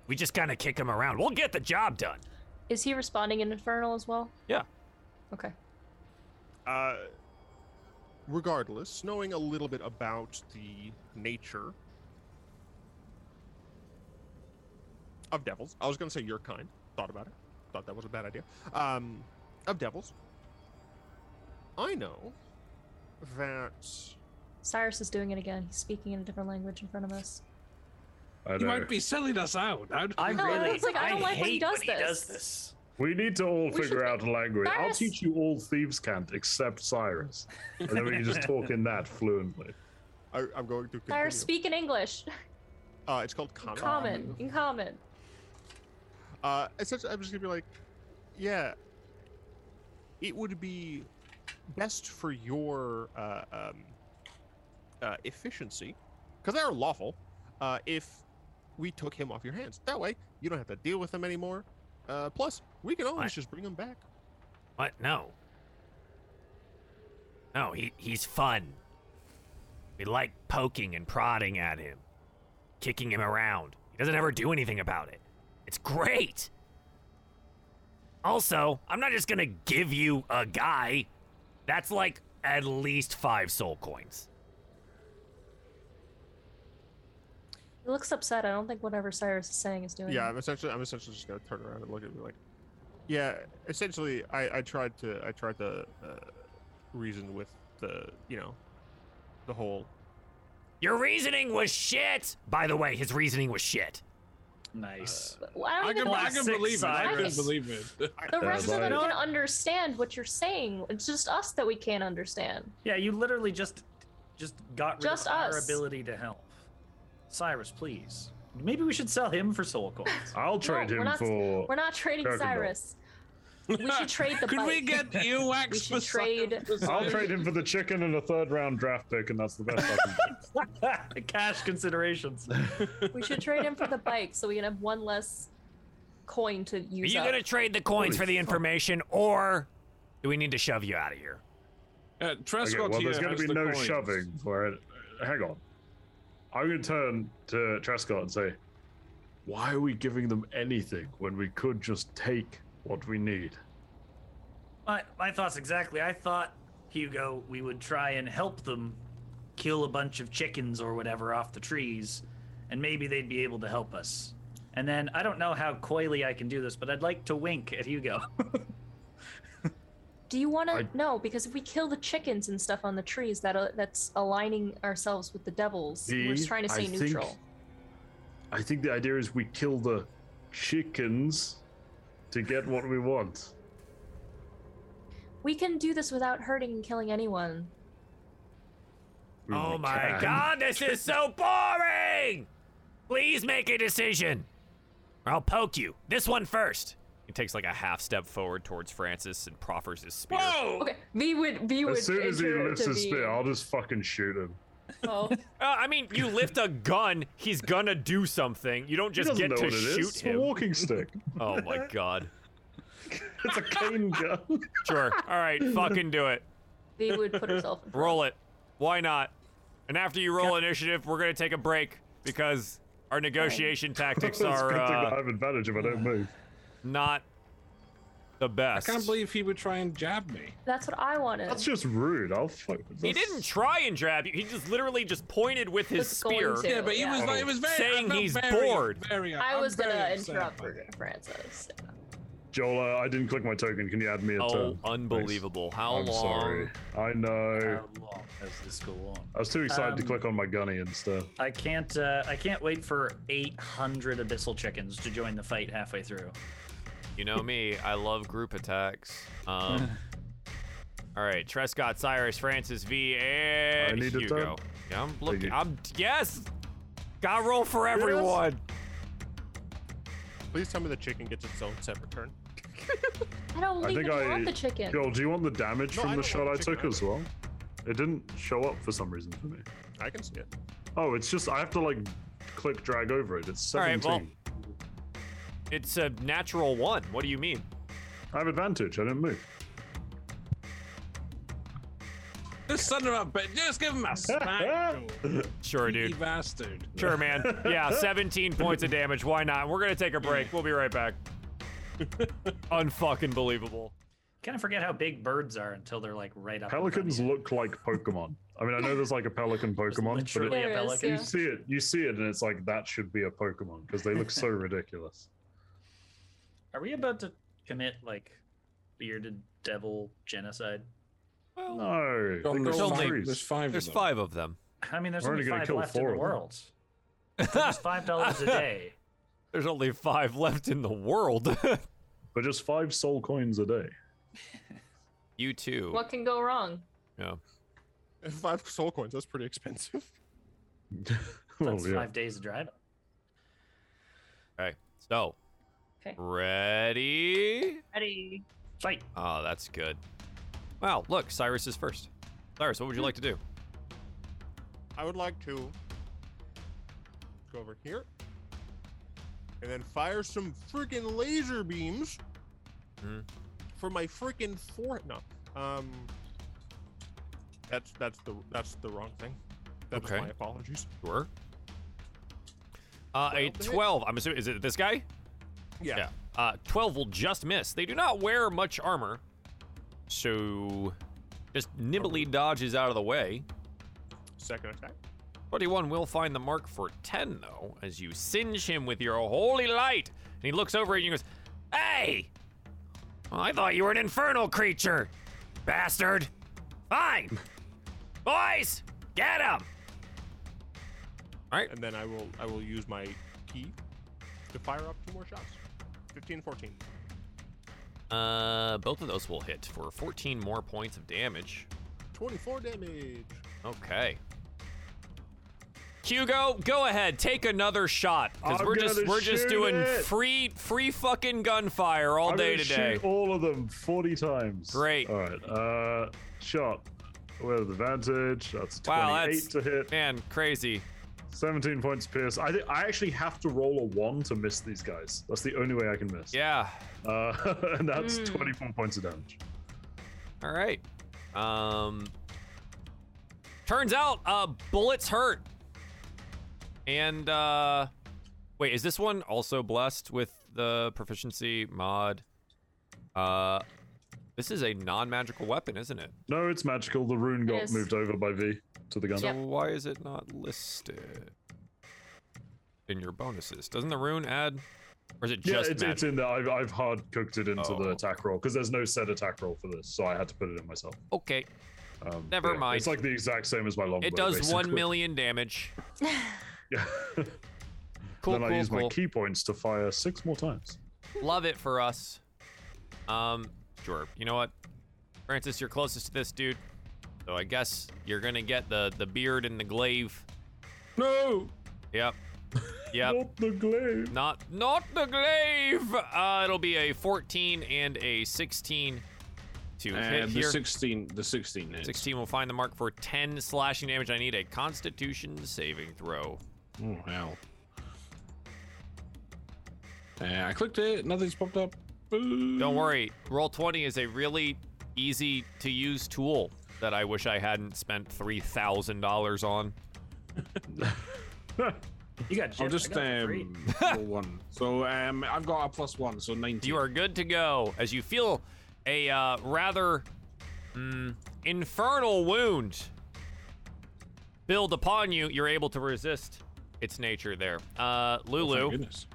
Speaker 1: We just kind of kick him around. We'll get the job done.
Speaker 3: Is he responding in Infernal as well?
Speaker 1: Yeah.
Speaker 3: Okay.
Speaker 5: uh, regardless, knowing a little bit about the nature of devils. I was going to say your kind. Thought about it. Thought that was a bad idea. Um, of devils. I know that
Speaker 3: Cyrus is doing it again. He's speaking in a different language in front of us.
Speaker 2: I
Speaker 6: You
Speaker 2: know.
Speaker 6: might be selling us out. How do
Speaker 4: I
Speaker 6: you-
Speaker 3: No,
Speaker 4: really,
Speaker 3: it's like, I don't like when he
Speaker 4: hate
Speaker 3: does
Speaker 4: does
Speaker 3: this.
Speaker 4: this.
Speaker 2: We need to all
Speaker 3: We should
Speaker 2: figure out a language. I'll
Speaker 3: Cyrus-
Speaker 2: teach you all thieves can't except Cyrus. And then we can just talk in that fluently.
Speaker 5: I, I'm going to continue.
Speaker 3: Cyrus, speak in English.
Speaker 5: Uh, it's called common.
Speaker 3: Common. In common.
Speaker 5: Uh, essentially, I'm just gonna be like, yeah, it would be best for your uh, um, uh, efficiency, because they are lawful. Uh, if we took him off your hands, that way you don't have to deal with him anymore. Uh, plus, we can always
Speaker 1: Right.
Speaker 5: just bring him back.
Speaker 1: What? No. No, he, he's fun. We like poking and prodding at him, kicking him around. He doesn't ever do anything about it. It's great. Also, I'm not just gonna give you a guy. That's like at least five soul coins.
Speaker 3: He looks upset. I don't think whatever Cyrus is saying is doing.
Speaker 5: Yeah, I'm
Speaker 3: it.
Speaker 5: essentially I'm essentially just gonna turn around and look at me like, yeah. Essentially, I I tried to I tried to uh, reason with the you know, the whole
Speaker 1: Your reasoning was shit. By the way, his reasoning was shit.
Speaker 4: Nice.
Speaker 3: Uh, But- well, I don't
Speaker 6: I
Speaker 3: even
Speaker 6: can,
Speaker 3: know-
Speaker 6: I can
Speaker 4: Classic
Speaker 6: believe it. I can
Speaker 3: Cyrus.
Speaker 6: believe
Speaker 3: the
Speaker 6: it.
Speaker 2: Yeah,
Speaker 3: rest of
Speaker 2: but-
Speaker 3: them can understand what you're saying. It's just us that we can't understand.
Speaker 4: Yeah, you literally just just got rid
Speaker 3: Just
Speaker 4: of our
Speaker 3: us.
Speaker 4: ability to help. Cyrus, please. Maybe we should sell him for soul coins.
Speaker 2: I'll trade
Speaker 3: No, we're
Speaker 2: him
Speaker 3: not-
Speaker 2: for.
Speaker 3: We're not trading
Speaker 2: Dragon Ball.
Speaker 3: Cyrus. We should trade the
Speaker 6: Could we
Speaker 3: bike.
Speaker 6: get earwax
Speaker 3: We
Speaker 6: for
Speaker 3: should trade-
Speaker 6: Cyrus?
Speaker 2: I'll trade him for the chicken and a third round draft pick, and that's the best I can do.
Speaker 4: Cash considerations.
Speaker 3: We should trade him for the bike so we can have one less coin to
Speaker 1: Are
Speaker 3: use.
Speaker 1: you
Speaker 3: up.
Speaker 1: gonna trade the coins
Speaker 2: Holy
Speaker 1: for the
Speaker 2: fuck.
Speaker 1: information, or do we need to shove you out of here?
Speaker 6: Uh,
Speaker 2: Okay,
Speaker 6: Trescott
Speaker 2: well,
Speaker 6: here
Speaker 2: there's going
Speaker 6: has
Speaker 2: to be
Speaker 6: the
Speaker 2: no
Speaker 6: coins.
Speaker 2: shoving for it. Hang on. I'm going to turn to Trescott and say, Why are we giving them anything when we could just take what we need?
Speaker 4: my, my thoughts exactly. I thought, Hugo, we would try and help them kill a bunch of chickens or whatever off the trees, and maybe they'd be able to help us. And then I don't know how coyly I can do this, but I'd like to wink at Hugo.
Speaker 3: Do you want to?
Speaker 2: I-
Speaker 3: No, because if we kill the chickens and stuff on the trees, that uh, that's aligning ourselves with the devils. We're
Speaker 2: See,
Speaker 3: just trying to
Speaker 2: I
Speaker 3: stay
Speaker 2: think-
Speaker 3: neutral.
Speaker 2: I think the idea is we kill the chickens to get what we want.
Speaker 3: We can do this without hurting and killing anyone.
Speaker 2: We
Speaker 1: Oh my
Speaker 2: can.
Speaker 1: god, this is so boring! Please make a decision. Or I'll poke you. This one first. He takes like a half step forward towards Francis and proffers his spear.
Speaker 6: Whoa!
Speaker 3: Okay, V would V would.
Speaker 2: As soon as he
Speaker 3: enter
Speaker 2: lifts
Speaker 3: to
Speaker 2: his
Speaker 3: be-
Speaker 2: spear, I'll just fucking shoot him.
Speaker 3: Oh,
Speaker 1: Uh, I mean, you lift a gun, he's gonna do something. You don't
Speaker 2: He
Speaker 1: just get
Speaker 2: doesn't know
Speaker 1: to
Speaker 2: what it is.
Speaker 1: shoot
Speaker 2: It's a
Speaker 1: him.
Speaker 2: walking stick.
Speaker 1: Oh my god.
Speaker 2: It's a cane gun.
Speaker 1: Sure. All right, fucking do it.
Speaker 3: V would put herself. In front.
Speaker 1: Roll it. Why not? And after you roll initiative, we're gonna take a break because our negotiation
Speaker 2: it's
Speaker 1: tactics
Speaker 2: good
Speaker 1: are
Speaker 2: thing I
Speaker 1: uh,
Speaker 2: have advantage if I don't move.
Speaker 1: not the
Speaker 6: I
Speaker 1: best.
Speaker 6: can't believe he would try and jab me.
Speaker 3: That's what I wanted.
Speaker 2: That's just rude. I'll fuck with
Speaker 1: He
Speaker 2: this.
Speaker 1: didn't try and jab you. He just literally just pointed with his
Speaker 3: Was going
Speaker 1: spear.
Speaker 3: to.
Speaker 6: Yeah, but he was
Speaker 3: Yeah.
Speaker 6: like, it was very I
Speaker 1: Saying
Speaker 6: felt
Speaker 1: he's
Speaker 6: very,
Speaker 1: bored.
Speaker 6: Very,
Speaker 3: I
Speaker 6: I'm
Speaker 3: was gonna
Speaker 6: very upset
Speaker 3: interrupt
Speaker 6: by that.
Speaker 3: Francis.
Speaker 2: Jola, I didn't click my token. Can you add me a
Speaker 1: Oh,
Speaker 2: turn?
Speaker 1: unbelievable. How
Speaker 2: I'm
Speaker 1: long?
Speaker 2: sorry. I know.
Speaker 4: How
Speaker 1: Oh.
Speaker 4: long does this go on?
Speaker 2: I was too excited to
Speaker 4: Um,
Speaker 2: click on my gunny instead.
Speaker 4: I can't. Uh, I can't wait for 800 abyssal chickens to join the fight halfway through.
Speaker 1: You know me, I love group attacks. Um, all right, Trescott, Cyrus, Francis, V, and
Speaker 2: need to
Speaker 1: Hugo.
Speaker 2: turn.
Speaker 1: Yeah, I'm
Speaker 2: you.
Speaker 1: looking. I'm yes. Got roll for everyone.
Speaker 5: Please tell me the chicken gets its own separate turn.
Speaker 3: I don't
Speaker 2: I
Speaker 3: even
Speaker 2: think I-
Speaker 3: want the chicken.
Speaker 2: Joel, do you want the damage
Speaker 5: No, I
Speaker 2: from the
Speaker 5: don't
Speaker 2: shot I
Speaker 5: want the
Speaker 2: took
Speaker 5: chicken
Speaker 2: as well? It didn't show up for some reason for me.
Speaker 5: I can see it.
Speaker 2: Oh, it's just I have to like click drag over it. It's
Speaker 1: All right,
Speaker 2: 17.
Speaker 1: well- It's a natural one. What do you mean?
Speaker 2: I have advantage. I didn't move.
Speaker 6: This son of a bitch, just give him a smack, Joel.
Speaker 1: Sure,
Speaker 6: You
Speaker 1: dude.
Speaker 6: bastard.
Speaker 1: Sure, man. Yeah, 17 points of damage. Why not? We're gonna take a break. We'll be right back. Unfucking believable.
Speaker 4: Kind of forget how big birds are until they're like right up. in front of
Speaker 2: Pelicans
Speaker 4: you.
Speaker 2: look like Pokemon. I mean, I know there's like a pelican
Speaker 4: There's
Speaker 2: Pokemon, but
Speaker 4: literally
Speaker 2: it,
Speaker 4: a
Speaker 3: There is,
Speaker 4: pelican.
Speaker 2: you
Speaker 3: yeah.
Speaker 2: see it, you see it, and it's like that should be a Pokemon because they look so ridiculous.
Speaker 4: Are we about to commit like bearded devil genocide?
Speaker 2: No,
Speaker 6: John,
Speaker 2: They're
Speaker 6: there's,
Speaker 2: all
Speaker 1: only-
Speaker 6: five,
Speaker 2: trees.
Speaker 6: there's five.
Speaker 1: There's
Speaker 6: of them.
Speaker 1: five of them.
Speaker 4: I mean, there's
Speaker 2: We're
Speaker 4: only
Speaker 2: only gonna
Speaker 4: five
Speaker 2: kill
Speaker 4: left
Speaker 2: four
Speaker 4: in the
Speaker 2: of them.
Speaker 4: world. It's five dollars a day.
Speaker 1: There's only five left in the world.
Speaker 2: but just five soul coins a day.
Speaker 1: you too.
Speaker 3: What can go wrong?
Speaker 1: Yeah.
Speaker 5: Five soul coins. That's pretty expensive.
Speaker 2: Oh
Speaker 4: That's
Speaker 2: yeah.
Speaker 4: five days of driving.
Speaker 1: All right. So,
Speaker 3: Okay.
Speaker 1: ready?
Speaker 3: Ready.
Speaker 4: Fight.
Speaker 1: Oh, that's good. Wow, look, Cyrus is first. Cyrus, what would you like to do?
Speaker 5: I would like to go over here and then fire some freaking laser beams Hmm.
Speaker 1: Mhm.
Speaker 5: for my freaking fort. No, um, that's that's the that's the wrong thing. That's
Speaker 1: Okay.
Speaker 5: my apologies.
Speaker 1: Sure. Uh, a
Speaker 5: Twelve to hit?
Speaker 1: 12, I'm assuming, is it this guy?
Speaker 5: Yeah.
Speaker 1: Uh, 12 will just miss. They do not wear much armor, so just nimbly dodges out of the way.
Speaker 5: Second attack.
Speaker 1: 21 will find the mark for 10, though, as you singe him with your holy light. And he looks over at you and goes, Hey! Well, I thought you were an infernal creature! Bastard! Fine! Boys! Get him!
Speaker 5: and then I will I will use my key to fire up two more shots. 15, 14.
Speaker 1: Uh, both of those will hit for 14 more points of damage.
Speaker 5: 24 damage.
Speaker 1: Okay. Hugo, go ahead, take another shot because
Speaker 2: I'm
Speaker 1: we're just
Speaker 2: gonna
Speaker 1: we're just
Speaker 2: shoot
Speaker 1: doing
Speaker 2: it.
Speaker 1: free free fucking gunfire all
Speaker 2: I'm
Speaker 1: day
Speaker 2: gonna
Speaker 1: today.
Speaker 2: Shoot all of them 40 times.
Speaker 1: Great.
Speaker 2: All right. Uh, shot with advantage. That's
Speaker 1: Wow,
Speaker 2: 28
Speaker 1: that's-
Speaker 2: to hit.
Speaker 1: Man, crazy.
Speaker 2: 17 points pierce. I think I actually have to roll a one to miss these guys. That's the only way I can miss.
Speaker 1: Yeah.
Speaker 2: Uh, and that's
Speaker 3: Mm.
Speaker 2: 24 points of damage.
Speaker 1: All right. Um Turns out uh bullets hurt. And uh wait, is this one also blessed with the proficiency mod? Uh this is a non-magical weapon, isn't it?
Speaker 2: No, it's magical. The rune got
Speaker 3: Yes.
Speaker 2: moved over by V to the gun.
Speaker 3: Yep.
Speaker 1: So why is it not listed in your bonuses? Doesn't the rune add or is it
Speaker 2: Yeah,
Speaker 1: just
Speaker 2: it's, it's
Speaker 1: magic?
Speaker 2: in there. I've, I've hard cooked it into
Speaker 1: Oh,
Speaker 2: the
Speaker 1: okay.
Speaker 2: attack roll because there's no set attack roll for this, so I had to put it in myself.
Speaker 1: Okay.
Speaker 2: Um,
Speaker 1: Never
Speaker 2: yeah,
Speaker 1: mind.
Speaker 2: It's like the exact same as my longbow.
Speaker 1: It does 1
Speaker 2: basically.
Speaker 1: million damage.
Speaker 2: Yeah.
Speaker 1: Cool,
Speaker 2: then
Speaker 1: cool,
Speaker 2: I use
Speaker 1: cool.
Speaker 2: my key points to fire six more times.
Speaker 1: Love it for us. Um, sure. You know what, Francis, you're closest to this dude, so I guess you're gonna get the the beard and the glaive.
Speaker 6: No!
Speaker 1: Yep. Yep.
Speaker 2: Not the glaive.
Speaker 1: Not not the glaive. Uh, it'll be a 14 and a 16 to
Speaker 6: Uh,
Speaker 1: hit
Speaker 6: the
Speaker 1: here.
Speaker 6: 16, the 16 hits.
Speaker 1: 16 will find the mark for 10 slashing damage. I need a Constitution saving throw.
Speaker 6: Oh, hell. Uh, I clicked it, nothing's popped up.
Speaker 1: Don't worry, roll 20 is a really easy to use tool that I wish I hadn't spent three thousand dollars on.
Speaker 4: You got. Jim.
Speaker 6: I'll
Speaker 4: I
Speaker 6: just
Speaker 4: got it for free.
Speaker 6: um, roll one. So um, I've got a plus one, so 19.
Speaker 1: You are good to go as you feel a uh, rather mm, infernal wound build upon you. You're able to resist its nature there. Uh,
Speaker 6: Oh, thank
Speaker 1: Lulu,
Speaker 6: goodness.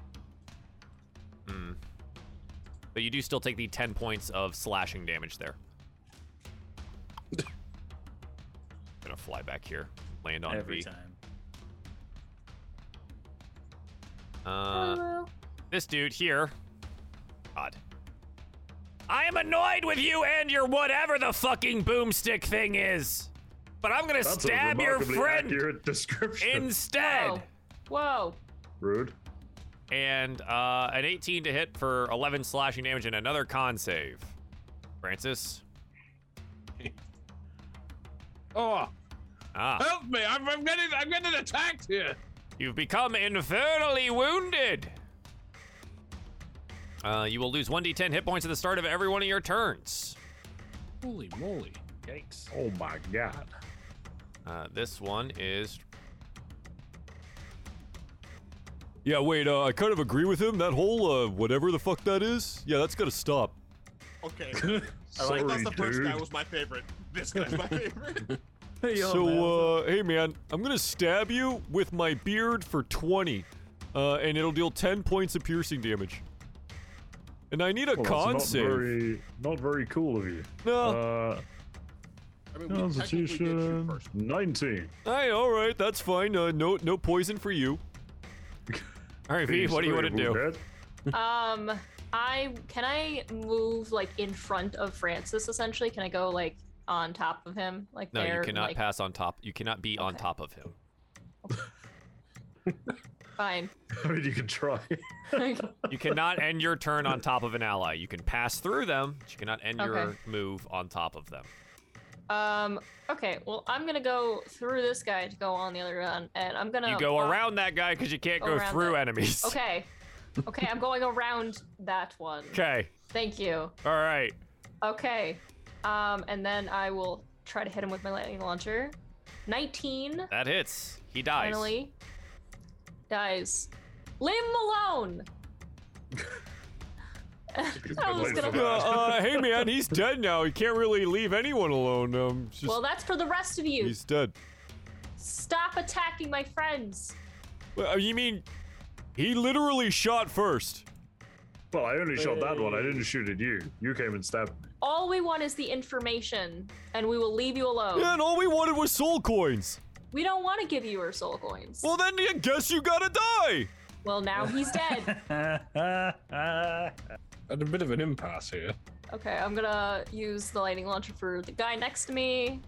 Speaker 1: But you do still take the 10 points of slashing damage there. gonna fly back here, land on
Speaker 4: every
Speaker 1: V.
Speaker 4: time.
Speaker 1: Uh, this dude here. God. I am annoyed with you and your whatever the fucking boomstick thing is. But I'm gonna
Speaker 2: That's
Speaker 1: stab
Speaker 2: a
Speaker 1: your
Speaker 2: remarkably
Speaker 1: friend
Speaker 2: accurate description.
Speaker 1: instead.
Speaker 3: Whoa. Whoa.
Speaker 2: Rude.
Speaker 1: And uh, an 18 to hit for 11 slashing damage and another con save. Francis.
Speaker 6: Oh,
Speaker 1: Ah,
Speaker 6: help me! I'm, I'm getting I'm getting attacked here.
Speaker 1: you've become infernally wounded. Uh, you will lose 1d10 hit points at the start of every one of your turns.
Speaker 6: Holy moly!
Speaker 4: Yikes.
Speaker 2: Oh my god.
Speaker 1: Uh, this one is. Yeah, wait. Uh, I kind of agree with him. That whole uh, whatever the fuck that is. Yeah, that's gotta stop.
Speaker 5: Okay.
Speaker 4: like-
Speaker 5: I
Speaker 2: Sorry,
Speaker 5: thought the first
Speaker 2: dude.
Speaker 5: guy was my favorite. This guy's my favorite.
Speaker 7: So, uh, hey man, I'm gonna stab you with my beard for 20, uh, and it'll deal 10 points of piercing damage. And I need a
Speaker 2: Well, that's
Speaker 7: con
Speaker 2: not
Speaker 7: save.
Speaker 2: Very, not very cool of you.
Speaker 7: No,
Speaker 2: Uh,
Speaker 5: I mean, we technically did shoot
Speaker 2: Constitution
Speaker 5: first.
Speaker 2: 19.
Speaker 7: hey, all right, that's fine. Uh, no, no poison for you.
Speaker 1: All right, V. What do you want to do?
Speaker 3: Um, I can I move like in front of Francis essentially? Can I go like on top of him? Like
Speaker 1: No, you
Speaker 3: there,
Speaker 1: cannot
Speaker 3: like,
Speaker 1: pass on top. You cannot be on
Speaker 3: Okay.
Speaker 1: top of him.
Speaker 3: Fine.
Speaker 2: I mean, you can try.
Speaker 1: You cannot end your turn on top of an ally. You can pass through them, but you cannot end your
Speaker 3: Okay.
Speaker 1: move on top of them.
Speaker 3: um. Okay. Well, I'm gonna go through this guy to go on the other end, and I'm gonna
Speaker 1: You go
Speaker 3: walk-
Speaker 1: around that guy because you can't go
Speaker 3: Around
Speaker 1: through
Speaker 3: that-
Speaker 1: enemies.
Speaker 3: Okay. Okay, I'm going around that one.
Speaker 1: Okay.
Speaker 3: Thank you.
Speaker 1: All right.
Speaker 3: Okay. Um, and then I will try to hit him with my lightning launcher. 19
Speaker 1: That hits. He dies.
Speaker 3: finally dies. Leave him alone. I was
Speaker 2: late for
Speaker 3: gonna.
Speaker 7: Uh, uh, hey man, he's dead now. He can't really leave anyone alone. Um, just
Speaker 3: Well, that's for the rest of you.
Speaker 7: he's dead.
Speaker 3: Stop attacking my friends.
Speaker 7: Well, uh, you mean he literally shot first?
Speaker 2: well, I only shot that one. I didn't shoot at you. You came and stabbed me.
Speaker 3: All we want is the information, and we will leave you alone.
Speaker 7: Yeah, and all we wanted was soul coins.
Speaker 3: We don't want to give you your soul coins.
Speaker 7: Well, then I guess you gotta die.
Speaker 3: well now he's dead.
Speaker 2: uh,
Speaker 6: At a bit of an impasse here.
Speaker 3: okay, I'm gonna use the lightning launcher for the guy next to me.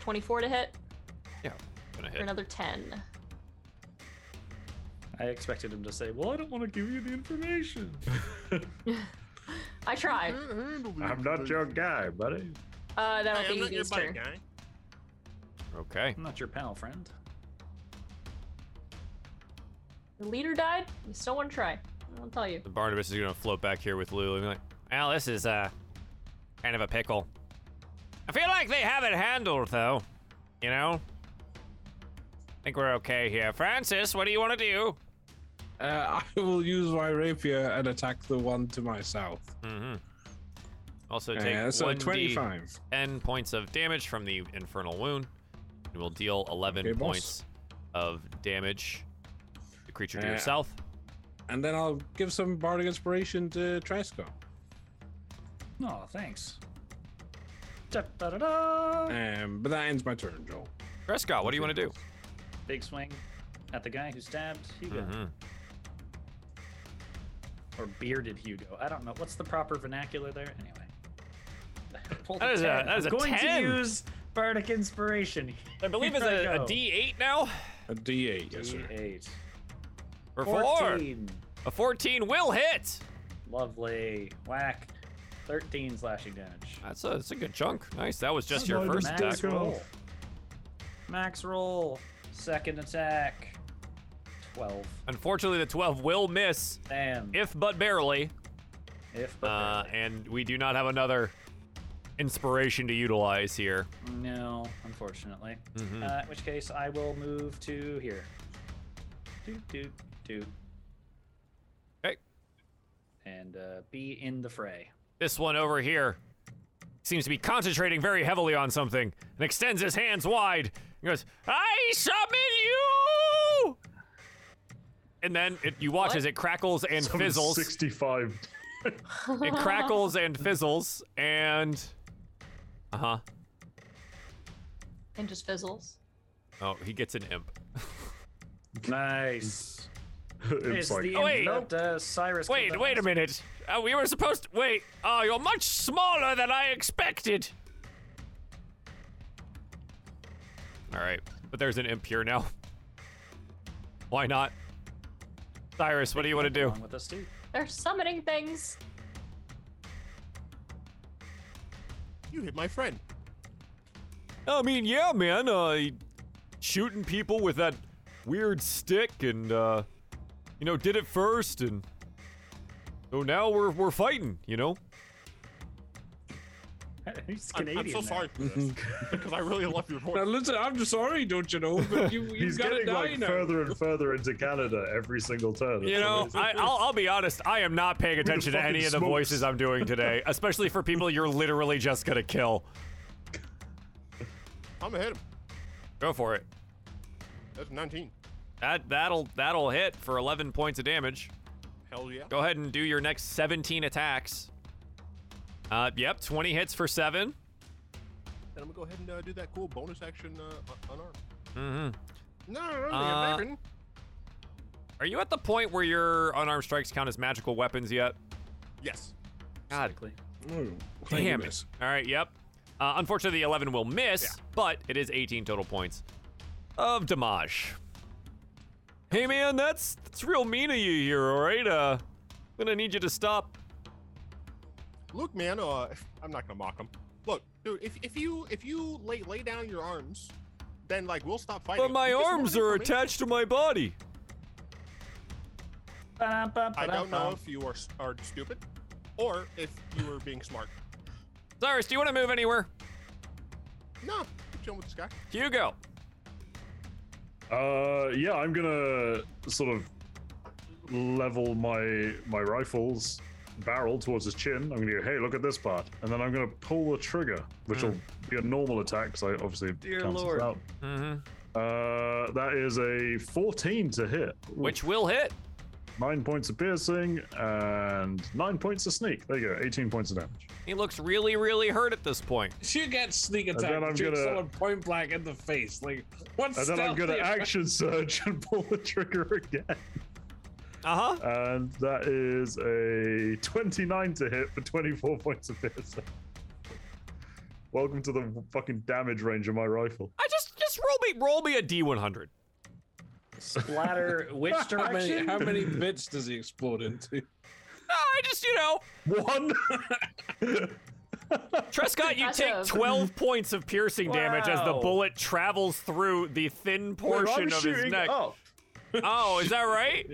Speaker 3: 24 to hit
Speaker 1: Gonna
Speaker 3: for
Speaker 1: hit.
Speaker 3: another 10.
Speaker 4: I expected him to say, "Well, I don't want to give you the information."
Speaker 3: I tried.
Speaker 5: Mm-hmm.
Speaker 2: I'm not your guy, buddy.
Speaker 3: Uh,
Speaker 5: Hey,
Speaker 3: that'll
Speaker 5: I'm
Speaker 3: be
Speaker 5: not your
Speaker 3: his
Speaker 5: bike
Speaker 3: turn.
Speaker 5: guy.
Speaker 1: Okay.
Speaker 4: I'm not your pal, friend.
Speaker 3: The leader died. You still want to try? I'll tell you.
Speaker 1: And Barnabas is gonna float back here with Lulu and be like, "Well, this is uh, kind of a pickle. I feel like they have it handled, though. You know. I think we're okay here. Francis, what do you want to do?
Speaker 6: Uh, I will use my rapier and attack the one to my south.
Speaker 1: Mm-hmm. Also take
Speaker 6: Uh, so
Speaker 1: one d
Speaker 6: 25.
Speaker 1: ten points of damage from the infernal wound, and will deal eleven
Speaker 6: Okay, boss.
Speaker 1: points of damage. The creature to
Speaker 6: Uh,
Speaker 1: your south.
Speaker 6: And then I'll give some bardic inspiration to Tresco.
Speaker 4: No, thanks. Da-da-da-da.
Speaker 6: Um, but that ends my turn, Joel.
Speaker 1: Prescott, what do you want to do?
Speaker 4: Big swing at the guy who stabbed Hugo
Speaker 1: Mhm.
Speaker 4: or bearded Hugo. I don't know what's the proper vernacular there. Anyway, Pulled
Speaker 1: That is a-
Speaker 4: 10.
Speaker 1: that is
Speaker 4: I'm
Speaker 1: a
Speaker 4: going
Speaker 1: 10.
Speaker 4: to use bardic inspiration.
Speaker 1: I believe it's
Speaker 4: Here I
Speaker 1: a,
Speaker 4: go.
Speaker 1: a D8 now.
Speaker 6: A D8, yes, sir.
Speaker 4: D8.
Speaker 1: Or four.
Speaker 4: 14.
Speaker 1: A 14 will hit.
Speaker 4: Lovely. Whack. 13 slashing damage.
Speaker 1: That's a, that's a good chunk. Nice. That was just your
Speaker 2: Slide
Speaker 1: first
Speaker 2: them
Speaker 1: attack.
Speaker 4: Max
Speaker 2: attack.
Speaker 4: roll. Max roll. Second attack. 12.
Speaker 1: Unfortunately, the 12 will miss,
Speaker 4: Damn.
Speaker 1: if but barely.
Speaker 4: If but
Speaker 1: Uh, and we do not have another inspiration to utilize here.
Speaker 4: barely. no, unfortunately.
Speaker 1: Mhm.
Speaker 4: Uh, in which case, I will move to here. Doot, doot, doot.
Speaker 1: Okay.
Speaker 4: And uh, be in the fray.
Speaker 1: This one over here seems to be concentrating very heavily on something and extends his hands wide and goes, I summon you! And then it, you watch
Speaker 3: What?
Speaker 1: as it crackles and
Speaker 2: Some
Speaker 1: fizzles.
Speaker 2: 65
Speaker 1: It crackles and fizzles and. Uh huh.
Speaker 3: and just fizzles.
Speaker 1: Oh, he gets an imp.
Speaker 4: Nice.
Speaker 2: it's
Speaker 4: It's
Speaker 2: like,
Speaker 4: the
Speaker 1: Oh, wait.
Speaker 4: nope. uh, Cyrus.
Speaker 7: Wait,
Speaker 4: Kobach.
Speaker 7: wait a minute. Uh, we were supposed to. Wait. Oh, you're much smaller than I expected.
Speaker 1: All right, but there's an imp here now. Why not? Cyrus, what do you want to do?
Speaker 4: Along with us too.
Speaker 3: They're summoning things.
Speaker 5: You hit my friend.
Speaker 1: I mean, yeah, man. Uh, shooting people with that weird stick, and uh, you know, did it first, and so now we're we're fighting. You know,
Speaker 4: He's
Speaker 5: I'm,
Speaker 4: Canadian.
Speaker 5: I'm so
Speaker 4: now.
Speaker 5: sorry for this because I really love your
Speaker 6: Now,
Speaker 5: voice.
Speaker 6: listen, I'm just sorry, don't you know? But you,
Speaker 2: he's
Speaker 6: you've got to
Speaker 2: getting
Speaker 6: die
Speaker 2: like
Speaker 6: now.
Speaker 2: further and further into Canada every single turn.
Speaker 1: you
Speaker 2: It's
Speaker 1: know.
Speaker 2: amazing.
Speaker 1: I, I'll I'll be honest. I am not paying
Speaker 2: the
Speaker 1: attention to any
Speaker 2: fucking
Speaker 1: of the
Speaker 2: smokes.
Speaker 1: voices I'm doing today, especially for people you're literally just gonna kill.
Speaker 5: I'm ahead of him.
Speaker 1: Go for it.
Speaker 5: That's 19.
Speaker 1: That that'll that'll hit for 11 points of damage.
Speaker 5: Hell yeah.
Speaker 1: Go ahead and do your next 17 attacks. Uh, yep, 20 hits for seven.
Speaker 5: And I'm gonna go ahead and uh, do that cool bonus action uh, un- unarmed.
Speaker 1: Mm-hmm.
Speaker 5: No, no,
Speaker 1: Uh,
Speaker 5: no, baby.
Speaker 1: Are you at the point where your unarmed strikes count as magical weapons yet?
Speaker 5: Yes.
Speaker 1: God
Speaker 4: Quickly.
Speaker 6: Oh, thank
Speaker 1: damn it.
Speaker 6: goodness.
Speaker 1: All right, yep. Uh, unfortunately, the 11 will miss,
Speaker 5: Yeah.
Speaker 1: but it is 18 total points of damage. Hey, man, that's that's real mean of you here, all right? Uh, I'm gonna need you to stop.
Speaker 5: Look, man. Uh, I'm not gonna mock him. Look, dude. If, if you if you lay lay down your arms, then like we'll stop fighting.
Speaker 1: But my
Speaker 5: You just
Speaker 1: arms
Speaker 5: wanted
Speaker 1: are
Speaker 5: for me?
Speaker 1: attached to my body.
Speaker 5: I don't know if you are s- are stupid, or if you were being smart.
Speaker 1: Cyrus, do you want to move anywhere?
Speaker 5: No, I'm chilling with this guy.
Speaker 1: Hugo.
Speaker 2: Uh, yeah, I'm gonna sort of level my my rifle's barrel towards his chin. I'm gonna go, hey, look at this part, and then I'm gonna pull the trigger, which will be a normal attack because I obviously
Speaker 4: Dear
Speaker 2: cancels
Speaker 4: Lord.
Speaker 2: out.
Speaker 1: Mm-hmm.
Speaker 2: Uh, that is a 14 to hit. Ooh,
Speaker 1: Which will hit.
Speaker 2: nine points of piercing and nine points of sneak. There you go, 18 points of damage.
Speaker 1: He looks really, really hurt at this point.
Speaker 6: She gets sneak
Speaker 2: And then
Speaker 6: attack.
Speaker 2: I'm
Speaker 6: she gets
Speaker 2: gonna-
Speaker 6: someone point blank in the face. Like what's
Speaker 2: And then I'm gonna
Speaker 6: stealthy about-
Speaker 2: action surge and pull the trigger again.
Speaker 1: Uh huh.
Speaker 2: And that is a 29 to hit for 24 points of piercing. Welcome to the fucking damage range of my rifle.
Speaker 1: I just just roll me roll me a D one hundred.
Speaker 4: Splatter. Which
Speaker 6: How many,
Speaker 4: direction?
Speaker 6: how many bits does he explode into?
Speaker 1: No, I just you know,
Speaker 2: One!
Speaker 1: Trescott, you take
Speaker 3: Impressive.
Speaker 1: twelve points of piercing damage as the
Speaker 4: Wow.
Speaker 1: bullet travels through the thin
Speaker 2: I'm
Speaker 1: portion of his
Speaker 2: shooting
Speaker 1: neck.
Speaker 2: up.
Speaker 1: Oh, is that right?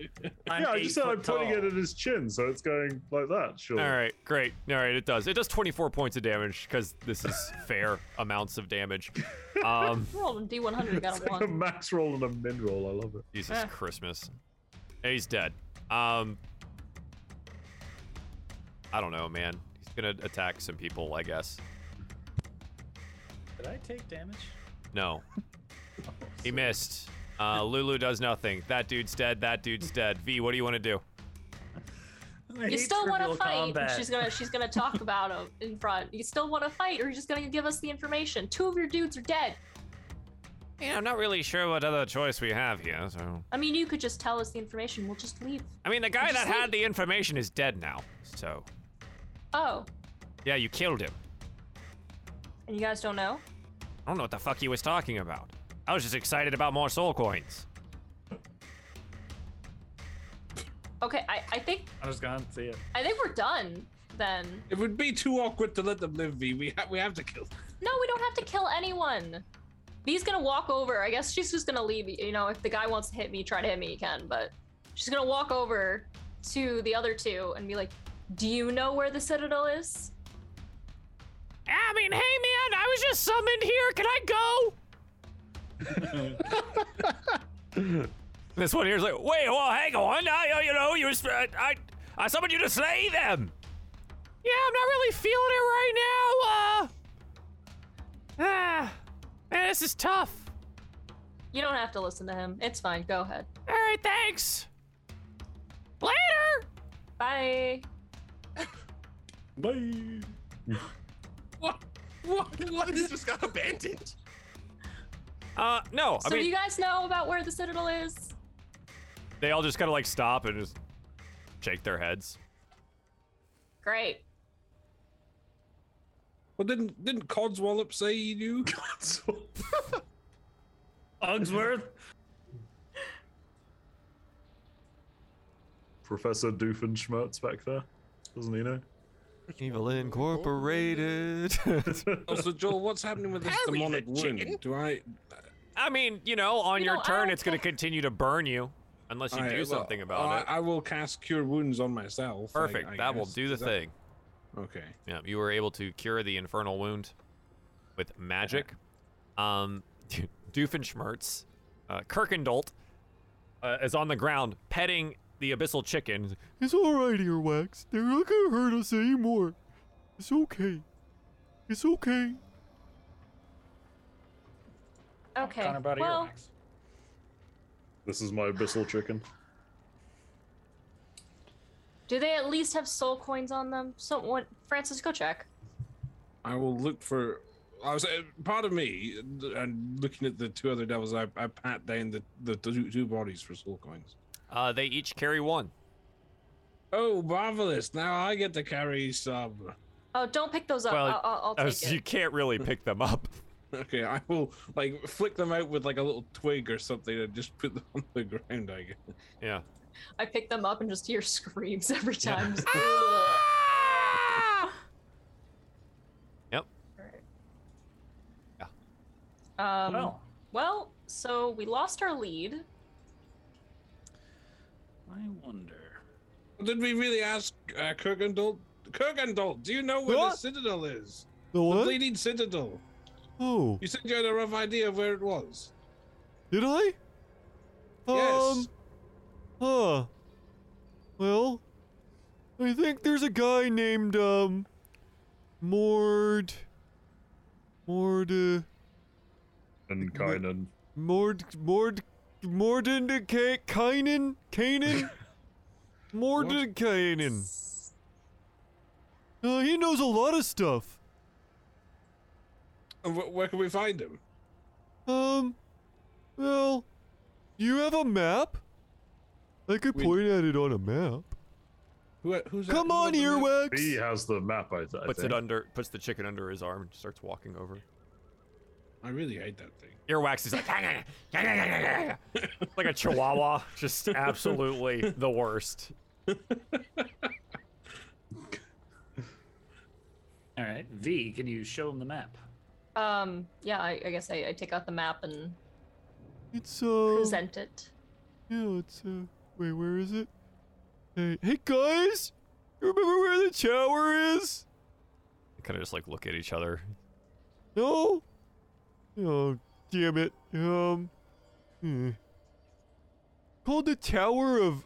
Speaker 4: I'm
Speaker 2: Yeah, I
Speaker 4: eight
Speaker 2: just said I'm
Speaker 4: foot
Speaker 2: putting
Speaker 4: tall.
Speaker 2: it at his chin, so it's going like that, sure.
Speaker 1: All right, great. All right, it does. It does twenty four points of damage because this is fair amounts of damage. Um,
Speaker 3: Rolled a D100, got
Speaker 2: It's
Speaker 3: a
Speaker 2: like a
Speaker 3: one.
Speaker 2: max roll and a min roll. I love it.
Speaker 1: Jesus
Speaker 3: Eh.
Speaker 1: Christmas. He's dead. Um I don't know, man. He's gonna attack some people, I guess.
Speaker 4: Did I take damage?
Speaker 1: No. he missed. Uh, Lulu does nothing. That dude's dead. That dude's dead. V, what do you want to do?
Speaker 4: I
Speaker 3: You
Speaker 4: hate
Speaker 3: still want to
Speaker 4: trivial
Speaker 3: fight?
Speaker 4: combat.
Speaker 3: She's gonna she's gonna talk about him in front. You still want to fight, or you're just gonna give us the information? Two of your dudes are dead.
Speaker 7: Yeah, I'm not really sure what other choice we have here, so.
Speaker 3: I mean, you could just tell us the information. We'll just leave.
Speaker 7: I mean, the guy
Speaker 3: Just
Speaker 7: that had
Speaker 3: leave.
Speaker 7: the information is dead now, so.
Speaker 3: Oh,
Speaker 7: Yeah, you killed him.
Speaker 3: and you guys don't know?
Speaker 7: I don't know what the fuck he was talking about. I was just excited about more soul coins.
Speaker 3: Okay, I, I think
Speaker 4: I'm just gone. See ya.
Speaker 3: I think we're done then.
Speaker 6: It would be too awkward to let them live, V. We, ha- we have to kill them.
Speaker 3: No, we don't have to kill anyone. V's gonna walk over. I guess she's just gonna leave. You know, if the guy wants to hit me, try to hit me, he can. But she's gonna walk over to the other two and be like, "Do you know where the Citadel is?"
Speaker 7: I mean, hey man, I was just summoned here. Can I go?
Speaker 1: This one here's like, wait, well, hang on. I, uh, you know, you, was- uh, I, I summoned you to slay them.
Speaker 7: Yeah, I'm not really feeling it right now. Uh, ah, man, this is tough.
Speaker 3: You don't have to listen to him. It's fine. Go ahead.
Speaker 7: All right, thanks. Later.
Speaker 3: Bye.
Speaker 2: Bye.
Speaker 5: What? What is just got abandoned?
Speaker 1: Uh, no.
Speaker 3: So
Speaker 1: I mean,
Speaker 3: do you guys know about where the citadel is?
Speaker 1: they all just kind of like stop and just shake their heads.
Speaker 3: Great.
Speaker 6: Well, didn't didn't Codswallop say you knew?
Speaker 4: Ogsworth?
Speaker 2: Professor Doofenshmirtz back there. Doesn't he know?
Speaker 1: Evil Incorporated.
Speaker 6: also, Joel, what's happening with this
Speaker 5: Harry the
Speaker 6: demonic
Speaker 5: chicken.
Speaker 6: wound? Do I?
Speaker 1: I mean, you know, on
Speaker 3: You
Speaker 1: your
Speaker 3: know, I
Speaker 1: turn,
Speaker 3: don't
Speaker 1: it's going to
Speaker 3: think-
Speaker 1: continue to burn you unless you
Speaker 6: I-
Speaker 1: do
Speaker 6: well,
Speaker 1: something about
Speaker 6: I,
Speaker 1: it.
Speaker 6: I will cast Cure Wounds on myself. I-
Speaker 1: Perfect.
Speaker 6: I
Speaker 1: that will
Speaker 6: guess.
Speaker 1: do the
Speaker 6: Is that-
Speaker 1: thing.
Speaker 6: Okay.
Speaker 1: Yeah, you were able to cure the infernal wound with magic. Um, Doofenshmirtz, uh, Kirkendolt, uh, is on the ground petting the abyssal chicken. It's all right, Earwax. They're not gonna hurt us anymore. It's okay. It's okay.
Speaker 3: Okay.
Speaker 4: Connor brought
Speaker 3: well,
Speaker 4: earwax.
Speaker 2: This is my abyssal chicken.
Speaker 3: do they at least have soul coins on them? Someone, Francis, go check.
Speaker 6: I will look for. I was uh, part of me, uh, and looking at the two other devils, I, I pat down the, the two, two bodies for soul coins.
Speaker 1: Uh, they each carry one.
Speaker 6: Oh, marvelous! Now I get to carry some.
Speaker 3: Oh, don't pick those up.
Speaker 1: Well,
Speaker 3: I'll, I'll, I'll
Speaker 1: Uh,
Speaker 3: take
Speaker 1: so
Speaker 3: it.
Speaker 1: you can't really pick them up.
Speaker 6: Okay, I will like flick them out with like a little twig or something, and just put them on the ground. I guess.
Speaker 1: Yeah.
Speaker 3: I pick them up and just hear screams every time.
Speaker 1: Yep.
Speaker 3: Yeah.
Speaker 1: Yeah.
Speaker 3: Um, well.
Speaker 4: well,
Speaker 3: so we lost our lead.
Speaker 4: I wonder.
Speaker 6: Did we really ask uh, Kirkendall? Kirkendall, do you know where the
Speaker 1: What?
Speaker 6: citadel is?
Speaker 9: The
Speaker 6: The bleeding citadel.
Speaker 9: Oh,
Speaker 6: You said you had a rough idea of where it was.
Speaker 9: did I? Um,
Speaker 6: yes.
Speaker 9: Huh. Well, I think there's a guy named um Mord Mord uh,
Speaker 2: And Kynan.
Speaker 9: Mord Mord Morden Kynan Kanan Morden Kanan. Uh, he knows a lot of stuff.
Speaker 6: And wh- where can we find him?
Speaker 9: Um well, you have a map? I could
Speaker 6: We-
Speaker 9: point at it on a map.
Speaker 6: Who, who's that-
Speaker 9: Come
Speaker 6: who's
Speaker 9: on,
Speaker 6: the man-
Speaker 9: earwax.
Speaker 2: He has the map, I, th- I
Speaker 1: Puts
Speaker 2: think.
Speaker 1: it under. Puts the chicken under his arm and starts walking over.
Speaker 6: I really hate that thing.
Speaker 1: Earwax is like like a chihuahua, just absolutely the worst.
Speaker 4: All right, V, can you show him the map?
Speaker 3: Um, yeah, I, I guess I, I take out the map and
Speaker 9: It's uh
Speaker 3: present it.
Speaker 9: Yeah, it's uh wait, where is it? Hey, hey guys! You remember where the tower is?
Speaker 1: kind of just like look at each other.
Speaker 9: No? Oh damn it. Um hmm. Called the Tower of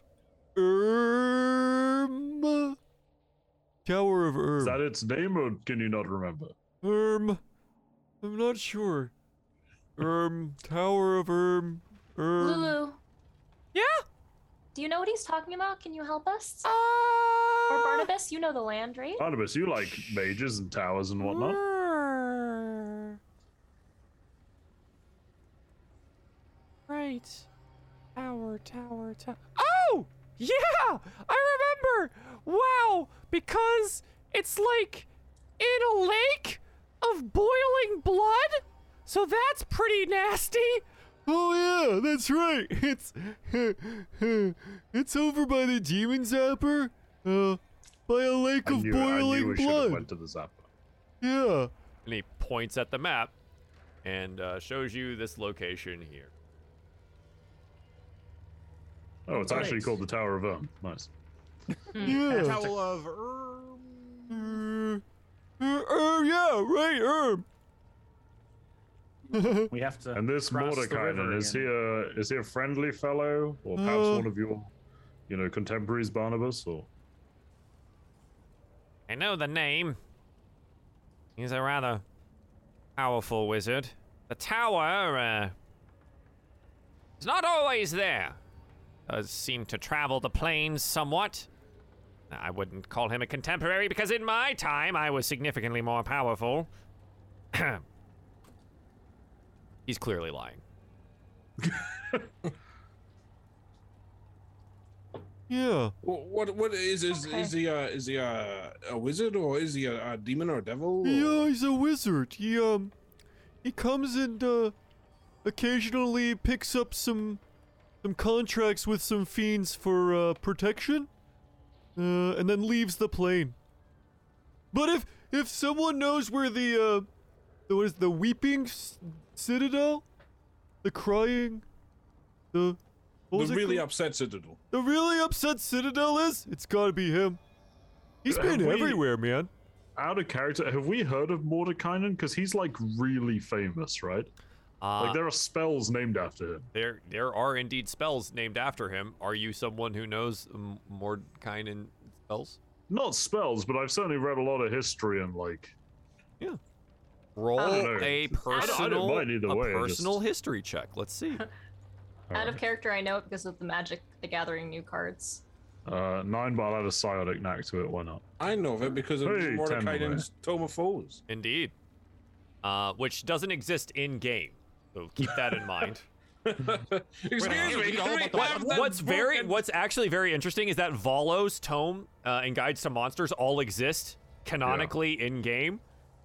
Speaker 9: Erm Tower of Erm.
Speaker 2: Is that its name, or can you not remember?
Speaker 9: Erm I'm not sure. Erm Tower of Erm Erm
Speaker 3: Lulu,
Speaker 1: Yeah.
Speaker 3: do you know what he's talking about? Can you help us?
Speaker 7: Ah!
Speaker 3: or
Speaker 1: Uh,
Speaker 3: Barnabas, you know the land, right?
Speaker 2: Barnabas, you like mages and towers and whatnot.
Speaker 1: Hmm. Right. Tower, tower, tower. Oh! Yeah! I remember! Wow! Because it's like in a lake of boiling blood? So that's pretty nasty!
Speaker 9: Oh yeah, that's right. It's it's over by the demon zapper, uh, by a lake
Speaker 2: I
Speaker 9: of
Speaker 2: knew, I knew
Speaker 9: boiling
Speaker 2: we should have
Speaker 9: blood.
Speaker 2: went to the Zappa.
Speaker 9: Yeah.
Speaker 1: And he points at the map and uh, shows you this location here.
Speaker 2: Oh, it's actually
Speaker 4: Right.
Speaker 2: called the Tower of Erm. Nice.
Speaker 9: Yeah.
Speaker 5: Towel of Erm.
Speaker 9: Er, er, er, yeah, right, Erm.
Speaker 4: We have to.
Speaker 2: And this
Speaker 4: cross the river
Speaker 2: Mordekainen, is he
Speaker 4: again.
Speaker 2: a is he a friendly fellow, or perhaps
Speaker 9: Uh,
Speaker 2: one of your, you know, contemporaries, Barnabas? Or
Speaker 7: I know the name. He's a rather powerful wizard. The tower, uh. is not always there. Does seem to travel the plains somewhat. I wouldn't call him a contemporary because in my time I was significantly more powerful. He's clearly lying.
Speaker 9: Yeah.
Speaker 6: Wha- What what is is
Speaker 3: Okay.
Speaker 6: is he a is he a, a wizard or is he a, a demon or a devil? or-
Speaker 9: Yeah, he's a wizard. He um, he comes and uh, occasionally picks up some, some contracts with some fiends for uh, protection, uh, and then leaves the plane. But if if someone knows where the uh, the, what is the Weeping c- Citadel, the Crying, the what was
Speaker 6: the
Speaker 9: it
Speaker 6: really
Speaker 9: called?
Speaker 6: upset citadel.
Speaker 9: the really upset Citadel is, it's gotta be him.
Speaker 6: Uh,
Speaker 9: He's
Speaker 2: Have
Speaker 9: been
Speaker 2: we-
Speaker 9: everywhere, man.
Speaker 2: Out of character, have we heard of Mordekainen? Because he's like really famous, right?
Speaker 1: Uh,
Speaker 2: like there are spells named after him.
Speaker 1: there, there are indeed spells named after him. Are you someone who knows M- Mordkainen spells?
Speaker 2: Not spells, but I've certainly read a lot of history and like
Speaker 1: Roll
Speaker 2: I don't know.
Speaker 1: a
Speaker 2: Uh, I don't- I don't
Speaker 1: personal,
Speaker 2: mind either
Speaker 1: a
Speaker 2: way, I just-
Speaker 1: personal history check. Let's see.
Speaker 3: Out of character, I know it because of the magic, the gathering new cards.
Speaker 2: uh, nine, but I'll add a psionic knack to it. Why not?
Speaker 6: I know of it because of
Speaker 2: Hey,
Speaker 6: Mordekainen's Tome of Foes.
Speaker 1: Indeed. Uh, which doesn't exist in game. So keep that in mind.
Speaker 6: Excuse
Speaker 5: we
Speaker 6: me.
Speaker 5: all
Speaker 6: can we
Speaker 5: about the-
Speaker 6: have that
Speaker 1: what's very
Speaker 6: broken-
Speaker 1: what's actually very interesting is that Volo's tome uh, and Guides to Monsters all exist canonically in game,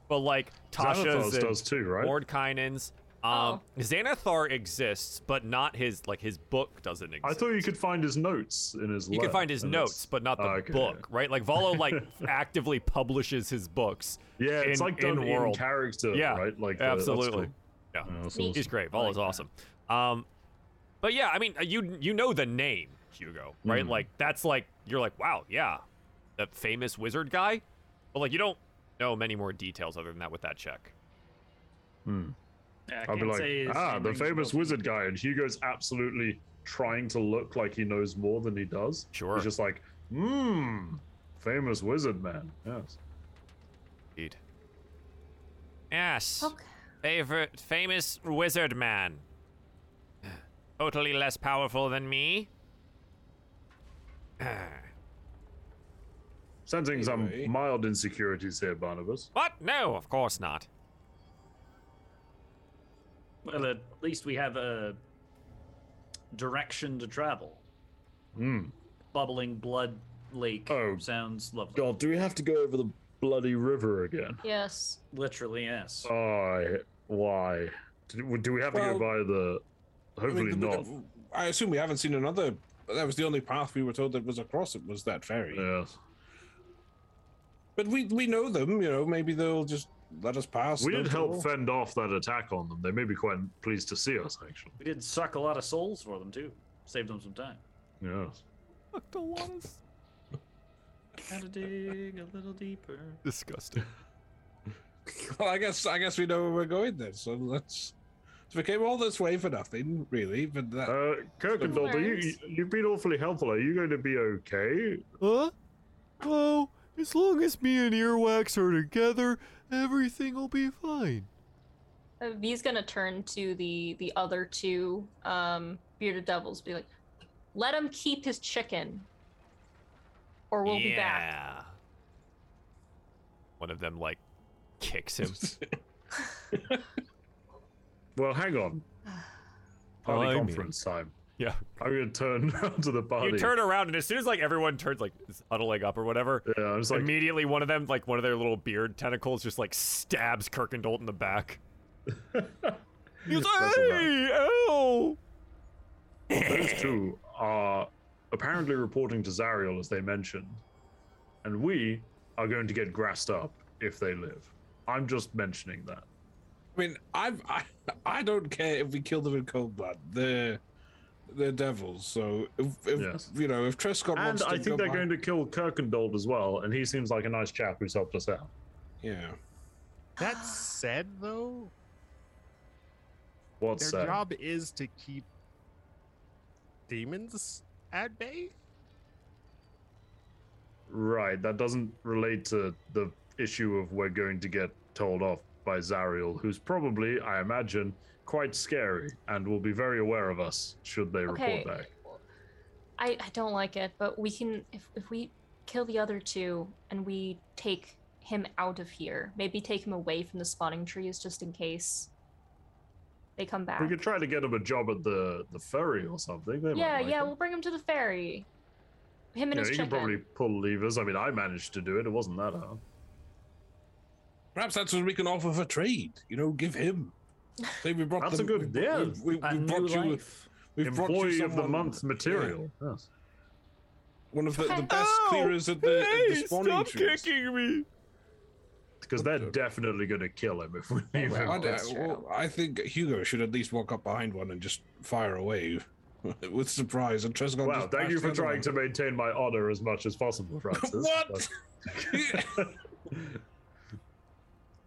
Speaker 1: but like Tasha's
Speaker 2: Xanathos
Speaker 1: and
Speaker 2: does too, right?
Speaker 1: Mordkainen's. Um, Xanathar exists, but not his like his book doesn't exist.
Speaker 2: I thought you could find his notes in his.
Speaker 1: You can
Speaker 2: lair,
Speaker 1: find his
Speaker 2: and
Speaker 1: notes,
Speaker 2: it's-
Speaker 1: but not the
Speaker 2: Ah, okay,
Speaker 1: book, right? Like Volo like actively publishes his books.
Speaker 2: Yeah, Yeah, it's
Speaker 1: in-
Speaker 2: like done
Speaker 1: in
Speaker 2: in,
Speaker 1: world.
Speaker 2: character,
Speaker 1: Yeah,
Speaker 2: right? Like uh, that's
Speaker 1: Absolutely.
Speaker 2: cool.
Speaker 1: Yeah.
Speaker 2: Yeah, that's
Speaker 3: Neat.
Speaker 2: awesome.
Speaker 1: He's great. Volo's awesome. Um, but yeah, I mean, uh, you you know the name Hugo, right?
Speaker 2: Mhm.
Speaker 1: Like that's like you're like, wow, yeah, that famous wizard guy. But like you don't know many more details other than that with that check.
Speaker 4: Yeah, I
Speaker 2: I'll be
Speaker 4: can't say
Speaker 2: like,
Speaker 4: his
Speaker 2: ah,
Speaker 4: name
Speaker 2: the
Speaker 4: rings a bell
Speaker 2: famous
Speaker 4: to me."
Speaker 2: wizard guy, and Hugo's absolutely trying to look like he knows more than he does.
Speaker 1: Sure.
Speaker 2: He's just like, mmm, famous wizard man. Yes.
Speaker 1: Indeed.
Speaker 7: Yes.
Speaker 3: Okay.
Speaker 7: Favorite famous wizard man. Totally less powerful than me.
Speaker 2: Sensing some
Speaker 6: Anyway.
Speaker 2: mild insecurities here, Barnabas.
Speaker 7: What? No, of course not.
Speaker 4: Well, at least we have a direction to travel.
Speaker 2: Hmm.
Speaker 4: Bubbling blood lake
Speaker 2: Oh,
Speaker 4: sounds lovely.
Speaker 2: God, do we have to go over the bloody river again?
Speaker 3: Yes.
Speaker 4: Literally, yes.
Speaker 2: Oh, I- why? Do, do we have to
Speaker 6: Well,
Speaker 2: go by the?
Speaker 6: I mean,
Speaker 2: Hopefully
Speaker 6: we
Speaker 2: not.
Speaker 6: don't- I assume we haven't seen another. That was the only path we were told that was across. It was that ferry.
Speaker 2: Yes.
Speaker 6: But we we know them. You know, maybe they'll just let us pass.
Speaker 2: We
Speaker 6: no
Speaker 2: did help
Speaker 6: trouble.
Speaker 2: fend off that attack on them. They may be quite pleased to see us, actually.
Speaker 4: We did suck a lot of souls for them too. Saved them some time.
Speaker 2: Yes.
Speaker 4: Gotta dig a little deeper.
Speaker 1: Disgusting.
Speaker 6: Well, I guess I guess we know where we're going then. So let's. So we came all this way for nothing, really. But that,
Speaker 2: Uh, Kirk and Dalton, you,
Speaker 3: Alright.
Speaker 2: you've been awfully helpful. Are you going to be okay?
Speaker 9: Huh? Oh, as long as me and Earwax are together, everything will be fine.
Speaker 3: Uh, V's gonna turn to the the other two um, bearded devils, be like, "Let him keep his chicken, or we'll
Speaker 7: yeah.
Speaker 3: be back."
Speaker 1: One of them like kicks him.
Speaker 2: Well, hang on. Party
Speaker 1: I mean-
Speaker 2: conference time.
Speaker 1: yeah.
Speaker 2: I'm going to turn round to the party.
Speaker 1: You turn around and as soon as like everyone turns like is huddling up or whatever,
Speaker 2: Yeah, I was like,
Speaker 1: immediately one of them like one of their little beard tentacles just like stabs Kirk and Dolt in the back.
Speaker 9: He's
Speaker 2: That's a lot.
Speaker 9: hey, ow!
Speaker 2: those two are apparently reporting to Zariel, as they mentioned, and we are going to get grassed up if they live. I'm just mentioning that.
Speaker 6: I mean, I've, I I don't care if we kill them in cold blood. They're they're devils. So if, if
Speaker 2: Yes.
Speaker 6: you know if Trescott
Speaker 2: And
Speaker 6: wants to
Speaker 2: I
Speaker 6: go
Speaker 2: think they're
Speaker 6: by-
Speaker 2: going to kill Kirkendold as well, and he seems like a nice chap who's helped us out.
Speaker 6: yeah.
Speaker 5: That said, though,
Speaker 2: What's
Speaker 5: their
Speaker 2: that?
Speaker 5: job is to keep demons at bay.
Speaker 2: Right, that doesn't relate to the issue of we're going to get told off by Zariel, who's probably, I imagine, quite scary and will be very aware of us should they
Speaker 3: Okay.
Speaker 2: report back.
Speaker 3: I I don't like it, but we can if if we kill the other two and we take him out of here. Maybe take him away from the spawning trees just in case they come back.
Speaker 2: We could try to get him a job at the the ferry or something. They might
Speaker 3: yeah,
Speaker 2: like
Speaker 3: yeah,
Speaker 2: him.
Speaker 3: we'll bring him to the ferry. Him and
Speaker 2: yeah,
Speaker 3: his
Speaker 2: he
Speaker 3: chicken.
Speaker 2: can probably pull levers. I mean, I managed to do it. It wasn't that hard.
Speaker 6: Perhaps that's what we can offer for trade. You know, give him. Say we brought
Speaker 2: That's a
Speaker 6: them-
Speaker 2: good-
Speaker 6: we, we-
Speaker 2: yeah.
Speaker 6: We, we
Speaker 4: A new
Speaker 6: brought you.
Speaker 4: life.
Speaker 6: We brought you
Speaker 2: Employee of the
Speaker 6: someone-
Speaker 2: month material. Yes.
Speaker 6: One of the, the
Speaker 3: Okay.
Speaker 6: best clearers at the, at the spawning trees.
Speaker 7: me!
Speaker 2: Because they're definitely going to kill him if we leave
Speaker 6: Oh, Well, I,
Speaker 2: him.
Speaker 6: d-
Speaker 3: That's true.
Speaker 6: well, I think Hugo should at least walk up behind one and just fire away with surprise. And Trescott
Speaker 2: Wow,
Speaker 6: just
Speaker 2: thank you for
Speaker 6: bashed the other
Speaker 2: trying to maintain my honor as much as possible, Francis.
Speaker 6: What? one.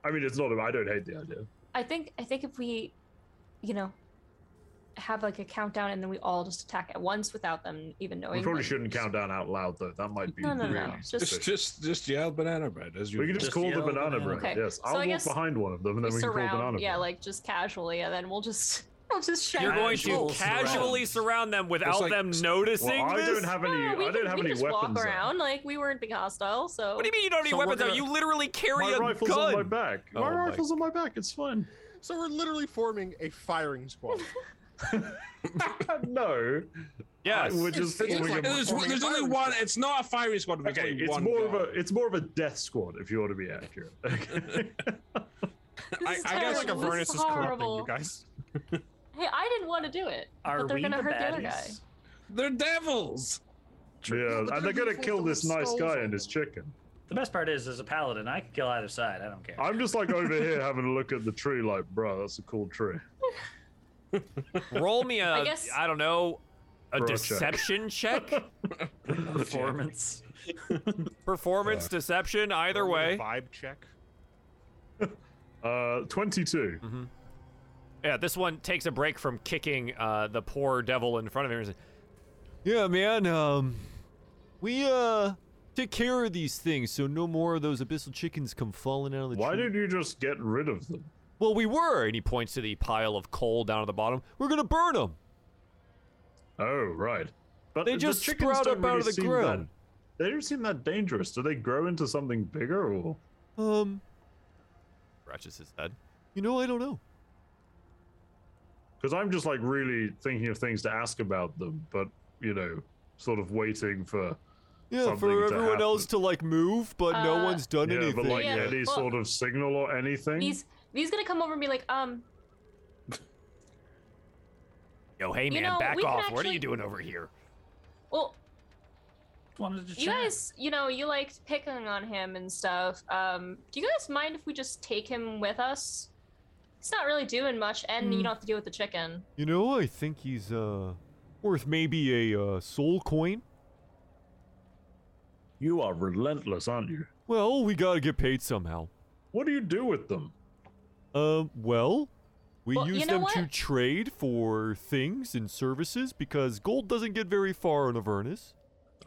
Speaker 2: I mean, it's not. I don't hate the idea.
Speaker 3: I think I think if we, you know, have like a countdown and then we all just attack at once without them even knowing.
Speaker 2: We probably
Speaker 3: when-
Speaker 2: shouldn't count down out loud, though. That might be
Speaker 3: Oh, No, no,
Speaker 2: really
Speaker 3: no.
Speaker 6: just,
Speaker 2: suspicious.
Speaker 6: just, just yell banana bread as you.
Speaker 2: We can just,
Speaker 4: Just
Speaker 2: call the
Speaker 4: yell
Speaker 2: banana
Speaker 4: banana
Speaker 2: bread.
Speaker 3: bread. Okay,
Speaker 2: Yes,
Speaker 3: so I
Speaker 2: I'll walk
Speaker 3: guess
Speaker 2: behind one of them, and then
Speaker 3: we
Speaker 2: we can call banana
Speaker 3: surround,
Speaker 2: bread.
Speaker 3: yeah, like just casually, and then we'll just we'll just shout.
Speaker 1: You're
Speaker 3: at
Speaker 1: going
Speaker 3: them.
Speaker 1: to
Speaker 4: Actual
Speaker 1: casually
Speaker 4: surround.
Speaker 1: surround them without
Speaker 6: like-
Speaker 1: them noticing
Speaker 2: well, I
Speaker 1: this?
Speaker 2: don't have any.
Speaker 3: No, we
Speaker 2: I
Speaker 3: can-
Speaker 2: don't have
Speaker 3: we
Speaker 2: any
Speaker 3: just
Speaker 2: weapons.
Speaker 3: Walk
Speaker 2: though.
Speaker 3: around like we weren't being hostile. So
Speaker 1: What do you mean you don't need
Speaker 6: So we're
Speaker 1: weapons? though?
Speaker 6: gonna-
Speaker 1: You literally carry
Speaker 2: My
Speaker 1: a
Speaker 2: rifle's
Speaker 1: gun.
Speaker 2: on my back.
Speaker 1: Oh
Speaker 2: my
Speaker 1: my-
Speaker 2: rifle's on my back. It's fine.
Speaker 5: So we're literally forming a firing squad.
Speaker 2: no,
Speaker 1: Yes.
Speaker 2: we're just.
Speaker 5: It's- it's
Speaker 2: we're
Speaker 5: like-
Speaker 2: gonna-
Speaker 6: there's, there's only one. It's not a firing squad. but
Speaker 2: okay,
Speaker 6: only
Speaker 2: it's
Speaker 6: one
Speaker 2: more
Speaker 6: guy.
Speaker 2: of a it's more of a death squad if you want to be accurate. Okay.
Speaker 3: This
Speaker 6: I-
Speaker 3: is
Speaker 6: I guess-
Speaker 3: terrible.
Speaker 5: It's like a
Speaker 3: This
Speaker 5: furnace is corrupting
Speaker 3: horrible.
Speaker 5: you guys.
Speaker 3: Hey, I didn't want to do it,
Speaker 4: Are
Speaker 3: but they're
Speaker 4: we
Speaker 3: gonna
Speaker 4: the
Speaker 3: hurt the other guy.
Speaker 4: baddies?
Speaker 6: They're devils.
Speaker 2: yeah,
Speaker 5: but
Speaker 2: and
Speaker 5: they're
Speaker 2: they're gonna
Speaker 5: beautiful
Speaker 2: kill
Speaker 5: little
Speaker 2: this nice
Speaker 5: skulls
Speaker 2: guy
Speaker 5: on
Speaker 2: and his
Speaker 5: them.
Speaker 2: chicken.
Speaker 4: The best part is, as a paladin, I can kill either side. I don't care.
Speaker 2: I'm just like over here having a look at the tree, like, bro, that's a cool tree.
Speaker 1: Roll me a,
Speaker 3: I
Speaker 1: I
Speaker 3: guess-
Speaker 1: don't know, a
Speaker 2: Bro check.
Speaker 1: deception check?
Speaker 4: Performance.
Speaker 1: Performance, deception, either way.
Speaker 5: Vibe check.
Speaker 2: Uh, 22.
Speaker 1: Yeah, this one takes a break from kicking uh, the poor devil in front of him. and says, Yeah, man. Um, we uh take care of these things, so no more of those abyssal chickens come falling out of the
Speaker 2: Why
Speaker 1: tree.
Speaker 2: did you just get rid of them?
Speaker 1: well, we were, and he points to the pile of coal down at the bottom. We're gonna burn them.
Speaker 2: Oh, right. But
Speaker 1: They
Speaker 2: the
Speaker 1: just
Speaker 2: chickens
Speaker 1: sprout
Speaker 2: don't
Speaker 1: up out
Speaker 2: really
Speaker 1: of the
Speaker 2: seem
Speaker 1: ground.
Speaker 2: That, they don't seem that dangerous. Do they grow into something bigger or?
Speaker 1: Um, scratches his head. You know, I don't know.
Speaker 2: Because I'm just like really thinking of things to ask about them, but you know, sort of waiting for.
Speaker 1: Yeah,
Speaker 2: Something to
Speaker 1: for everyone else
Speaker 2: happen.
Speaker 1: to like move, but no
Speaker 3: Uh,
Speaker 1: one's done
Speaker 2: Yeah,
Speaker 1: anything.
Speaker 2: but like
Speaker 3: Yeah,
Speaker 2: any
Speaker 3: well-
Speaker 2: sort of signal or anything.
Speaker 3: He's he's gonna come over and be like, um,
Speaker 1: Yo, hey
Speaker 3: You know, we can actually-
Speaker 1: over here?
Speaker 3: well,
Speaker 4: Wanted to
Speaker 3: you
Speaker 4: chat.
Speaker 3: guys, you know, you liked picking on him and stuff. Um, do you guys mind if we just take him with us? He's not really doing much, and you don't have to deal with the chicken.
Speaker 1: You know, I think he's uh worth maybe a uh, soul coin.
Speaker 2: You are relentless, aren't you?
Speaker 1: Well, we gotta get paid somehow.
Speaker 2: What do you do with them?
Speaker 1: Um, well, we
Speaker 3: Well, you
Speaker 1: use
Speaker 3: know
Speaker 1: them to
Speaker 3: what?
Speaker 1: trade for things and services because gold doesn't get very far in Avernus.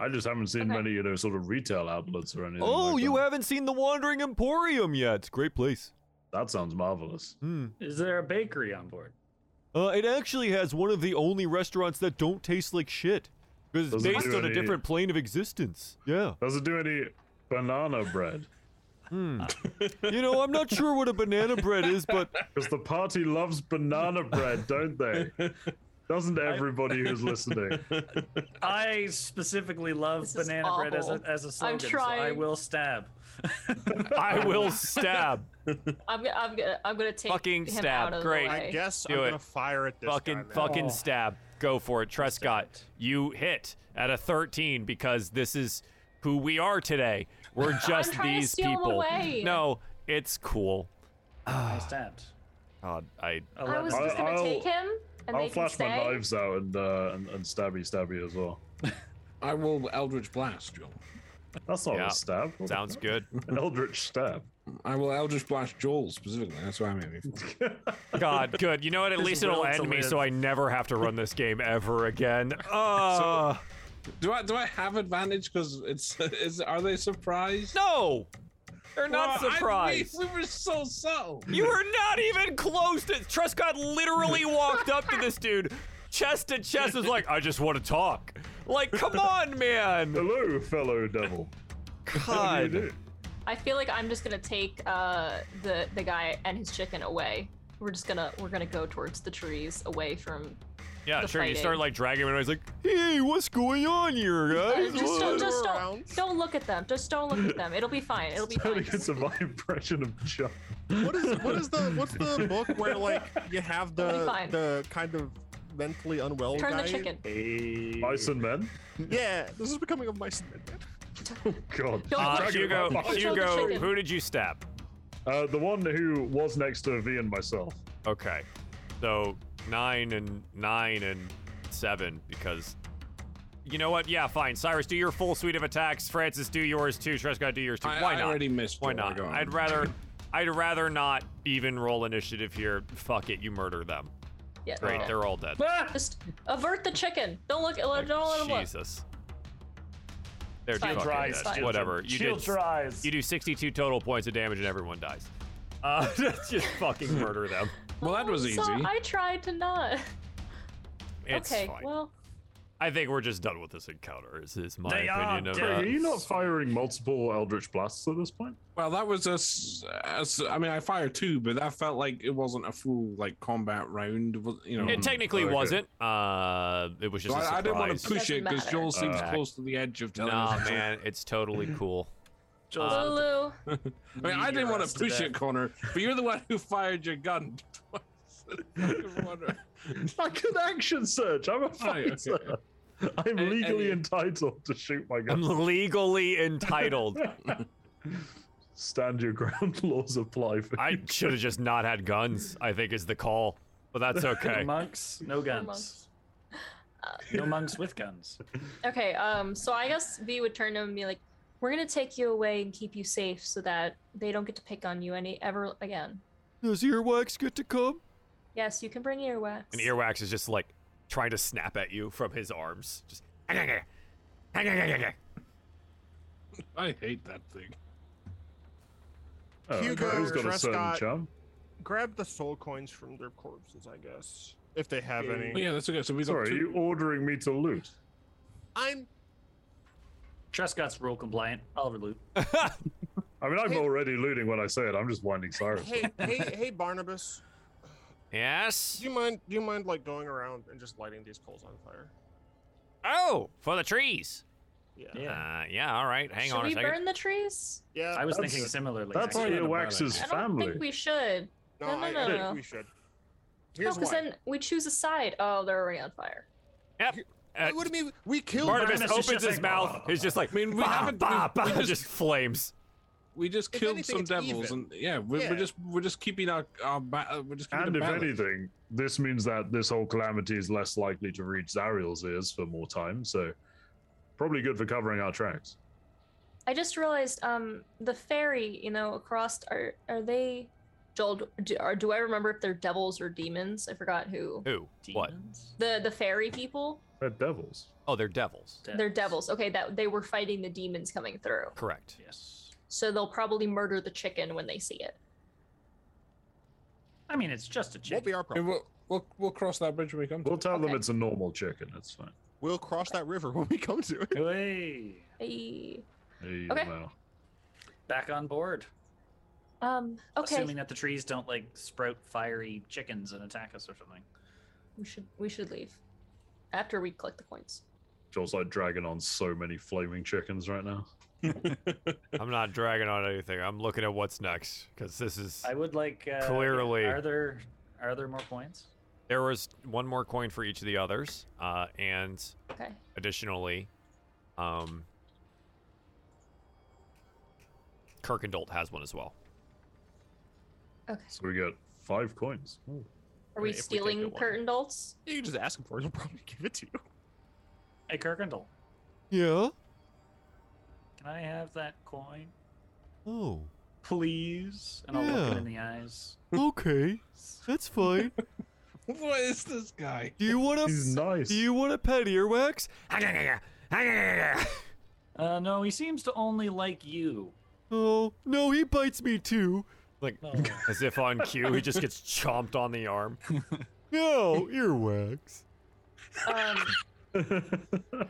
Speaker 2: I just haven't seen
Speaker 3: Okay.
Speaker 2: many, you know, sort of retail outlets or anything.
Speaker 1: oh,
Speaker 2: like
Speaker 1: you
Speaker 2: that.
Speaker 1: haven't seen the Wandering Emporium yet? It's a great place.
Speaker 2: That sounds marvelous.
Speaker 1: Hmm.
Speaker 4: Is there a bakery on board?
Speaker 1: Uh, it actually has one of the only restaurants that don't taste like shit because it's
Speaker 2: Doesn't
Speaker 1: based
Speaker 2: do
Speaker 1: on a
Speaker 2: any-
Speaker 1: different plane of existence. Yeah.
Speaker 2: Does it do any banana bread?
Speaker 1: Hmm. you know, I'm not sure what a banana bread is, but
Speaker 2: Because the party loves banana bread, don't they? Doesn't everybody who's listening?
Speaker 4: I specifically love
Speaker 3: This is
Speaker 4: banana bread as a
Speaker 3: awful.
Speaker 4: as a slogan. so I
Speaker 3: trying.
Speaker 4: will stab.
Speaker 1: I will stab.
Speaker 3: I'm, gonna- I'm, gonna- I'm gonna take
Speaker 1: Fucking
Speaker 3: him
Speaker 1: stab.
Speaker 3: Out of
Speaker 1: Great.
Speaker 3: The
Speaker 1: I
Speaker 5: I
Speaker 3: way.
Speaker 5: guess
Speaker 1: Do
Speaker 5: I'm
Speaker 1: it.
Speaker 5: gonna fire at this guy
Speaker 1: fucking
Speaker 5: now.
Speaker 1: fucking
Speaker 4: Oh.
Speaker 1: stab. Go for it, Trescott.
Speaker 4: it.
Speaker 1: You hit at a 13 because this is who we are today. We're just
Speaker 3: trying to
Speaker 1: these
Speaker 3: steal 'em
Speaker 1: people.
Speaker 3: away.
Speaker 1: No, it's cool.
Speaker 2: Ah.
Speaker 4: I stabbed.
Speaker 1: God, I
Speaker 3: I was
Speaker 4: Eleven.
Speaker 3: just gonna
Speaker 2: I'll-
Speaker 3: take him, and
Speaker 2: I'll
Speaker 3: they can
Speaker 2: flash
Speaker 3: stay.
Speaker 2: my knives out and, uh, and and stabby stabby as well.
Speaker 6: I will Eldritch blast Joel.
Speaker 2: That's not
Speaker 1: Yeah.
Speaker 2: a stab. What the
Speaker 1: sounds good.
Speaker 2: fuck? An eldritch stab.
Speaker 6: I will Eldritch blast Joel specifically. That's what I'm aiming for.
Speaker 1: God, good. You know what? At
Speaker 4: His
Speaker 1: least it'll
Speaker 4: will to
Speaker 1: end me, so
Speaker 4: live.
Speaker 1: I never have to run this game ever again. Uh,
Speaker 6: Do I do I have advantage? Because it's is are they surprised?
Speaker 1: no, they're not
Speaker 6: Well, I- we-
Speaker 1: surprised.
Speaker 6: we, were so subtle.
Speaker 1: You were not even close to. Trescott literally walked up to this dude, chest to chest, was like, "I just want to talk." Like, come on, man.
Speaker 2: Hello, fellow devil. How do you
Speaker 1: God.
Speaker 2: do?
Speaker 3: I feel like I'm just gonna take uh, the the guy and his chicken away. We're just gonna we're gonna go towards the trees, away from.
Speaker 1: Yeah,
Speaker 3: The
Speaker 1: sure. You start
Speaker 3: fighting.
Speaker 1: like dragging him, and he's like, "Hey, what's going on here, guys?"
Speaker 3: uh, just
Speaker 1: What?"
Speaker 3: don't, just
Speaker 5: Around.
Speaker 3: don't, don't look at them. Just don't look at them. It'll be fine. It'll be
Speaker 2: Tony
Speaker 3: fine.
Speaker 2: gets a my impression of John.
Speaker 5: What is what is the what's the book where like you have
Speaker 3: It'll be
Speaker 5: the
Speaker 3: fine.
Speaker 5: the kind of mentally unwell
Speaker 3: Turn
Speaker 5: guy?
Speaker 3: the chicken.
Speaker 4: Hey.
Speaker 2: Bison men.
Speaker 5: Yeah, this is becoming a mice.
Speaker 2: Oh God.
Speaker 3: Don't
Speaker 1: Uh,
Speaker 3: touch
Speaker 2: Dragging him
Speaker 1: Hugo,
Speaker 2: by
Speaker 3: It's
Speaker 2: the
Speaker 3: all the
Speaker 1: Hugo,
Speaker 3: chicken.
Speaker 1: who did you stab?
Speaker 2: Uh, the one who was next to V and myself.
Speaker 1: Okay, so nine and nine and seven because. You know what? Yeah, fine. Cyrus, do your full suite of attacks. Francis, do yours too. Trescott, do yours too.
Speaker 6: I,
Speaker 1: Why
Speaker 6: I
Speaker 1: not?
Speaker 6: already missed.
Speaker 1: Why
Speaker 6: one.
Speaker 1: not?
Speaker 6: Go on.
Speaker 1: I'd rather, I'd rather not even roll initiative here. Fuck it, you murder them.
Speaker 3: Yeah.
Speaker 1: Great,
Speaker 3: yeah.
Speaker 1: they're all dead.
Speaker 4: Ah!
Speaker 3: Just avert the chicken. Don't look. Don't let him look.
Speaker 1: Jesus. They're
Speaker 3: It's fine.
Speaker 1: fucking
Speaker 3: Dry
Speaker 1: dead.
Speaker 3: skin. It's
Speaker 1: Whatever. You did.
Speaker 4: Shield rise.
Speaker 1: You do 62 total points of damage and everyone dies. Uh,
Speaker 4: Ah,
Speaker 1: that's just fucking murder them.
Speaker 6: Well, that was
Speaker 3: Oh,
Speaker 6: easy.
Speaker 3: so I tried to not.
Speaker 1: It's
Speaker 3: okay.
Speaker 1: fine.
Speaker 3: Well,
Speaker 1: I think we're just done with this encounter. Is, is my
Speaker 4: They are
Speaker 1: opinion of
Speaker 4: dead.
Speaker 2: Are
Speaker 1: that.
Speaker 2: you not firing multiple Eldritch blasts at this point?
Speaker 6: Well, that was a s- a s- I mean, I fired two, but that felt like it wasn't a full like combat round. It was- You know,
Speaker 1: It technically
Speaker 2: Okay.
Speaker 1: wasn't. Uh, it was
Speaker 6: So
Speaker 1: just a surprise.
Speaker 6: I, I didn't want to
Speaker 3: It
Speaker 6: push it
Speaker 3: doesn't
Speaker 6: because
Speaker 3: matter.
Speaker 6: Joel seems
Speaker 1: Uh,
Speaker 6: close to the edge of telling us
Speaker 1: Nah,
Speaker 6: the truth.
Speaker 1: man, it's totally cool.
Speaker 4: Joel's
Speaker 1: Uh,
Speaker 3: Lulu.
Speaker 6: I mean, I didn't want
Speaker 4: meteorous
Speaker 6: to push
Speaker 4: death.
Speaker 6: it, Connor, but you're the one who fired your gun twice. I'm wondering-
Speaker 2: Fucking action search.
Speaker 3: Oh,
Speaker 2: I'm a fighter.
Speaker 6: Right, okay.
Speaker 2: I'm
Speaker 6: A-
Speaker 2: legally
Speaker 6: any-
Speaker 2: entitled to shoot my
Speaker 1: I'm
Speaker 2: gun.
Speaker 1: legally entitled.
Speaker 2: Stand your ground laws apply. For
Speaker 1: I should have just not had guns, I think is the call. But that's okay.
Speaker 4: Monks, no guns.
Speaker 3: monks.
Speaker 4: No monks with guns.
Speaker 3: Okay, um, so I guess V would turn to him and be like, "We're gonna take you away and keep you safe so that they don't get to pick on you any ever again."
Speaker 1: Does earwax get to come?
Speaker 3: Yes, you can bring earwax.
Speaker 1: And earwax is just like trying to snap at you from his arms. Just
Speaker 6: I hate that thing.
Speaker 2: oh,
Speaker 5: Hugo
Speaker 2: has got a certain
Speaker 5: Trescott.
Speaker 2: charm.
Speaker 5: Grab the soul coins from their corpses, I guess, if they have any.
Speaker 6: Well, yeah, that's okay. So we got
Speaker 2: Sorry, are
Speaker 6: two.
Speaker 2: you ordering me to loot?
Speaker 5: I'm
Speaker 4: Trescott's rule compliant. Oliver Loot.
Speaker 2: I mean, I'm
Speaker 5: Hey-
Speaker 2: already looting when I say it. I'm just winding Cyrus.
Speaker 5: hey hey hey Barnabas.
Speaker 7: Yes?
Speaker 5: Do you mind do you mind like going around and just lighting these coals on fire?
Speaker 7: Oh, for the trees.
Speaker 5: Yeah.
Speaker 4: Yeah.
Speaker 7: Uh, yeah, all right. Hang
Speaker 3: should
Speaker 7: on a
Speaker 3: we
Speaker 7: second.
Speaker 3: burn the trees?
Speaker 5: Yeah.
Speaker 4: I was
Speaker 2: That's-
Speaker 4: thinking similarly.
Speaker 2: That's
Speaker 4: actually.
Speaker 6: not a bad
Speaker 2: Earwax's
Speaker 3: I
Speaker 6: idea.
Speaker 3: don't
Speaker 2: family.
Speaker 3: think we should. no,
Speaker 5: no,
Speaker 3: no,
Speaker 5: I, I
Speaker 3: no,
Speaker 5: think
Speaker 3: no.
Speaker 5: we should.
Speaker 3: No,
Speaker 5: Here's
Speaker 3: because
Speaker 5: why.
Speaker 3: then we choose a side. Oh, they're already on fire.
Speaker 1: Uh,
Speaker 5: what do you mean we killed
Speaker 1: Barnabas
Speaker 4: Barnabas is
Speaker 1: opens
Speaker 4: just
Speaker 1: his
Speaker 4: like,
Speaker 1: mouth.
Speaker 4: "Ugh."
Speaker 1: He's just like,
Speaker 6: I mean, we
Speaker 1: bah,
Speaker 6: haven't-
Speaker 1: bah,
Speaker 6: we- we
Speaker 1: bah,
Speaker 6: just-
Speaker 1: just flames.
Speaker 6: We just
Speaker 5: If
Speaker 6: killed
Speaker 5: anything,
Speaker 6: some
Speaker 5: it's
Speaker 6: devils,
Speaker 5: even.
Speaker 6: and yeah, we're,
Speaker 5: Yeah.
Speaker 6: we're just we're just keeping our our ba- uh, we're just keeping
Speaker 2: And
Speaker 6: the
Speaker 2: if
Speaker 6: balance.
Speaker 2: anything, this means that this whole calamity is less likely to reach Zariel's ears for more time, so probably good for covering our tracks.
Speaker 3: I just realized, um, the fairy, you know, across are are they? Joel, do, are, do I remember if they're devils or demons? I forgot who.
Speaker 1: Who? What?
Speaker 4: Demons?
Speaker 3: The the fairy people.
Speaker 2: They're devils.
Speaker 1: Oh, they're devils.
Speaker 3: They're devils. Okay, that they were fighting the demons coming through.
Speaker 1: Correct.
Speaker 4: Yes.
Speaker 3: So they'll probably murder the chicken when they see it.
Speaker 4: I mean, it's just a chick.
Speaker 5: Won't be our
Speaker 6: And
Speaker 5: problem.
Speaker 6: we'll, we'll we'll cross that bridge when we come. To.
Speaker 2: We'll tell them
Speaker 3: Okay.
Speaker 2: it's a normal chicken. That's fine.
Speaker 5: We'll cross that river when we come to it.
Speaker 4: Hey.
Speaker 3: Hey.
Speaker 2: Hey,
Speaker 3: Okay.
Speaker 2: wow.
Speaker 4: Back on board.
Speaker 3: Um, okay.
Speaker 4: Assuming that the trees don't like sprout fiery chickens and attack us or something.
Speaker 3: We should we should leave. After we collect the coins.
Speaker 2: Joel's like dragging on so many flaming chickens right now.
Speaker 1: I'm not dragging on anything. I'm looking at what's next because this is.
Speaker 4: I would like. Uh,
Speaker 1: Clearly.
Speaker 4: Are there are there more points?
Speaker 1: There was one more coin for each of the others, uh, and
Speaker 3: Okay.
Speaker 1: additionally, um, Kirkendolt has one as well.
Speaker 3: Okay.
Speaker 2: So we got five coins. Oh.
Speaker 3: Are we
Speaker 5: If we take
Speaker 3: stealing
Speaker 5: the one.
Speaker 3: curtain dolts?
Speaker 5: You can just ask him for it. He'll probably give it to you.
Speaker 4: Hey, Kirkendall,
Speaker 7: Yeah?
Speaker 4: can I have that coin,
Speaker 7: Oh,
Speaker 4: please? And I'll look
Speaker 7: Yeah.
Speaker 4: him in the eyes.
Speaker 7: okay. That's fine.
Speaker 6: What is this guy?
Speaker 7: Do you want
Speaker 2: He's nice.
Speaker 7: want a pet earwax?
Speaker 4: Uh, no, he seems to only like you.
Speaker 7: Oh, no, he bites me too.
Speaker 1: Like
Speaker 4: No.
Speaker 1: as if on cue, he just gets chomped on the arm.
Speaker 7: No, earwax.
Speaker 3: Um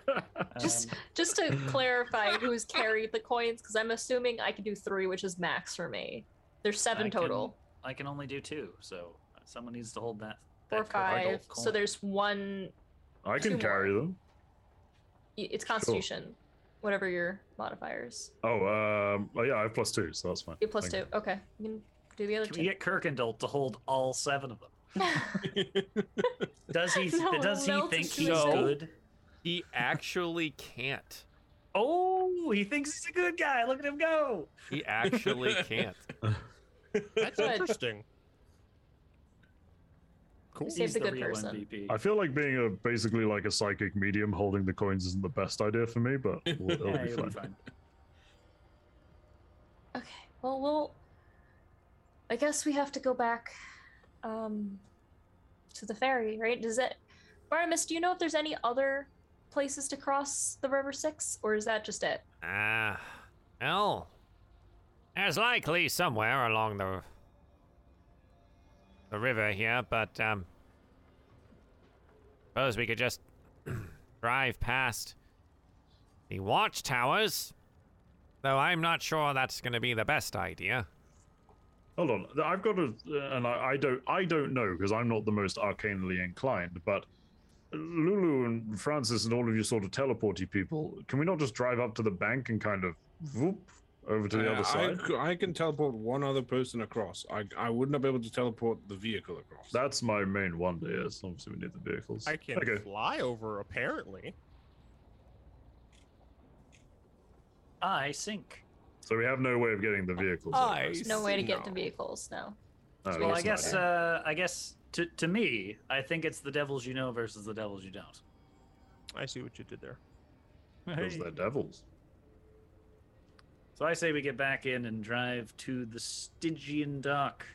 Speaker 3: Just
Speaker 4: Um,
Speaker 3: just to clarify who's carried the coins, because I'm assuming I could do three, which is max for me. There's seven
Speaker 4: I can-
Speaker 3: total.
Speaker 4: I can only do two, so someone needs to hold that.
Speaker 3: Four or
Speaker 4: that cardinal
Speaker 3: five. So
Speaker 4: coin.
Speaker 3: there's one
Speaker 2: I
Speaker 3: Two
Speaker 2: can
Speaker 3: more.
Speaker 2: carry them.
Speaker 3: y- it's constitution. Whatever your modifiers.
Speaker 2: Oh, um, oh yeah, I have plus two, so that's fine.
Speaker 3: You plus
Speaker 2: Thank
Speaker 3: two. Okay. You can do the other
Speaker 4: Can we
Speaker 3: two.
Speaker 4: get Kirkendall to hold all seven of them? Does he?
Speaker 3: No,
Speaker 4: does he
Speaker 3: Mel's
Speaker 4: think
Speaker 3: a
Speaker 4: he's
Speaker 1: suicide.
Speaker 4: good?
Speaker 1: He actually can't.
Speaker 4: Oh, he thinks he's a good guy. Look at him go.
Speaker 1: He actually can't.
Speaker 5: That's
Speaker 3: Good.
Speaker 5: interesting. Cool.
Speaker 3: Saves the good
Speaker 4: real
Speaker 3: person.
Speaker 4: MVP.
Speaker 2: I feel like being a basically like a psychic medium holding the coins isn't the best idea for me, but we'll, it'll
Speaker 4: Yeah,
Speaker 2: be
Speaker 4: he'll be
Speaker 2: fine.
Speaker 4: fine.
Speaker 3: Okay. Well, well, I guess we have to go back um, to the ferry, right? Does it, Barnabas? Do you know if there's any other places to cross the River Six, or is that just it?
Speaker 7: Ah, well, there's likely somewhere along the the river here, but um, suppose we could just drive past the watchtowers. Though I'm not sure that's going to be the best idea.
Speaker 2: Hold on, th- I've got a, uh, and I, I don't, I don't know because I'm not the most arcanely inclined, but Lulu and Francis and all of you sort of teleporty people, can we not just drive up to the bank and kind of whoop over to the
Speaker 6: Uh,
Speaker 2: other
Speaker 6: I
Speaker 2: side?
Speaker 6: c- I, can teleport one other person across. I, I would not be able to teleport the vehicle across.
Speaker 2: That's my main wonder. Yes, obviously we need the vehicles.
Speaker 5: I can
Speaker 2: Okay.
Speaker 5: fly over apparently.
Speaker 4: I sink.
Speaker 2: So we have no way of getting the vehicles.
Speaker 1: I
Speaker 2: across.
Speaker 3: No way to get to
Speaker 6: No.
Speaker 3: vehicles. No.
Speaker 2: No,
Speaker 4: Well, I
Speaker 2: that's not
Speaker 4: guess.
Speaker 2: it.
Speaker 4: Uh, I guess to to me, I think it's the devils you know versus the devils you don't.
Speaker 5: I see what you did there.
Speaker 2: because they're devils.
Speaker 4: So I say we get back in and drive to the Stygian dock.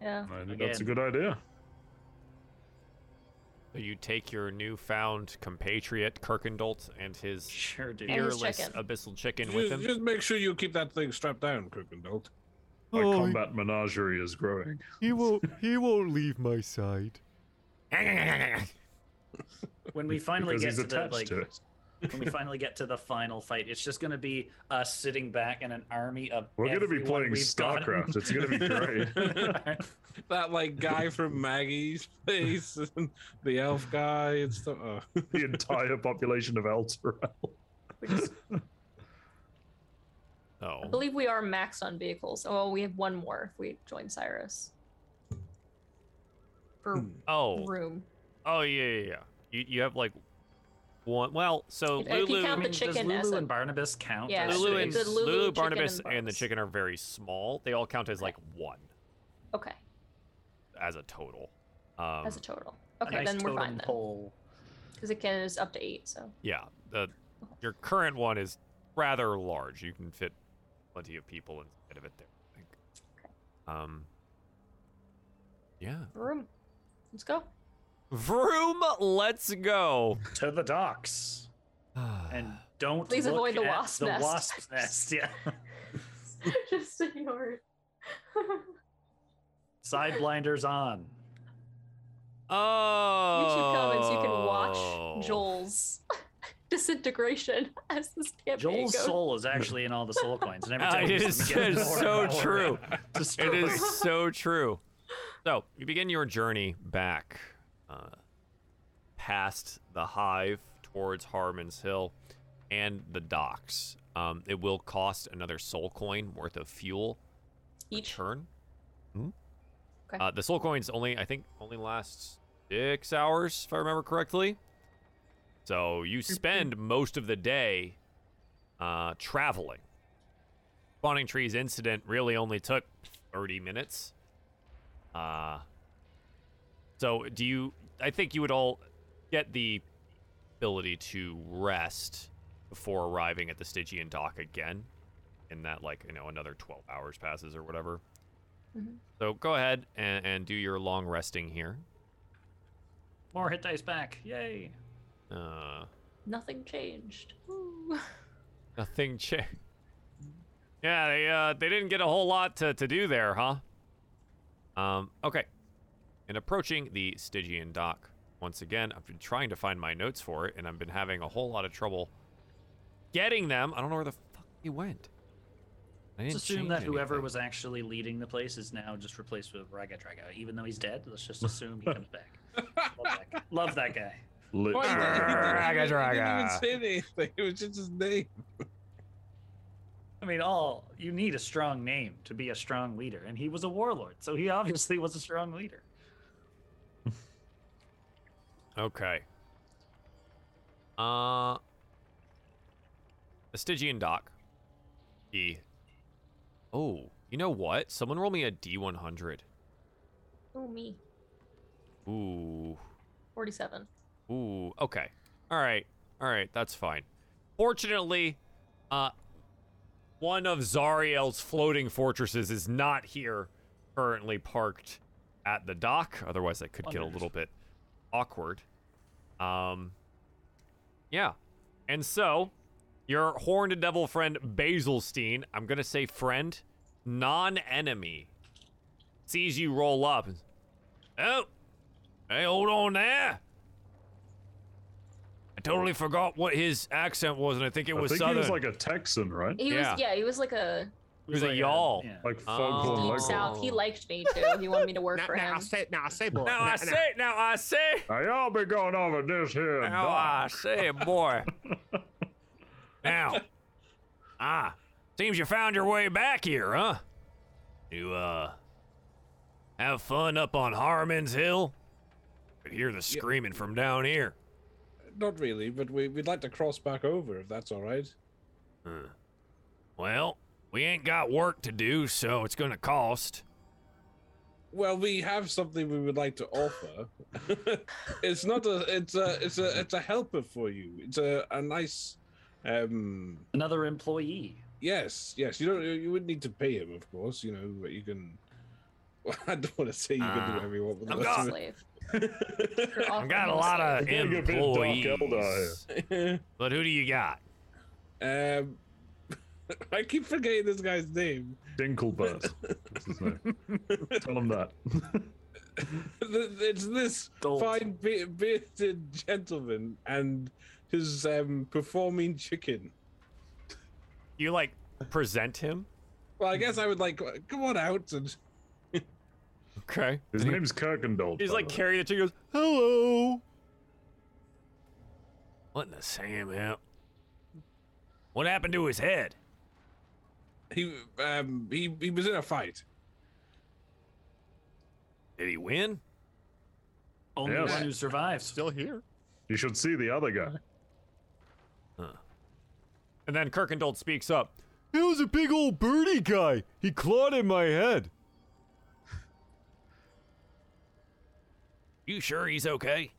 Speaker 3: Yeah.
Speaker 2: I think that's a
Speaker 4: Again.
Speaker 2: good idea.
Speaker 1: So you take your newfound compatriot Kirkendolt and his
Speaker 4: Sure, dude.
Speaker 3: And his
Speaker 1: fearless
Speaker 3: chicken.
Speaker 1: abyssal chicken
Speaker 6: Ju-
Speaker 1: with
Speaker 6: just,
Speaker 1: him.
Speaker 6: make sure you keep that thing strapped down, Kirkendall.
Speaker 2: My
Speaker 9: Oh.
Speaker 2: combat menagerie is growing.
Speaker 9: He won't. He won't leave my side.
Speaker 4: When we finally
Speaker 2: because
Speaker 4: get
Speaker 2: he's
Speaker 4: to the
Speaker 2: attached
Speaker 4: like,
Speaker 2: to it.
Speaker 4: when we finally get to the final fight, it's just gonna be us sitting back in an army of.
Speaker 2: We're going to be
Speaker 4: everyone
Speaker 2: playing
Speaker 4: we've
Speaker 2: StarCraft. It's going to be great.
Speaker 4: gotten.
Speaker 6: That like guy from Maggie's place, and the elf guy, and stuff. Oh.
Speaker 2: the entire population of Elturel.
Speaker 3: I
Speaker 1: Oh,
Speaker 3: believe we are maxed on vehicles. Oh, well, we have one more if we join Cyrus. For
Speaker 1: oh,
Speaker 3: room.
Speaker 1: oh yeah, yeah, yeah. You you have like one. Well, so
Speaker 3: If I can
Speaker 1: Lulu,
Speaker 3: count the
Speaker 4: does
Speaker 3: chicken
Speaker 4: Lulu
Speaker 3: as a-
Speaker 4: and Barnabas count?
Speaker 3: Yeah.
Speaker 4: as
Speaker 1: Lulu, and
Speaker 4: space?
Speaker 3: The Lulu, chicken,
Speaker 1: Barnabas,
Speaker 3: and
Speaker 1: the
Speaker 3: Bugs.
Speaker 1: chicken are very small. They all count as like one
Speaker 3: Okay.
Speaker 1: as a total. Um,
Speaker 3: As a total.
Speaker 4: A
Speaker 3: Okay,
Speaker 4: nice
Speaker 3: then we're
Speaker 4: totem
Speaker 3: fine then.
Speaker 4: pole.
Speaker 3: Because it can is up to eight, so
Speaker 1: yeah, the your current one is rather large. You can fit plenty of people inside of it there. I think. Um. Yeah.
Speaker 3: room. Let's go.
Speaker 1: Vroom, let's go.
Speaker 4: to the docks and don't
Speaker 3: Please
Speaker 4: look
Speaker 3: avoid the
Speaker 4: at
Speaker 3: wasp
Speaker 4: the
Speaker 3: nest.
Speaker 4: wasp nest. Yeah,
Speaker 3: Just ignore it.
Speaker 4: side blinders on.
Speaker 1: oh.
Speaker 3: YouTube comments, you can watch Joel's disintegration as this campaign
Speaker 4: Joel's
Speaker 3: goes.
Speaker 4: soul is actually in all the soul coins, and every
Speaker 1: Ah,
Speaker 4: time
Speaker 1: it
Speaker 4: he's
Speaker 1: is-
Speaker 4: getting
Speaker 1: it is
Speaker 4: more
Speaker 1: so
Speaker 4: and more
Speaker 1: true.
Speaker 4: Just
Speaker 1: It is so true. So you begin your journey back, uh, past the hive towards Harmon's Hill, and the docks. Um, it will cost another soul coin worth of fuel
Speaker 3: Each.
Speaker 1: turn.
Speaker 3: Okay.
Speaker 1: Uh, the soul coins only, I think, only lasts six hours, if I remember correctly. So you
Speaker 3: Mm-hmm.
Speaker 1: spend most of the day uh, traveling. Spawning trees incident really only took 30 minutes. Uh, so do you? I think you would all get the ability to rest before arriving at the Stygian dock again, in that like you know another 12 hours passes or whatever. So go ahead and, and do your long resting here.
Speaker 4: more hit dice back. Yay!
Speaker 1: Uh,
Speaker 3: Nothing changed. Woo.
Speaker 1: nothing changed. Yeah, they uh, they didn't get a whole lot to, to do there, huh? Um, okay. And approaching the Stygian dock, Once again, I've been trying to find my notes for it, and I've been having a whole lot of trouble getting them. I don't know where the fuck they went. I
Speaker 4: Let's
Speaker 1: didn't
Speaker 4: assume
Speaker 1: change
Speaker 4: that whoever
Speaker 1: anything.
Speaker 4: was actually leading the place is now just replaced with Raga Draga. Even though he's dead, let's just assume he comes back. Love that guy. Love that guy.
Speaker 6: Why did- he
Speaker 2: Literally.
Speaker 6: didn't-
Speaker 7: Draga,
Speaker 6: He didn't even
Speaker 7: draga.
Speaker 6: say anything. It was just his name.
Speaker 4: I mean, all you need a strong name to be a strong leader, and he was a warlord, so he obviously was a strong leader.
Speaker 1: Okay. Uh, a Stygian dock. E. Oh, you know what? Someone roll me a D100.
Speaker 3: Oh me.
Speaker 1: Ooh.
Speaker 3: Forty-seven.
Speaker 1: Ooh, okay. All right. All right, that's fine. Fortunately, uh one of Zariel's floating fortresses is not here currently parked at the dock, otherwise that could get a little bit awkward. Um Yeah. And so, your horned devil friend Basilstein, I'm going to say friend, non-enemy, sees you roll up. and- Oh. Hey, hold on there. I totally forgot what his accent was, and I think it
Speaker 2: I
Speaker 1: was
Speaker 2: think
Speaker 1: southern.
Speaker 2: he was like a Texan, right?
Speaker 3: He
Speaker 1: Yeah.
Speaker 3: was yeah. He was like a
Speaker 1: He was a y'all.
Speaker 4: yeah.
Speaker 2: Like
Speaker 1: Oh.
Speaker 2: foghorn
Speaker 3: deep
Speaker 2: leghorn.
Speaker 3: south. He liked me too. He wanted me to work
Speaker 5: Now,
Speaker 3: for
Speaker 5: now I
Speaker 3: him.
Speaker 5: say, now I say, boy.
Speaker 7: Now I say, now I say,
Speaker 2: Now y'all be going over this here.
Speaker 7: now I
Speaker 2: dock.
Speaker 7: ah, say, boy. Now, ah, seems you found your way back here, huh? You uh, have fun up on Harmon's Hill. Could hear the screaming from down here.
Speaker 6: Not really, but we, we'd like to cross back over if that's all right.
Speaker 7: Huh. Hmm. Well, we ain't got work to do, so it's gonna cost.
Speaker 6: Well, we have something we would like to offer. it's not a. It's a. It's a. It's a helper for you. It's a. A nice. Um.
Speaker 4: Another employee.
Speaker 6: Yes. Yes. You don't. You wouldn't need to pay him, of course. You know, but you can. I don't want to say you can do
Speaker 7: Ah.
Speaker 6: whatever you want with
Speaker 7: I'm
Speaker 6: the
Speaker 7: got-
Speaker 6: rest
Speaker 3: Slave.
Speaker 6: of
Speaker 3: You're
Speaker 7: I've got a
Speaker 3: offering
Speaker 7: lot
Speaker 3: slave.
Speaker 7: of
Speaker 2: Getting a bit Dark Elder
Speaker 7: employees,
Speaker 6: it.
Speaker 7: but who do you got?
Speaker 6: um. I keep forgetting this guy's name.
Speaker 2: Dinklebert. That's his name. Tell him that.
Speaker 6: Th- it's this
Speaker 4: Gold.
Speaker 6: fine be- bearded gentleman and his um, performing chicken.
Speaker 1: You like present him?
Speaker 6: Well, I guess I would like come on out and
Speaker 1: Okay.
Speaker 2: His name's Kirkendall.
Speaker 1: He's
Speaker 2: by
Speaker 1: like
Speaker 2: the way.
Speaker 1: carrying the chicken. Goes, hello.
Speaker 7: What in the Sam hell? What happened to his head?
Speaker 6: he um he, he was in a fight.
Speaker 7: Did he win?
Speaker 4: Only
Speaker 2: Yes.
Speaker 4: one who survives.
Speaker 5: Still here.
Speaker 2: You should see the other guy.
Speaker 1: And then Kirkendold speaks up. It was a big old birdie guy. He clawed at my head.
Speaker 7: You sure he's okay?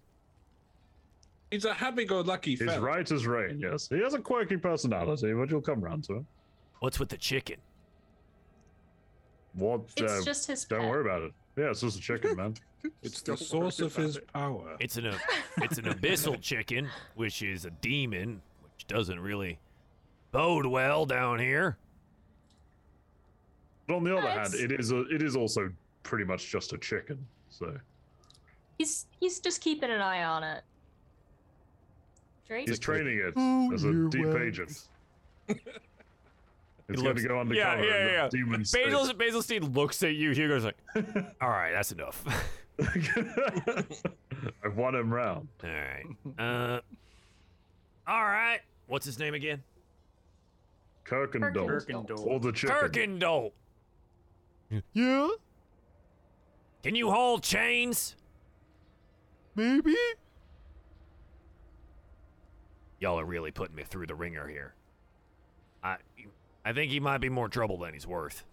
Speaker 6: He's a happy-go-lucky
Speaker 2: He's
Speaker 6: fella.
Speaker 2: right as rain, yes. He has a quirky personality, but you'll come round to him.
Speaker 7: What's with the chicken?
Speaker 2: What?
Speaker 3: It's
Speaker 2: uh,
Speaker 3: just his.
Speaker 2: don't
Speaker 3: pet.
Speaker 2: worry about it. Yeah, it's just a chicken, man.
Speaker 6: It's
Speaker 5: Don't
Speaker 6: the source
Speaker 5: worry
Speaker 6: of his
Speaker 5: about it.
Speaker 6: power.
Speaker 7: It's an it's an abyssal chicken, which is a demon, which doesn't really bode well down here.
Speaker 2: But on the other
Speaker 3: Yeah,
Speaker 2: hand,
Speaker 3: it's-
Speaker 2: it is a, it is also pretty much just a chicken. So
Speaker 3: He's he's just keeping an eye on it. Right?
Speaker 2: he's training it
Speaker 9: Oh,
Speaker 2: as a deep agent. It's going
Speaker 1: looks-
Speaker 2: to go
Speaker 1: yeah,
Speaker 2: undercover.
Speaker 1: yeah,
Speaker 2: in the
Speaker 1: yeah.
Speaker 2: Demon
Speaker 1: Basil Basilstein looks at you. Hugo's like, all right, that's enough.
Speaker 2: state. I've won him round.
Speaker 7: All right. Uh. All right. What's his name again?
Speaker 2: Kirkendall. Or
Speaker 4: Kirkendall.
Speaker 2: the chicken.
Speaker 7: Kirkendall.
Speaker 9: Yeah,
Speaker 7: Can you haul chains?
Speaker 9: maybe.
Speaker 7: Y'all are really putting me through the ringer here. I, I think he might be more trouble than he's worth.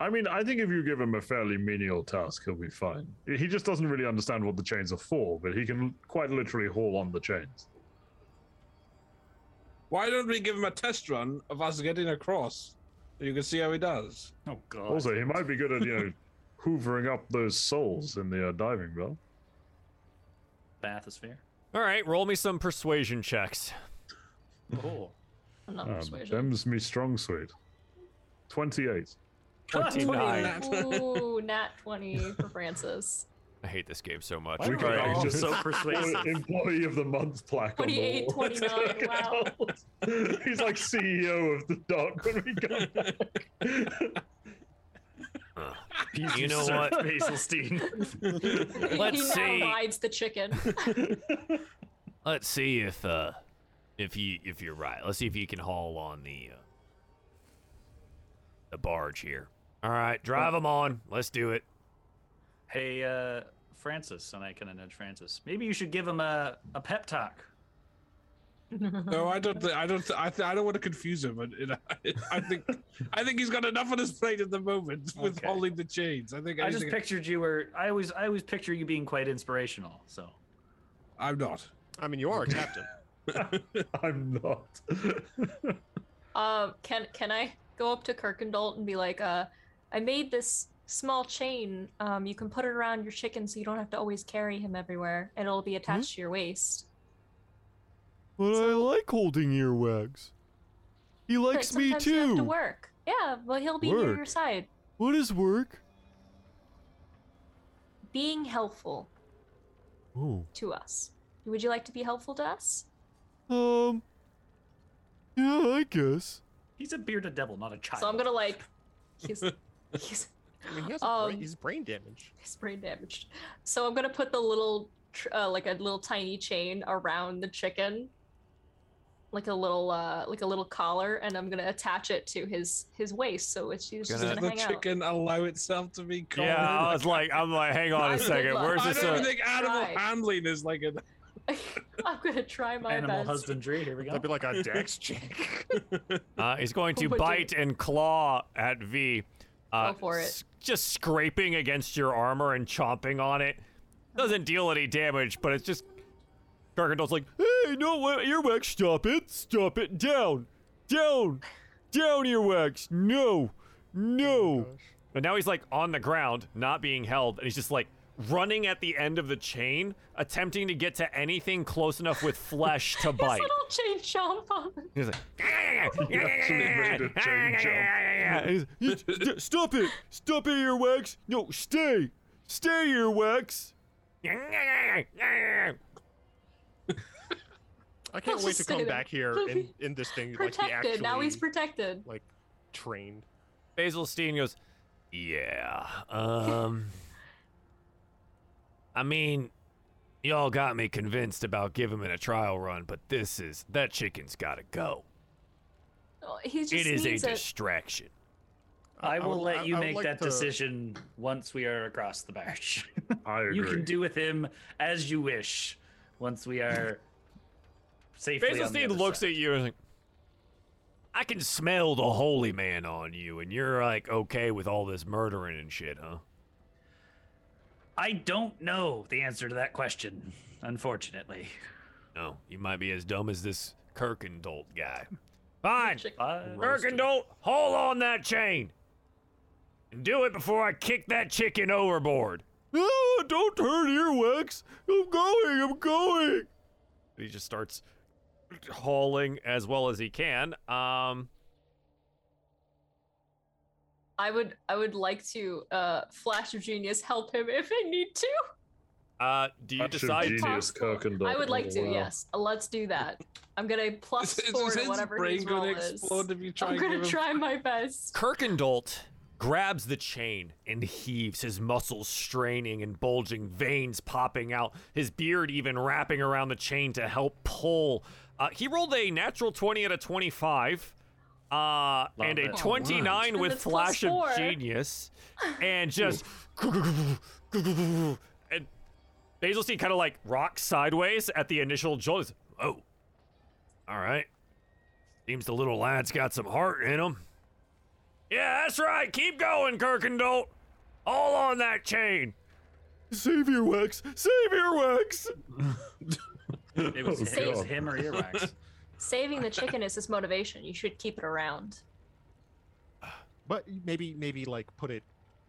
Speaker 2: I mean, I think if you give him a fairly menial task, he'll be fine. He just doesn't really understand what the chains are for, but he can quite literally haul on the chains.
Speaker 6: Why don't we give him a test run of us getting across? You can see how he does.
Speaker 4: Oh god.
Speaker 2: Also, he might be good at, you know, hoovering up those souls in the uh, diving bell.
Speaker 4: Bathysphere.
Speaker 1: All right, roll me some persuasion checks.
Speaker 4: Oh.
Speaker 3: I'm not
Speaker 2: Um,
Speaker 3: persuasion.
Speaker 2: them's me strong suit. 28.
Speaker 6: Twenty
Speaker 4: Twenty-nine.
Speaker 6: nat-
Speaker 3: Ooh, nat twenty for Francis.
Speaker 1: I hate this game so much.
Speaker 4: Why
Speaker 2: We
Speaker 4: are we
Speaker 2: could
Speaker 4: all
Speaker 2: just-
Speaker 4: so persuasive?
Speaker 2: Employee of the month plaque. on the
Speaker 3: 28,
Speaker 2: wall.
Speaker 3: 29, wow.
Speaker 2: He's like CEO of the dark when we go back.
Speaker 4: Peas
Speaker 1: uh, You know
Speaker 4: served
Speaker 1: what?
Speaker 4: Basilstein.
Speaker 3: he
Speaker 1: Let's see.
Speaker 3: now rides the chicken.
Speaker 1: Let's see if uh if you if you're right. Let's see if you can haul on the uh, the barge here. All right, drive them on. Let's do it.
Speaker 4: hey, uh, Francis, and I kind of nudge Francis. Maybe you should give him a, a pep talk.
Speaker 6: No, I don't. Th- I don't. Th- I, th- I don't want to confuse him. And, and I, I think, I think he's got enough on his plate at the moment with
Speaker 4: Okay.
Speaker 6: holding the chains. I think.
Speaker 4: I just
Speaker 6: anything-
Speaker 4: pictured you were. I always, I always picture you being quite inspirational. So
Speaker 6: I'm not.
Speaker 5: I mean, you are a captain.
Speaker 2: I'm not.
Speaker 3: Um, can can I go up to Kirkendall and be like, uh, I made this small chain. Um, you can put it around your chicken so you don't have to always carry him everywhere, and it'll be
Speaker 2: Mm-hmm.
Speaker 3: attached to your waist.
Speaker 10: But I like holding earwags. He likes
Speaker 3: but
Speaker 10: me
Speaker 3: sometimes You have to
Speaker 10: too.
Speaker 3: work. Yeah, well, he'll be near your
Speaker 10: Work.
Speaker 3: side,
Speaker 10: What is work?
Speaker 3: being helpful
Speaker 10: Oh.
Speaker 3: to us. Would you like to be helpful to us?
Speaker 10: Um. Yeah, I guess.
Speaker 4: he's a bearded devil, not a child.
Speaker 3: So I'm gonna like, he's he's
Speaker 5: I mean, he has a bra-
Speaker 3: Um,
Speaker 5: he's brain damage.
Speaker 3: It's brain damaged. So I'm gonna put the little, tr- uh, like a little tiny chain around the chicken, like a little, uh, like a little collar, and I'm gonna attach it to his his waist. So it's he's just
Speaker 1: Gonna-
Speaker 3: gonna
Speaker 6: Does the
Speaker 3: hang out.
Speaker 6: chicken allow itself to be caught?
Speaker 1: Yeah, I was like, I'm like, hang on a
Speaker 3: Good
Speaker 1: second.
Speaker 3: luck.
Speaker 1: Where's
Speaker 6: I
Speaker 1: this?
Speaker 6: don't
Speaker 1: Uh,
Speaker 6: think animal
Speaker 3: Right.
Speaker 6: handling is like a.
Speaker 3: I'm gonna try my
Speaker 4: Animal
Speaker 3: best.
Speaker 4: husbandry. Here we go.
Speaker 5: That'd be like a dex check.
Speaker 1: uh, he's going to
Speaker 3: Oh my
Speaker 1: bite and claw at V. Uh,
Speaker 3: Go for it.
Speaker 1: s- just scraping against your armor and chomping on it. Doesn't deal any damage, but it's just. Gargandel's like,
Speaker 10: Hey, no, wa- earwax, stop it, stop it, down, down, down, earwax. No, no.
Speaker 1: But now he's like on the ground, not being held, and he's just like running at the end of the chain, attempting to get to anything close enough with flesh to
Speaker 3: His
Speaker 1: bite.
Speaker 3: little chain chomp on.
Speaker 1: He's like,
Speaker 2: made a chain
Speaker 10: And he's- you- st- stop it, stop it, earwax. No, stay, stay, earwax.
Speaker 5: I can't
Speaker 3: Let's
Speaker 5: wait
Speaker 3: just
Speaker 5: to
Speaker 3: say
Speaker 5: come
Speaker 3: that.
Speaker 5: back here
Speaker 3: He'll
Speaker 5: in,
Speaker 3: be
Speaker 5: in this thing like he
Speaker 3: protected.
Speaker 5: actually
Speaker 3: Now he's protected.
Speaker 5: like trained.
Speaker 1: Basilstein goes, Yeah. Um I mean, y'all got me convinced about giving it a trial run, but this is that chicken's gotta go.
Speaker 3: Oh, He just
Speaker 1: It is a
Speaker 3: needs it.
Speaker 1: distraction.
Speaker 4: I will
Speaker 5: would-
Speaker 4: let you
Speaker 5: I would
Speaker 4: make
Speaker 5: like
Speaker 4: that
Speaker 5: to-
Speaker 4: decision once we are across the barge.
Speaker 2: I agree.
Speaker 4: you can do with him as you wish. Once we are safely. on the
Speaker 1: Basilstein
Speaker 4: other
Speaker 1: looks
Speaker 4: side.
Speaker 1: at you and is like, I can smell the holy man on you, and you're like okay with all this murdering and shit, huh?
Speaker 4: I don't know the answer to that question, unfortunately.
Speaker 1: No, you might be as dumb as this Kirkendolt guy. Fine,
Speaker 3: Chick-
Speaker 4: Uh,
Speaker 1: Kirkendolt, hold on that chain, and do it before I kick that chicken overboard.
Speaker 10: No, don't hurt earwax. I'm going, I'm going.
Speaker 1: He just starts hauling as well as he can. Um,
Speaker 3: I would I would like to uh flash of genius help him if I need to.
Speaker 1: uh, do you
Speaker 2: That's a
Speaker 1: decide?
Speaker 2: genius
Speaker 3: Possible.
Speaker 2: Kirk and Doc.
Speaker 3: I would like
Speaker 2: Oh,
Speaker 3: to,
Speaker 2: wow.
Speaker 3: yes. Let's do that. I'm gonna plus
Speaker 6: Is- is
Speaker 3: four to
Speaker 6: his
Speaker 3: whatever
Speaker 6: brain
Speaker 3: his roll
Speaker 6: gonna
Speaker 3: is.
Speaker 6: explode if you try
Speaker 3: I'm
Speaker 6: and give
Speaker 3: gonna
Speaker 6: him-
Speaker 3: try my best.
Speaker 1: Kirkendolt grabs the chain and heaves, his muscles straining and bulging, veins popping out, his beard even wrapping around the chain to help pull. Uh, he rolled a natural 20 out of 25. Uh, and a
Speaker 4: it.
Speaker 1: 29
Speaker 3: And
Speaker 1: with
Speaker 3: it's plus
Speaker 1: flash of
Speaker 3: four.
Speaker 1: genius, and just and Basilstein kind of like rocks sideways at the initial jolt. He's, Oh, all right. Seems the little lad's got some heart in him. Yeah, that's right. Keep going, Kirkendolt. All on that chain.
Speaker 10: Save earwax, save earwax.
Speaker 4: It was,
Speaker 2: Oh,
Speaker 4: it was
Speaker 2: God.
Speaker 4: him or earwax.
Speaker 3: Saving the chicken is his motivation. You should keep it around.
Speaker 5: But maybe maybe like put it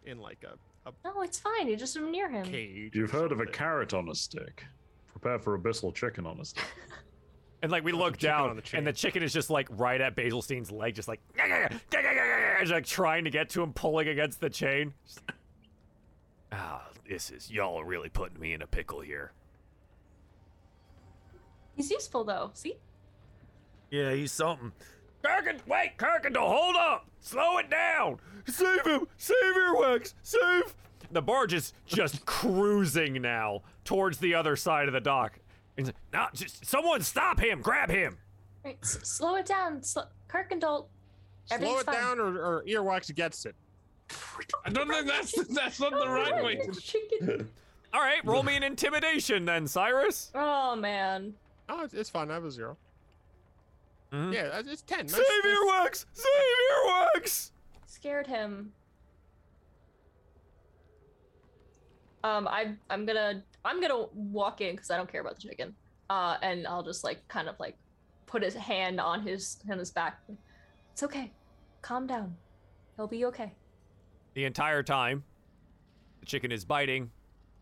Speaker 5: in like a, a
Speaker 3: No, it's fine. You just near him.
Speaker 5: cage.
Speaker 2: You've
Speaker 5: or
Speaker 2: heard of a
Speaker 5: something.
Speaker 2: carrot on a stick. Prepare for abyssal chicken on a stick.
Speaker 1: And like we
Speaker 5: some
Speaker 1: look
Speaker 5: chicken
Speaker 1: down,
Speaker 5: on the
Speaker 1: and the chicken is just like right at Basilstein's leg, just like, just like trying to get to him, pulling against the chain. Ah, this is y'all are really putting me in a pickle here.
Speaker 3: He's useful though. See?
Speaker 1: Yeah, he's something. Kirkin, wait, Kirkin, hold up! Slow it down! Save him! Save Earwax! Save! The barge is just cruising now towards the other side of the dock. It's like, nah, just someone stop him! Grab him!
Speaker 3: Right. S- slow it down. Sl- Kirkendall.
Speaker 5: Slow
Speaker 3: Everything's
Speaker 5: it
Speaker 3: fine.
Speaker 5: down, or, or Earwax gets it.
Speaker 6: I don't think that's that's not the
Speaker 3: Oh,
Speaker 6: right way. to-
Speaker 1: All right, roll me an intimidation then, Cyrus.
Speaker 3: Oh man.
Speaker 5: Oh, it's, it's fine. I have a 0
Speaker 6: Mm-hmm.
Speaker 1: Mhm.
Speaker 5: Yeah, it's- it's ten. Nice-
Speaker 1: Save
Speaker 5: nice-
Speaker 1: Earwax! Save Earwax!
Speaker 3: Scared him. Um, I I'm gonna I'm gonna walk in because I don't care about the chicken. Uh, and I'll just like kind of like put his hand on his on his back. It's okay. Calm down. He'll be okay.
Speaker 1: The entire time, the chicken is biting,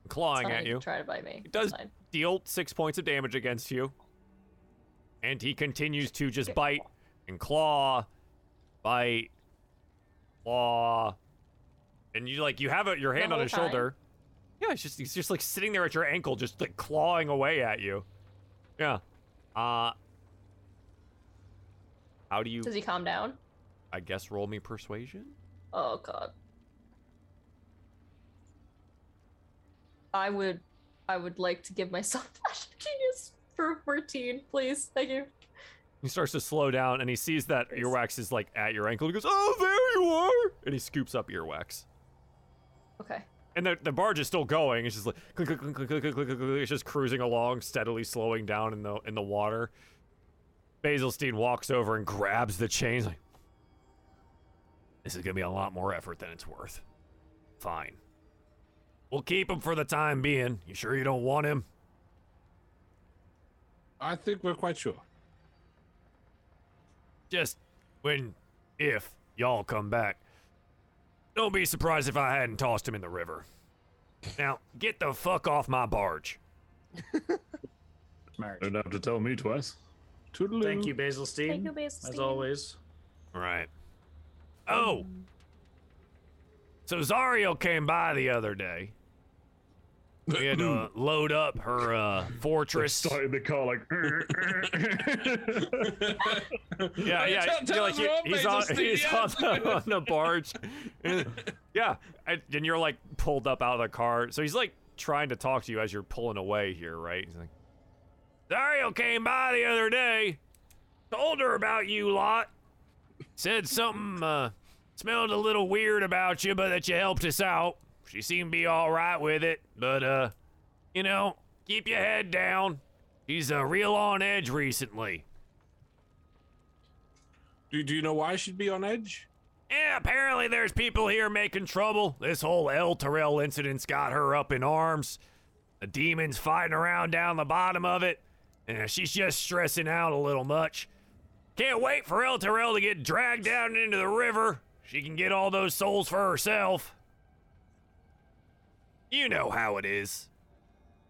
Speaker 1: and clawing
Speaker 3: It's not
Speaker 1: at
Speaker 3: like he
Speaker 1: you.
Speaker 3: Try to bite me.
Speaker 1: It does-
Speaker 3: It's fine.
Speaker 1: deal six points of damage against you. And he continues to just bite and claw, bite, claw. And you like you have a, your hand on
Speaker 3: whole
Speaker 1: his
Speaker 3: time?
Speaker 1: shoulder. Yeah, he's just he's just like sitting there at your ankle, just like clawing away at you. Yeah. Uh how do you
Speaker 3: Does he calm down?
Speaker 1: I guess roll me persuasion?
Speaker 3: Oh god. I would I would like to give myself Flash of Genius for 14, please. Thank you.
Speaker 1: He starts to slow down and he sees that
Speaker 3: Nice.
Speaker 1: earwax is like at your ankle. He goes, Oh, there you are! And he scoops up earwax.
Speaker 3: Okay.
Speaker 1: And the, the barge is still going. It's just like click click click click click click click. click, click. It's just cruising along, steadily slowing down in the in the water. Basilstein walks over and grabs the chains. Like, this is gonna be a lot more effort than it's worth. Fine. We'll keep him for the time being. You sure you don't want him?
Speaker 6: I think we're quite sure.
Speaker 1: Just when, if y'all come back, don't be surprised if I hadn't tossed him in the river. Now get the fuck off my barge.
Speaker 4: Smart.
Speaker 2: Don't have to tell me twice.
Speaker 6: Toodaloo.
Speaker 4: Thank you, Basilstein.
Speaker 3: Thank you, Basilstein.
Speaker 4: As always.
Speaker 1: Right. Oh. So Zariel came by the other day. We had to uh, load up her uh, fortress.
Speaker 2: Started the car like.
Speaker 1: Yeah, yeah.
Speaker 6: Tell- tell
Speaker 1: you're
Speaker 6: us we're all
Speaker 1: he's on,
Speaker 6: Basil
Speaker 1: he's
Speaker 6: Steve,
Speaker 1: on,
Speaker 6: yes.
Speaker 1: the, on the barge. yeah, and and you're like pulled up out of the car. So he's like trying to talk to you as you're pulling away here, right? He's like, Dario came by the other day, told her about you lot, said something uh, smelled a little weird about you, but that you helped us out. She seemed to be all right with it, but uh, you know, keep your head down. She's uh, real on edge recently.
Speaker 6: Do, do you know why I should be on edge?
Speaker 1: Yeah, apparently there's people here making trouble. This whole El Terrell incident's got her up in arms. The demons fighting around down the bottom of it. And she's just stressing out a little much. Can't wait for El Terrell to get dragged down into the river. She can get all those souls for herself. You know how it is.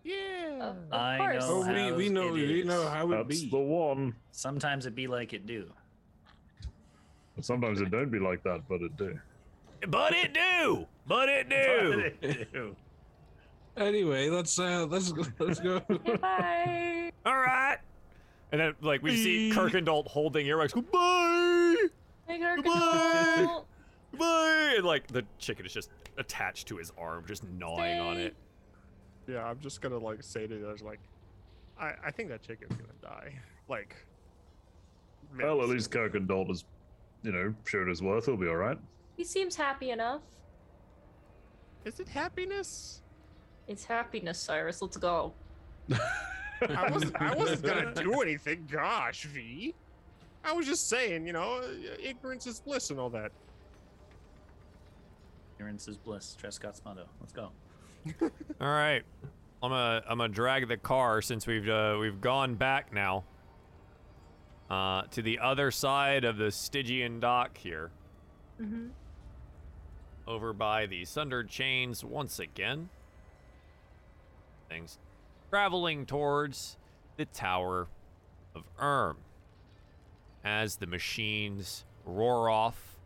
Speaker 5: Yeah.
Speaker 3: Of, of
Speaker 4: I
Speaker 3: course.
Speaker 4: know.
Speaker 6: Oh, we, we
Speaker 4: How's
Speaker 6: know
Speaker 4: it
Speaker 6: we
Speaker 4: is.
Speaker 6: know how it
Speaker 2: That's
Speaker 6: be.
Speaker 2: the one.
Speaker 4: Sometimes it be like it do.
Speaker 2: Sometimes it don't be like that, but it do.
Speaker 1: But it do. But it do.
Speaker 4: It do.
Speaker 6: Anyway, let's uh let's let's go.
Speaker 3: Okay, bye.
Speaker 1: All right. And then, like, we see Kirkendalt holding earwax. Goodbye.
Speaker 3: Hey, Kirkendall.
Speaker 1: Goodbye. Bye! And like the chicken is just attached to his arm, just gnawing on
Speaker 3: Stay.
Speaker 1: it.
Speaker 5: Yeah, I'm just gonna like say to those like, I I think that chicken's gonna die. Like.
Speaker 2: Well, at
Speaker 5: minutes.
Speaker 2: least Kirk and Dalton has, you know, showed his worth. He'll be all right.
Speaker 3: He seems happy enough.
Speaker 5: Is it happiness?
Speaker 3: It's happiness, Cyrus. Let's go.
Speaker 5: I wasn't. I wasn't gonna do anything. Gosh, V. I was just saying, you know, ignorance is bliss and all that.
Speaker 4: Ignorance is bliss. Trescott's motto. Let's go.
Speaker 2: Oh,
Speaker 1: All right, I'm gonna I'm gonna drag the car since we've uh, we've gone back now. Uh, to the other side of the Stygian dock here,
Speaker 3: Mm-hmm.
Speaker 1: over by the Sundered Chains once again. Things traveling towards the Tower of Erm as the machines roar off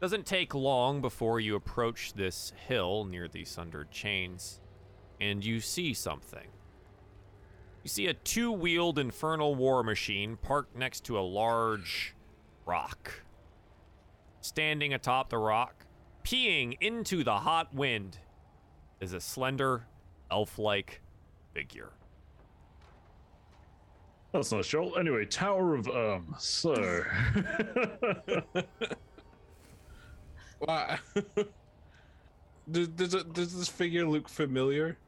Speaker 1: Doesn't take long before you approach this hill near the sundered chains, and you see something. You see a two wheeled infernal war machine parked next to a large rock. Standing atop the rock, peeing into the hot wind, is a slender, elf like figure.
Speaker 2: That's not sure. Anyway, Tower of Erm. So,
Speaker 6: Why? does, does, it, does this figure look familiar?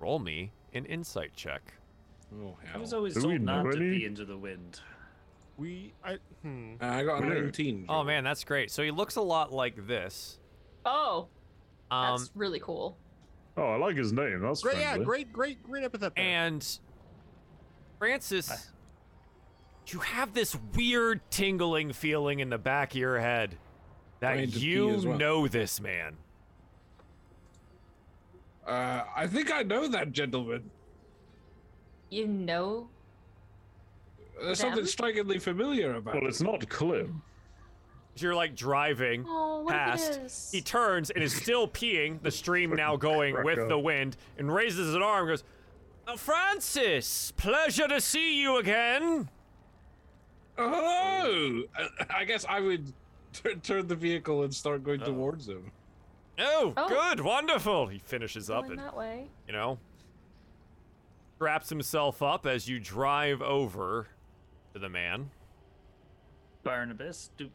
Speaker 1: Roll me an insight check.
Speaker 6: Oh, hell.
Speaker 4: I was always
Speaker 2: Do we
Speaker 4: told
Speaker 2: know
Speaker 4: not to
Speaker 2: any?
Speaker 4: be into the wind.
Speaker 5: We, I, hmm.
Speaker 6: Uh, I got a
Speaker 2: Weird.
Speaker 6: 19.
Speaker 1: Oh man, that's great. So he looks a lot like this.
Speaker 3: Oh,
Speaker 1: Um,
Speaker 3: that's really cool.
Speaker 2: oh, I like his name. That's
Speaker 5: Great, yeah,
Speaker 2: friendly.
Speaker 5: great, great, great epithet. there.
Speaker 1: And Francis, you have this weird tingling feeling in the back of your head that
Speaker 6: I need to pee
Speaker 1: you
Speaker 6: as well.
Speaker 1: know this man.
Speaker 6: Uh, I think I know that gentleman.
Speaker 3: You know,
Speaker 6: There's
Speaker 3: Them?
Speaker 6: something strikingly familiar about
Speaker 2: Well,
Speaker 6: him.
Speaker 2: it's not Clem.
Speaker 1: You're like driving
Speaker 3: oh, what if
Speaker 1: past.
Speaker 3: it is?
Speaker 1: He turns and is still peeing, the stream now going
Speaker 2: Crack
Speaker 1: with
Speaker 2: up.
Speaker 1: the wind, and raises an arm and goes, "Uh, Francis, pleasure to see you again.
Speaker 6: Oh! I- I guess I would tur- turn the vehicle and start going towards him.
Speaker 1: Oh,
Speaker 3: Oh.
Speaker 1: good, wonderful. He finishes up
Speaker 3: Going
Speaker 1: and
Speaker 3: that way.
Speaker 1: you know, wraps himself up as you drive over to the man.
Speaker 4: Barnabas, do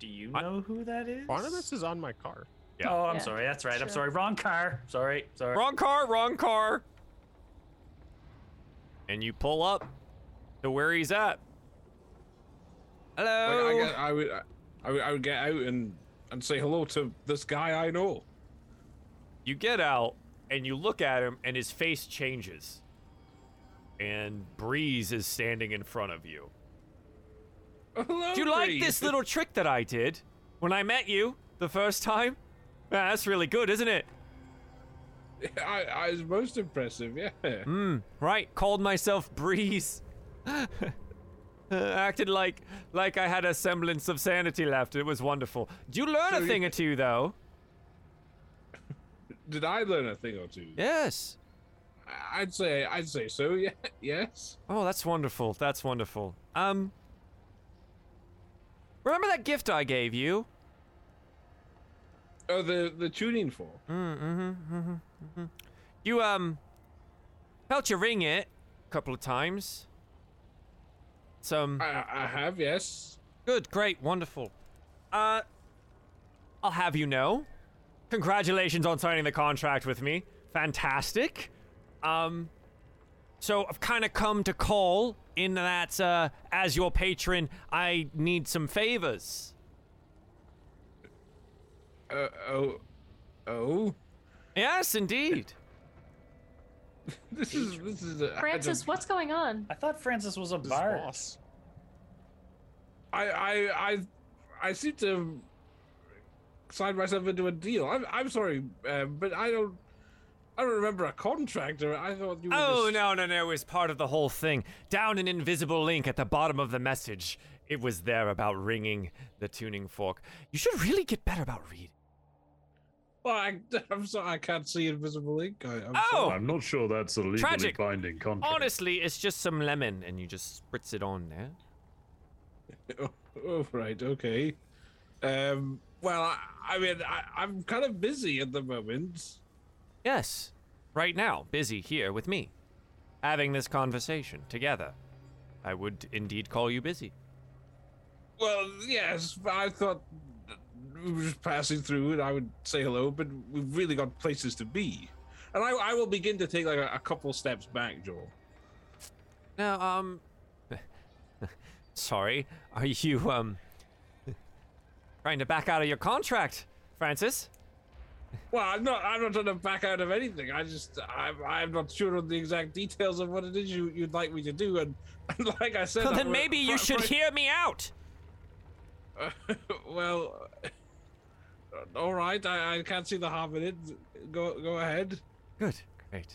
Speaker 4: do you
Speaker 1: I-
Speaker 4: know who that is?
Speaker 5: Barnabas is on my car.
Speaker 1: Yeah.
Speaker 4: Oh, I'm
Speaker 3: Yeah,
Speaker 4: sorry. That's right. I'm
Speaker 3: sure.
Speaker 4: sorry. Wrong car. Sorry. Sorry.
Speaker 1: Wrong car, wrong car. And you pull up to where he's at.
Speaker 6: Like,
Speaker 1: Hello.
Speaker 6: I, guess I, would, I, would, I would get out and, and say hello to this guy I know.
Speaker 1: You get out and you look at him, and his face changes. And Breeze is standing in front of you.
Speaker 6: Hello,
Speaker 1: Do you like
Speaker 6: Reed.
Speaker 1: this little trick that I did when I met you the first time? Man, that's really good, isn't it?
Speaker 6: I, I was most impressive, yeah.
Speaker 1: Hmm, right. Called myself Breeze. Uh, acted like like I had a semblance of sanity left. It was wonderful. Did you learn
Speaker 6: So
Speaker 1: a
Speaker 6: you-
Speaker 1: thing or two, though?
Speaker 6: Did I learn a thing or two?
Speaker 1: Yes.
Speaker 6: I- I'd say, I'd say so. Yeah, yes.
Speaker 1: Oh, that's wonderful. That's wonderful. Um. Remember that gift I gave you?
Speaker 6: Oh, the the tuning for.
Speaker 1: Hmm? Mm-hmm, You um. Felt you ring it a couple of times. Some.
Speaker 6: I, I have yes.
Speaker 1: Good, great, wonderful. Uh, I'll have you know. Congratulations on signing the contract with me. Fantastic. Um, so I've kind of come to call in that, uh, as your patron, I need some favors.
Speaker 6: Uh, oh, oh.
Speaker 1: Yes, indeed.
Speaker 6: This is this is. A, I
Speaker 3: Francis,
Speaker 6: don't-
Speaker 3: what's going on?
Speaker 4: I thought Francis was a
Speaker 5: This
Speaker 4: bard.
Speaker 5: boss.
Speaker 6: I I I I seem to sign myself into a deal. I'm I'm sorry, uh, but I don't. I don't remember a contract. Or I thought you. Were
Speaker 1: Oh,
Speaker 6: just-
Speaker 1: no, no, no. It was part of the whole thing. Down an invisible link at the bottom of the message. It was there about ringing the tuning fork. You should really get better about reading.
Speaker 6: Well, I, I'm sorry. I can't see invisible ink. I, I'm
Speaker 1: Oh!
Speaker 2: I'm not sure that's a legally
Speaker 1: Tragic.
Speaker 2: binding contract.
Speaker 1: Honestly, it's just some lemon, and you just spritz it on there.
Speaker 6: Oh, oh, right, okay. Um, well, I, I mean, I, I'm kind of busy at the moment.
Speaker 1: Yes, right now, busy here with me, having this conversation together. I would indeed call you busy.
Speaker 6: Well, yes, but I thought that we were just passing through and I would say hello, but we've really got places to be. And I, I will begin to take like a, a couple steps back, Joel.
Speaker 1: Now, um, sorry, are you um trying to back out of your contract, Francis?
Speaker 6: Well, I'm not. I'm not trying to back out of anything. I just, I'm, I'm not sure on the exact details of what it is you, you'd like me to do. And, and like I said,
Speaker 1: Well,
Speaker 6: I
Speaker 1: then
Speaker 6: wa-
Speaker 1: maybe you
Speaker 6: fr-
Speaker 1: should
Speaker 6: fr-
Speaker 1: hear me out.
Speaker 6: well, uh, all right. I, I can't see the harm in it. Go go ahead.
Speaker 1: Good, great,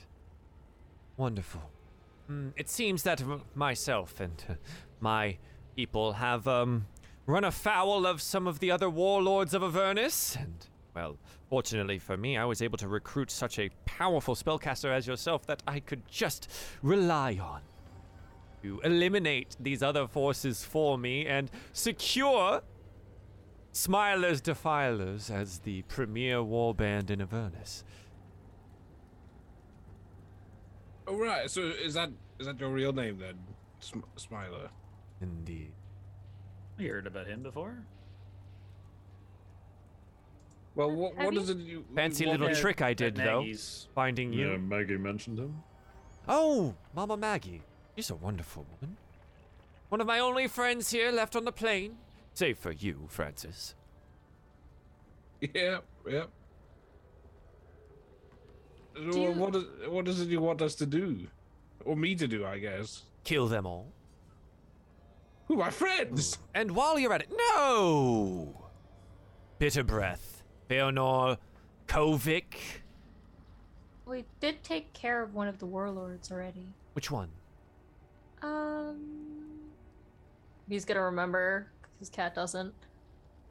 Speaker 1: wonderful. Hmm, Mm, it seems that m- myself and uh, my people have um run afoul of some of the other warlords of Avernus. And, well, fortunately for me, I was able to recruit such a powerful spellcaster as yourself that I could just rely on to eliminate these other forces for me and secure Smilers Defilers as the premier warband in Avernus.
Speaker 6: Oh right, so is that is that your real name then, Sm- Smiler?
Speaker 1: Indeed.
Speaker 4: We heard about him before.
Speaker 6: Well, what
Speaker 3: Have
Speaker 6: what
Speaker 3: you-
Speaker 6: does it? You,
Speaker 1: Fancy
Speaker 6: what-
Speaker 1: little
Speaker 4: Yeah,
Speaker 1: trick I
Speaker 4: at
Speaker 1: did, though,
Speaker 4: Maggie's.
Speaker 1: finding you.
Speaker 2: Yeah, Maggie mentioned him.
Speaker 1: Oh, Mama Maggie. She's a wonderful woman. One of my only friends here left on the plane. Save for you, Francis.
Speaker 6: Yeah, yeah. So
Speaker 3: Do you-
Speaker 6: what is, what is it you want us to do, or me to do? I guess.
Speaker 1: Kill them all.
Speaker 6: Who my friends?
Speaker 1: And while you're at it, no! Bitter Breath, Feanor, Kovic.
Speaker 3: We did take care of one of the warlords already.
Speaker 1: Which one?
Speaker 3: Um, he's gonna remember 'cause his cat doesn't.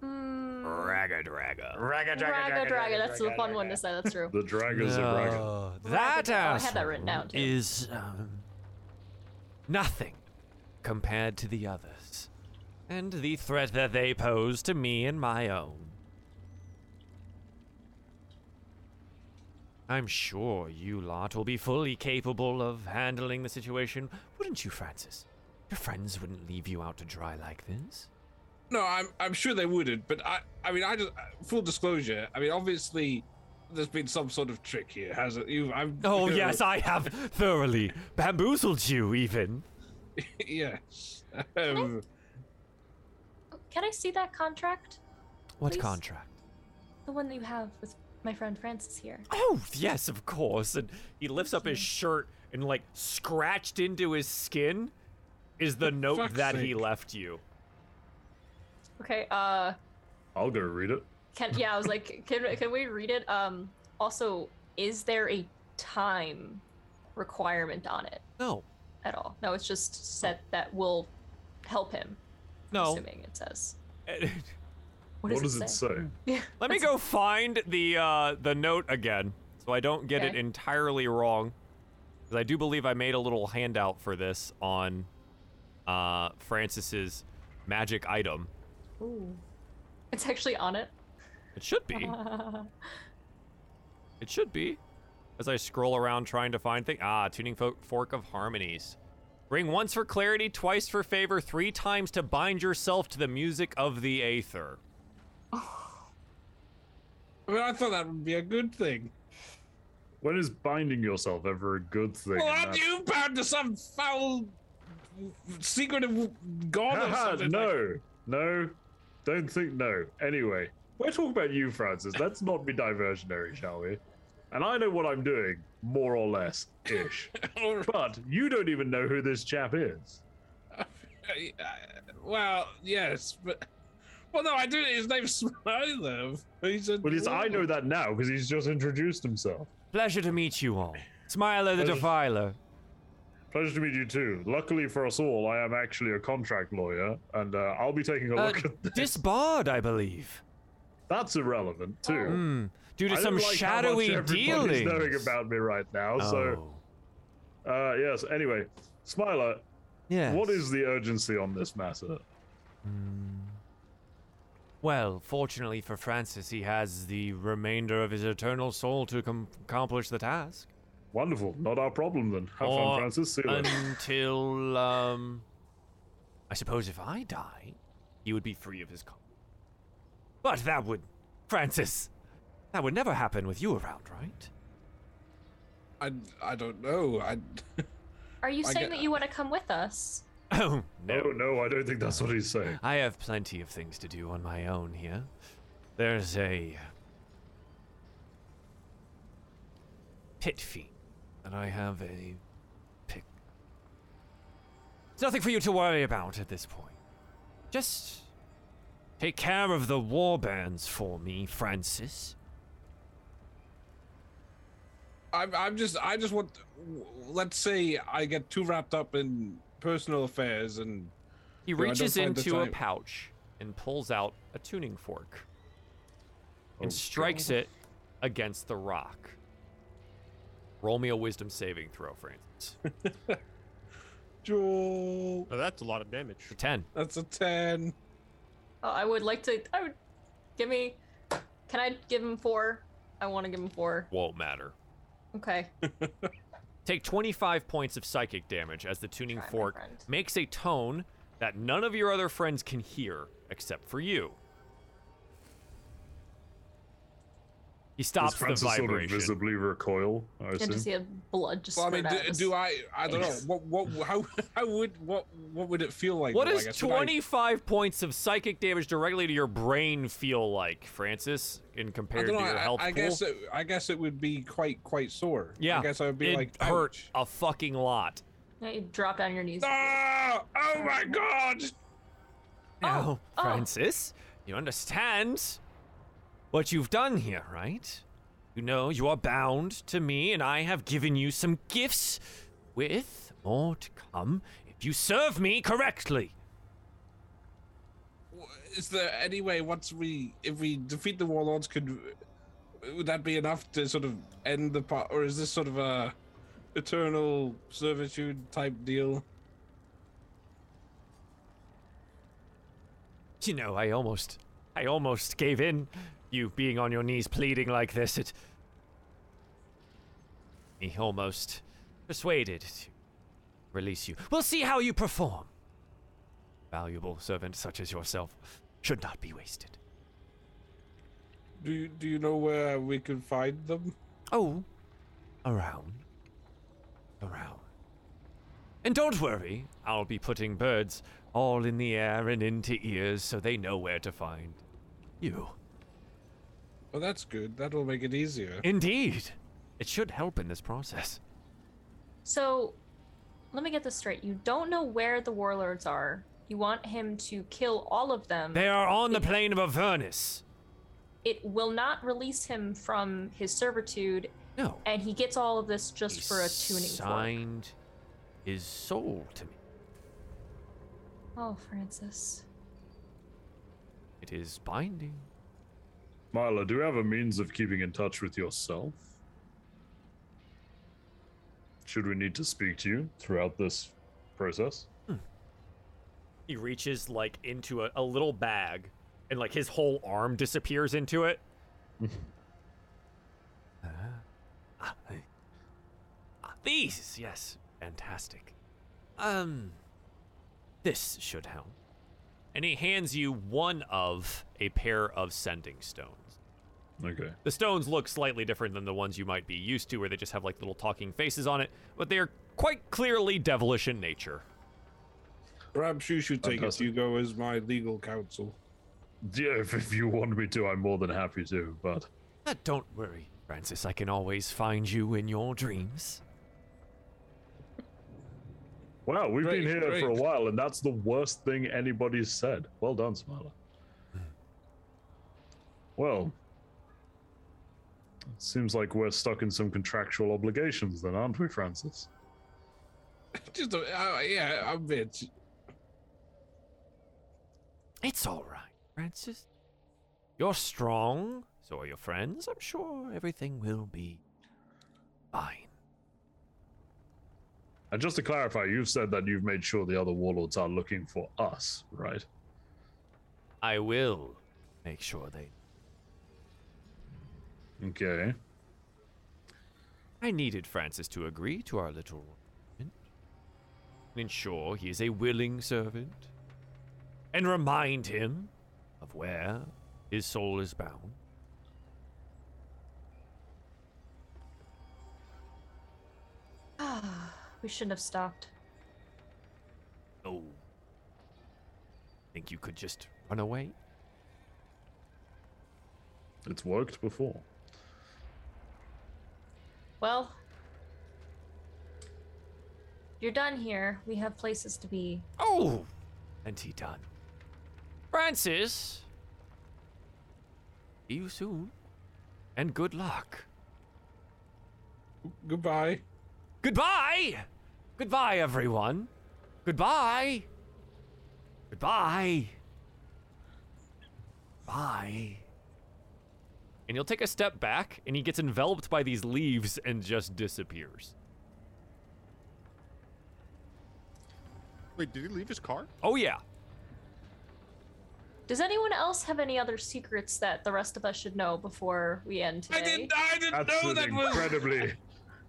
Speaker 3: Mm,
Speaker 1: Raga Draga.
Speaker 4: Raga, draga,
Speaker 3: Draga,
Speaker 4: draga, draga,
Speaker 3: That's
Speaker 4: draga,
Speaker 3: the fun one
Speaker 4: draga.
Speaker 3: to say. That's true.
Speaker 2: The Dragons of Raga.
Speaker 1: that
Speaker 3: Draga. Oh, I
Speaker 1: ass
Speaker 3: had that written down, too.
Speaker 1: is um, nothing compared to the others, and the threat that they pose to me and my own. I'm sure you lot will be fully capable of handling the situation, wouldn't you, Francis? Your friends wouldn't leave you out to dry like this.
Speaker 6: No, I'm I'm sure they wouldn't. But I I mean I just full disclosure. I mean obviously there's been some sort of trick here, hasn't you? I've,
Speaker 1: Oh, yes, I have thoroughly bamboozled you, even.
Speaker 6: yes. Um,
Speaker 3: Can I see that contract?
Speaker 1: What
Speaker 3: Please?
Speaker 1: contract?
Speaker 3: The one that you have with my friend Francis here.
Speaker 1: Oh, yes, of course. And he lifts up his shirt and, like, scratched into his skin is the note
Speaker 6: fuck's
Speaker 1: that he
Speaker 6: sake.
Speaker 1: left you.
Speaker 3: Okay. Uh,
Speaker 2: I'll go read it.
Speaker 3: can yeah, I was like, can can we read it? Um, also, is there a time requirement on it
Speaker 1: No,
Speaker 3: at all? No, it's just said that will help him.
Speaker 1: no.
Speaker 3: Assuming it says. What
Speaker 2: What,
Speaker 3: does,
Speaker 2: does it say?
Speaker 3: Yeah.
Speaker 1: Let me go find the uh, the note again, so I don't get it
Speaker 3: Okay.
Speaker 1: entirely wrong. Because I do believe I made a little handout for this on uh, Francis's magic item.
Speaker 3: Ooh. It's actually on it.
Speaker 1: It should be. It should be. As I scroll around trying to find things. Ah, tuning fo- fork of harmonies. Ring once for clarity, twice for favor, three times to bind yourself to the music of the aether.
Speaker 6: I mean I thought that would be a good thing.
Speaker 2: When is binding yourself ever a good thing?
Speaker 6: Well,
Speaker 2: in
Speaker 6: aren't
Speaker 2: that-
Speaker 6: you bound to some foul secretive god or
Speaker 2: Haha,
Speaker 6: something?
Speaker 2: no, no, don't think no. Anyway, we're talking about you, Francis. Let's not be diversionary, shall we? And I know what I'm doing, more or less, ish.
Speaker 6: Or-
Speaker 2: but you don't even know who this chap is.
Speaker 6: uh, well, yes, but well, no, I do. His name's Smiler. He's a.
Speaker 2: Well, yes, I know that now because he's just introduced himself.
Speaker 1: Pleasure to meet you all. Smiler the
Speaker 2: Pleasure.
Speaker 1: Defiler.
Speaker 2: Pleasure to meet you too. Luckily for us all, I am actually a contract lawyer, and uh, I'll be taking a
Speaker 1: Uh,
Speaker 2: look at. This.
Speaker 1: disbarred, I believe.
Speaker 2: That's irrelevant too.
Speaker 1: Hmm. Due to
Speaker 2: I
Speaker 1: some
Speaker 2: don't like how much
Speaker 1: shadowy
Speaker 2: everybody's
Speaker 1: dealings.
Speaker 2: knowing about me right now. So,
Speaker 1: Oh,
Speaker 2: uh, yes. Anyway, Smiler,
Speaker 1: yes.
Speaker 2: What is the urgency on this matter?
Speaker 1: Well, fortunately for Francis, he has the remainder of his eternal soul to com- accomplish the task.
Speaker 2: Wonderful. Not our problem then. Have
Speaker 1: Or
Speaker 2: fun, Francis. See you later.
Speaker 1: until um I suppose if I die, he would be free of his con. But that would Francis that would never happen with you around, right?
Speaker 6: I, I don't know. I.
Speaker 3: Are you
Speaker 6: I
Speaker 3: saying
Speaker 6: get-
Speaker 3: that you want to come with us?
Speaker 1: Oh
Speaker 2: No, no, I don't think that's what he's saying.
Speaker 1: I have plenty of things to do on my own here. There's a pit fee, and I have a pick. It's nothing for you to worry about at this point. Just take care of the warbands for me, Francis.
Speaker 6: I'm, I'm just I just want let's say I get too wrapped up in personal affairs and
Speaker 1: He
Speaker 6: I don't
Speaker 1: reaches
Speaker 6: find the
Speaker 1: into a
Speaker 6: time.
Speaker 1: pouch and pulls out a tuning fork and strikes it against the rock. Roll me a wisdom saving throw, Francis.
Speaker 6: Joel.
Speaker 9: Now, that's a lot of damage.
Speaker 1: 10.
Speaker 6: That's a 10.
Speaker 3: Oh, I would like to. I would give me. Can I give him four? I want to give him four.
Speaker 1: Won't matter.
Speaker 3: Okay.
Speaker 1: Take 25 points of psychic damage as the tuning
Speaker 3: Try, my
Speaker 1: fork
Speaker 3: friend.
Speaker 1: makes a tone that none of your other friends can hear except for you. He
Speaker 2: Does
Speaker 1: stops the
Speaker 2: Francis sort of
Speaker 1: vibration.
Speaker 2: visibly recoil? I
Speaker 3: And just
Speaker 2: assume.
Speaker 3: see a blood just
Speaker 6: Well, I
Speaker 3: spurt
Speaker 6: mean,
Speaker 3: out.
Speaker 6: do,
Speaker 3: of his-
Speaker 6: do I? I don't know.
Speaker 3: Yes.
Speaker 6: What? What? How? How would? What? What would it feel like?
Speaker 1: What
Speaker 6: though?
Speaker 1: does
Speaker 6: Like, should I-
Speaker 1: 25 points of psychic damage directly to your brain feel like, Francis, in
Speaker 6: I
Speaker 1: compared to
Speaker 6: don't know.
Speaker 1: your
Speaker 6: I,
Speaker 1: health
Speaker 6: I
Speaker 1: pool?
Speaker 6: guess. It, I guess it would be quite quite sore.
Speaker 1: yeah,
Speaker 6: I guess I would be
Speaker 1: it
Speaker 6: like
Speaker 1: hurt
Speaker 6: ouch.
Speaker 1: a fucking lot.
Speaker 3: Yeah, you drop down on your knees.
Speaker 6: Ah! Oh my god!
Speaker 1: Now,
Speaker 3: oh.
Speaker 1: Francis, you understand what you've done here, right? You know you are bound to me, and I have given you some gifts with more to come if you serve me correctly.
Speaker 6: Is there any way once we, if we defeat the warlords, could would that be enough to sort of end the part, or is this sort of a eternal servitude type deal?
Speaker 1: You know, I almost, I almost gave in. You being on your knees pleading like this, it. He almost persuaded to release you. We'll see how you perform. Valuable servant such as yourself should not be wasted.
Speaker 6: Do you, do you know where we could find them?
Speaker 1: Oh, around. Around. And don't worry, I'll be putting birds all in the air and into ears so they know where to find you.
Speaker 6: Well, that's good. That'll make it easier.
Speaker 1: Indeed. It should help in this process.
Speaker 3: So, let me get this straight. You don't know where the warlords are. You want him to kill all of them.
Speaker 1: They are on the plain of Avernus.
Speaker 3: It will not release him from his servitude,
Speaker 1: No.
Speaker 3: and he gets all of this just
Speaker 1: he
Speaker 3: for a tuning fork.
Speaker 1: signed his soul to me.
Speaker 3: Oh, Francis.
Speaker 1: It is binding.
Speaker 2: Marla, do you have a means of keeping in touch with yourself? Should we need to speak to you throughout this process?
Speaker 1: He reaches like into a, a little bag, and like his whole arm disappears into it. Ah, I- ah, these, yes, fantastic. Um, this should help. And he hands you one of a pair of sending stones.
Speaker 2: Okay.
Speaker 1: The stones look slightly different than the ones you might be used to, where they just have like little talking faces on it, but they are quite clearly devilish in nature.
Speaker 6: Perhaps you should take it.
Speaker 2: Fantastic.
Speaker 6: You go as my legal counsel.
Speaker 2: Yeah, if, if you want me to, I'm more than happy to, but
Speaker 1: Ah, don't worry, Francis. I can always find you in your dreams.
Speaker 2: Wow, we've
Speaker 6: Great,
Speaker 2: been here for a
Speaker 6: great.
Speaker 2: while, and that's the worst thing anybody's said. Well done, Smiler. Well, it seems like we're stuck in some contractual obligations, then, aren't we, Francis?
Speaker 6: Just, a, uh, yeah, I'm bit.
Speaker 1: It's all right, Francis. You're strong. So are your friends. I'm sure everything will be fine.
Speaker 2: And just to clarify, you've said that you've made sure the other warlords are looking for us, right?
Speaker 1: I will make sure they.
Speaker 2: Okay.
Speaker 1: I needed Francis to agree to our little arrangement and ensure he is a willing servant, and remind him of where his soul is bound.
Speaker 3: We shouldn't have stopped.
Speaker 1: Oh. Think you could just run away?
Speaker 2: It's worked before.
Speaker 3: Well, you're done here. We have places to be.
Speaker 1: Oh! And he done. Francis! See you soon. And good luck.
Speaker 6: Goodbye.
Speaker 1: Goodbye! Goodbye, everyone. Goodbye! Goodbye! Bye. And he'll take a step back and he gets enveloped by these leaves and just disappears.
Speaker 5: Wait, did he leave his car?
Speaker 1: Oh, yeah.
Speaker 3: Does anyone else have any other secrets that the rest of us should know before we end today?
Speaker 6: I didn't. I didn't
Speaker 2: That's
Speaker 6: know
Speaker 2: an
Speaker 6: that was.
Speaker 2: incredibly.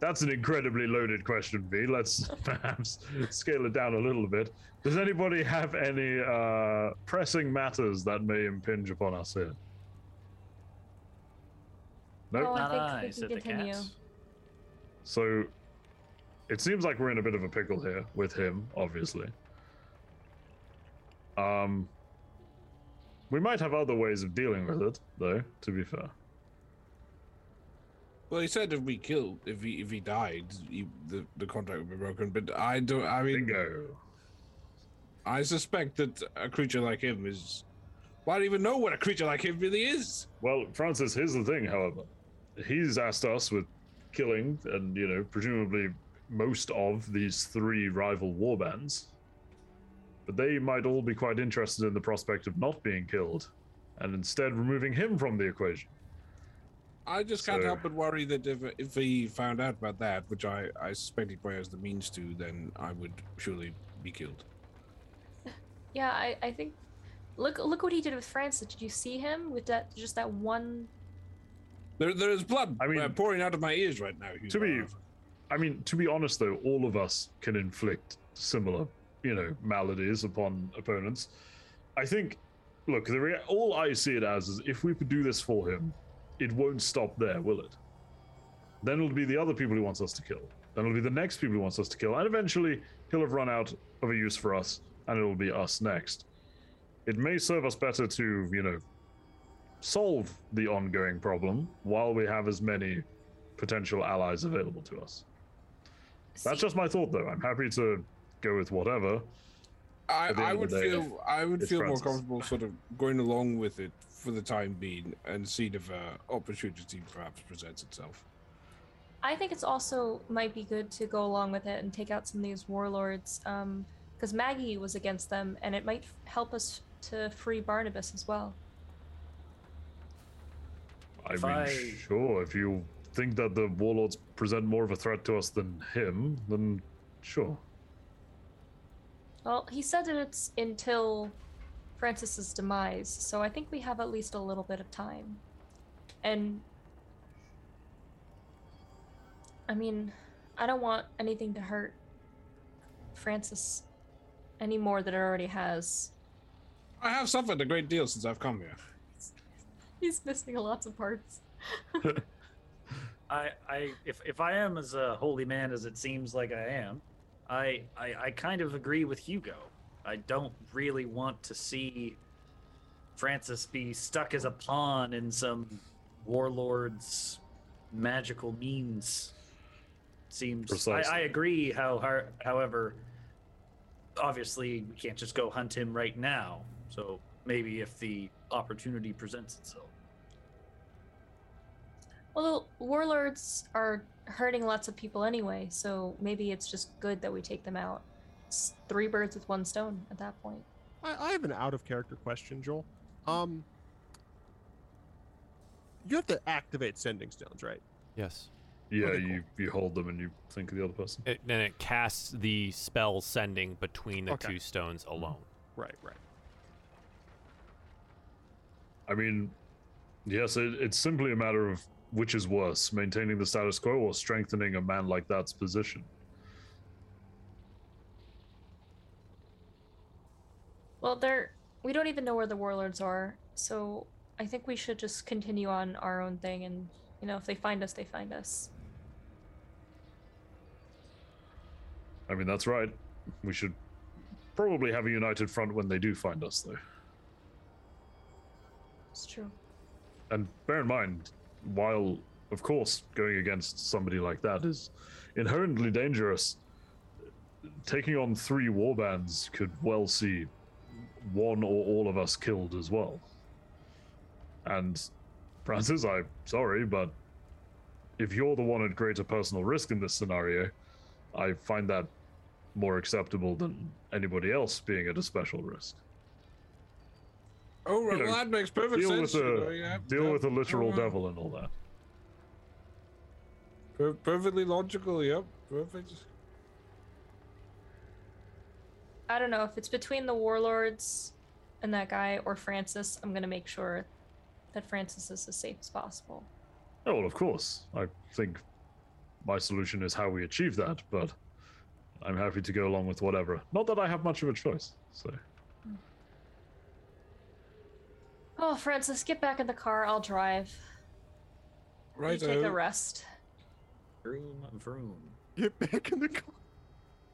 Speaker 2: That's an incredibly loaded question, V. Let's perhaps scale it down a little bit. Does anybody have any uh, pressing matters that may impinge upon us here? Nope.
Speaker 3: Oh, I
Speaker 4: Not
Speaker 3: think we
Speaker 4: I,
Speaker 3: can
Speaker 4: said the
Speaker 3: continue.
Speaker 4: cats.
Speaker 2: So it seems like we're in a bit of a pickle here with him, obviously. Um we might have other ways of dealing with it, though, to be fair.
Speaker 6: Well, he said if we killed, if he if he died, he, the the contract would be broken. But I don't. I mean,
Speaker 2: Bingo.
Speaker 6: I suspect that a creature like him is. Well, I don't even know what a creature like him really is.
Speaker 2: Well, Francis, here's the thing, however. He's asked us with killing and, you know, presumably most of these three rival warbands. But they might all be quite interested in the prospect of not being killed and instead removing him from the equation.
Speaker 6: I just can't
Speaker 2: So-
Speaker 6: help but worry that if if he found out about that, which I I suspect he probably has the means to, then I would surely be killed.
Speaker 3: Yeah, I, I think. Look look what he did with Francis. Did you see him with that just that one?
Speaker 6: There there is blood
Speaker 2: I mean-
Speaker 6: uh, pouring out of my ears right now. Hugh
Speaker 2: To be-
Speaker 6: Barth.
Speaker 2: I mean, to be honest, though, all of us can inflict similar, you know, maladies upon opponents. I think, look, the rea- all I see it as is if we do this for him, it won't stop there, will it? Then it'll be the other people he wants us to kill. Then it'll be the next people he wants us to kill. And eventually, he'll have run out of a use for us, and it'll be us next. It may serve us better to, you know, solve the ongoing problem while we have as many potential allies available to us. That's
Speaker 3: See,
Speaker 2: just my thought, though. I'm happy to go with whatever.
Speaker 6: I,
Speaker 2: At the
Speaker 6: I
Speaker 2: end of
Speaker 6: would
Speaker 2: the day,
Speaker 6: feel I would
Speaker 2: it's
Speaker 6: feel
Speaker 2: Francis.
Speaker 6: more comfortable sort of going along with it for the time being and seeing if an opportunity perhaps presents itself.
Speaker 3: I think it's also might be good to go along with it and take out some of these warlords, um, because Maggie was against them, and it might f- help us to free Barnabas as well.
Speaker 2: I
Speaker 4: If
Speaker 2: mean,
Speaker 4: I-
Speaker 2: sure, if you think that the warlords present more of a threat to us than him, then sure.
Speaker 3: Well, he said that it's until Francis's demise, so I think we have at least a little bit of time. And I mean, I don't want anything to hurt Francis any more than it already has.
Speaker 6: I have suffered a great deal since I've come here.
Speaker 3: He's missing lots of parts.
Speaker 4: I, I, if, if I am as a holy man as it seems like I am, I, I, I kind of agree with Hugo. I don't really want to see Francis be stuck as a pawn in some warlord's magical means. Seems. I, I
Speaker 2: Precisely.
Speaker 4: agree. How, har however, obviously we can't just go hunt him right now. So maybe if the opportunity presents itself.
Speaker 3: Well, the warlords are hurting lots of people anyway, so maybe it's just good that we take them out. It's three birds with one stone at that point.
Speaker 5: I, I have an out of character question, Joel. Um, you have to activate sending stones, right?
Speaker 1: Yes.
Speaker 2: Yeah,
Speaker 5: Okay,
Speaker 2: you, you hold them and you think of the other person.
Speaker 7: It, then it casts the spell sending between the
Speaker 5: Okay.
Speaker 7: two stones alone.
Speaker 5: Right, right.
Speaker 2: I mean, yes, it, it's simply a matter of which is worse maintaining the status quo or strengthening a man like that's position.
Speaker 3: Well, they're we don't even know where the warlords are, so I think we should just continue on our own thing and you know, if they find us, they find us.
Speaker 2: I mean, that's right. We should probably have a united front when they do find us, though.
Speaker 3: It's true.
Speaker 2: and bear in mind, while of course going against somebody like that is inherently dangerous, taking on three warbands could well see one or all of us killed as well. And Francis, I'm sorry, but if you're the one at greater personal risk in this scenario, I find that more acceptable than anybody else being at a special risk.
Speaker 6: Oh,
Speaker 2: You
Speaker 6: right,
Speaker 2: know,
Speaker 6: well, that makes perfect
Speaker 2: deal
Speaker 6: sense.
Speaker 2: with
Speaker 6: you
Speaker 2: a-
Speaker 6: know, yeah,
Speaker 2: Deal
Speaker 6: yeah.
Speaker 2: with a
Speaker 6: Oh,
Speaker 2: literal
Speaker 6: wow.
Speaker 2: devil and all that.
Speaker 6: Per- perfectly logical. Yep. Perfect.
Speaker 3: I don't know if it's between the warlords and that guy or Francis. I'm gonna make sure that Francis is as safe as possible.
Speaker 2: Oh, well, of course. I think my solution is how we achieve that, but I'm happy to go along with whatever. Not that I have much of a choice. So,
Speaker 3: Oh, Francis, get back in the car. I'll drive. You
Speaker 6: Right.
Speaker 3: take a rest.
Speaker 4: Vroom, vroom.
Speaker 9: Get back in the car.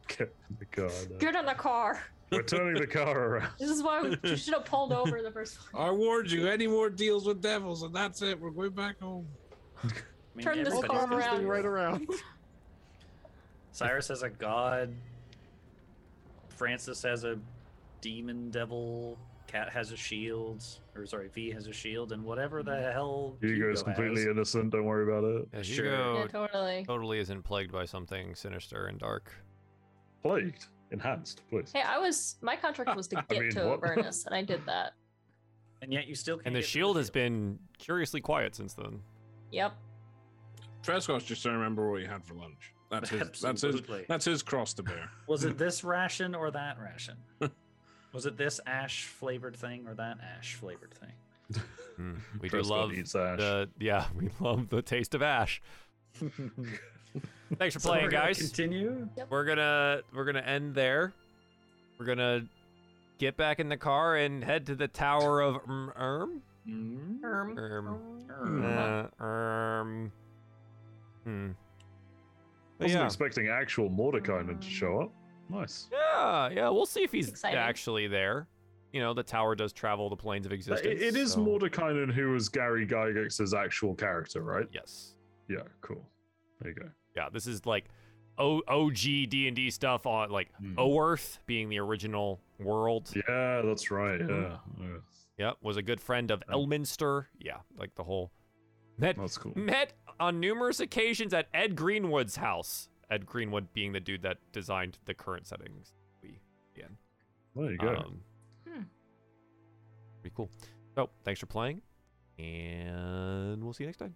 Speaker 2: get in the car. now.
Speaker 3: Get in the car.
Speaker 2: We're turning the car around.
Speaker 3: This is why we you should have pulled over the first one.
Speaker 6: I warned you. Any more deals with devils, and that's it. We're going back home.
Speaker 4: I mean,
Speaker 3: Turn this
Speaker 4: everybody's
Speaker 3: car
Speaker 4: got
Speaker 3: around.
Speaker 4: their-
Speaker 5: right around.
Speaker 4: Cyrus has a god. Francis has a demon devil. Cat has a shield, or sorry, V has a shield, and whatever the hell
Speaker 2: Hugo's
Speaker 4: Hugo
Speaker 2: completely
Speaker 4: has.
Speaker 2: innocent. Don't worry about it.
Speaker 1: Yeah,
Speaker 4: Sure.
Speaker 2: Oh,
Speaker 1: Hugo
Speaker 3: Yeah, totally.
Speaker 1: totally isn't plagued by something sinister and dark.
Speaker 2: Plagued. Enhanced, please.
Speaker 3: Hey, I was my contract was to get
Speaker 2: mean,
Speaker 3: to
Speaker 2: what-
Speaker 3: Avernus, and I did that.
Speaker 4: and yet you still. Can't
Speaker 1: And the
Speaker 4: get to
Speaker 1: shield has
Speaker 4: shield.
Speaker 1: been curiously quiet since then.
Speaker 3: Yep.
Speaker 6: Trescott's just trying to remember what he had for lunch. That's his. that's his.
Speaker 4: Absolutely.
Speaker 6: That's his cross to bear.
Speaker 4: Was it this ration or that ration? was it this ash flavored thing or that ash flavored thing?
Speaker 1: Mm, We do
Speaker 2: Trescott
Speaker 1: love
Speaker 2: eats ash.
Speaker 1: the yeah, we love the taste of ash. Thanks for
Speaker 4: So
Speaker 1: playing,
Speaker 4: we're gonna
Speaker 1: guys.
Speaker 4: Continue.
Speaker 1: we're gonna we're gonna end there. We're gonna get back in the car and head to the Tower of Erm. Erm?
Speaker 3: Erm.
Speaker 1: Erm.
Speaker 4: Erm.
Speaker 1: Uh, Erm. Hmm. But
Speaker 2: wasn't
Speaker 1: yeah.
Speaker 2: expecting actual Mordecai to show up. Nice.
Speaker 1: Yeah, yeah. We'll see if he's
Speaker 3: Exciting.
Speaker 1: actually there. You know, the tower does travel the planes of
Speaker 2: Uh,
Speaker 1: existence.
Speaker 2: It, it is
Speaker 1: so-
Speaker 2: Mordekainen who was Gary Gygax's actual character, right?
Speaker 1: Yes.
Speaker 2: Yeah, cool. There you go.
Speaker 1: Yeah. This is like o- OG D and D stuff on like
Speaker 2: Hmm.
Speaker 1: Oerth being the original world.
Speaker 2: Yeah, that's right. Yeah, yeah.
Speaker 1: Yep, was a good friend of
Speaker 2: Oh.
Speaker 1: Elminster. Yeah, like the whole met
Speaker 2: that's cool.
Speaker 1: met on numerous occasions at Ed Greenwood's house. Ed Greenwood being the dude that designed the current settings. We in.
Speaker 2: There you go.
Speaker 1: Um,
Speaker 3: Hmm.
Speaker 1: Pretty cool. So thanks for playing, and we'll see you next time.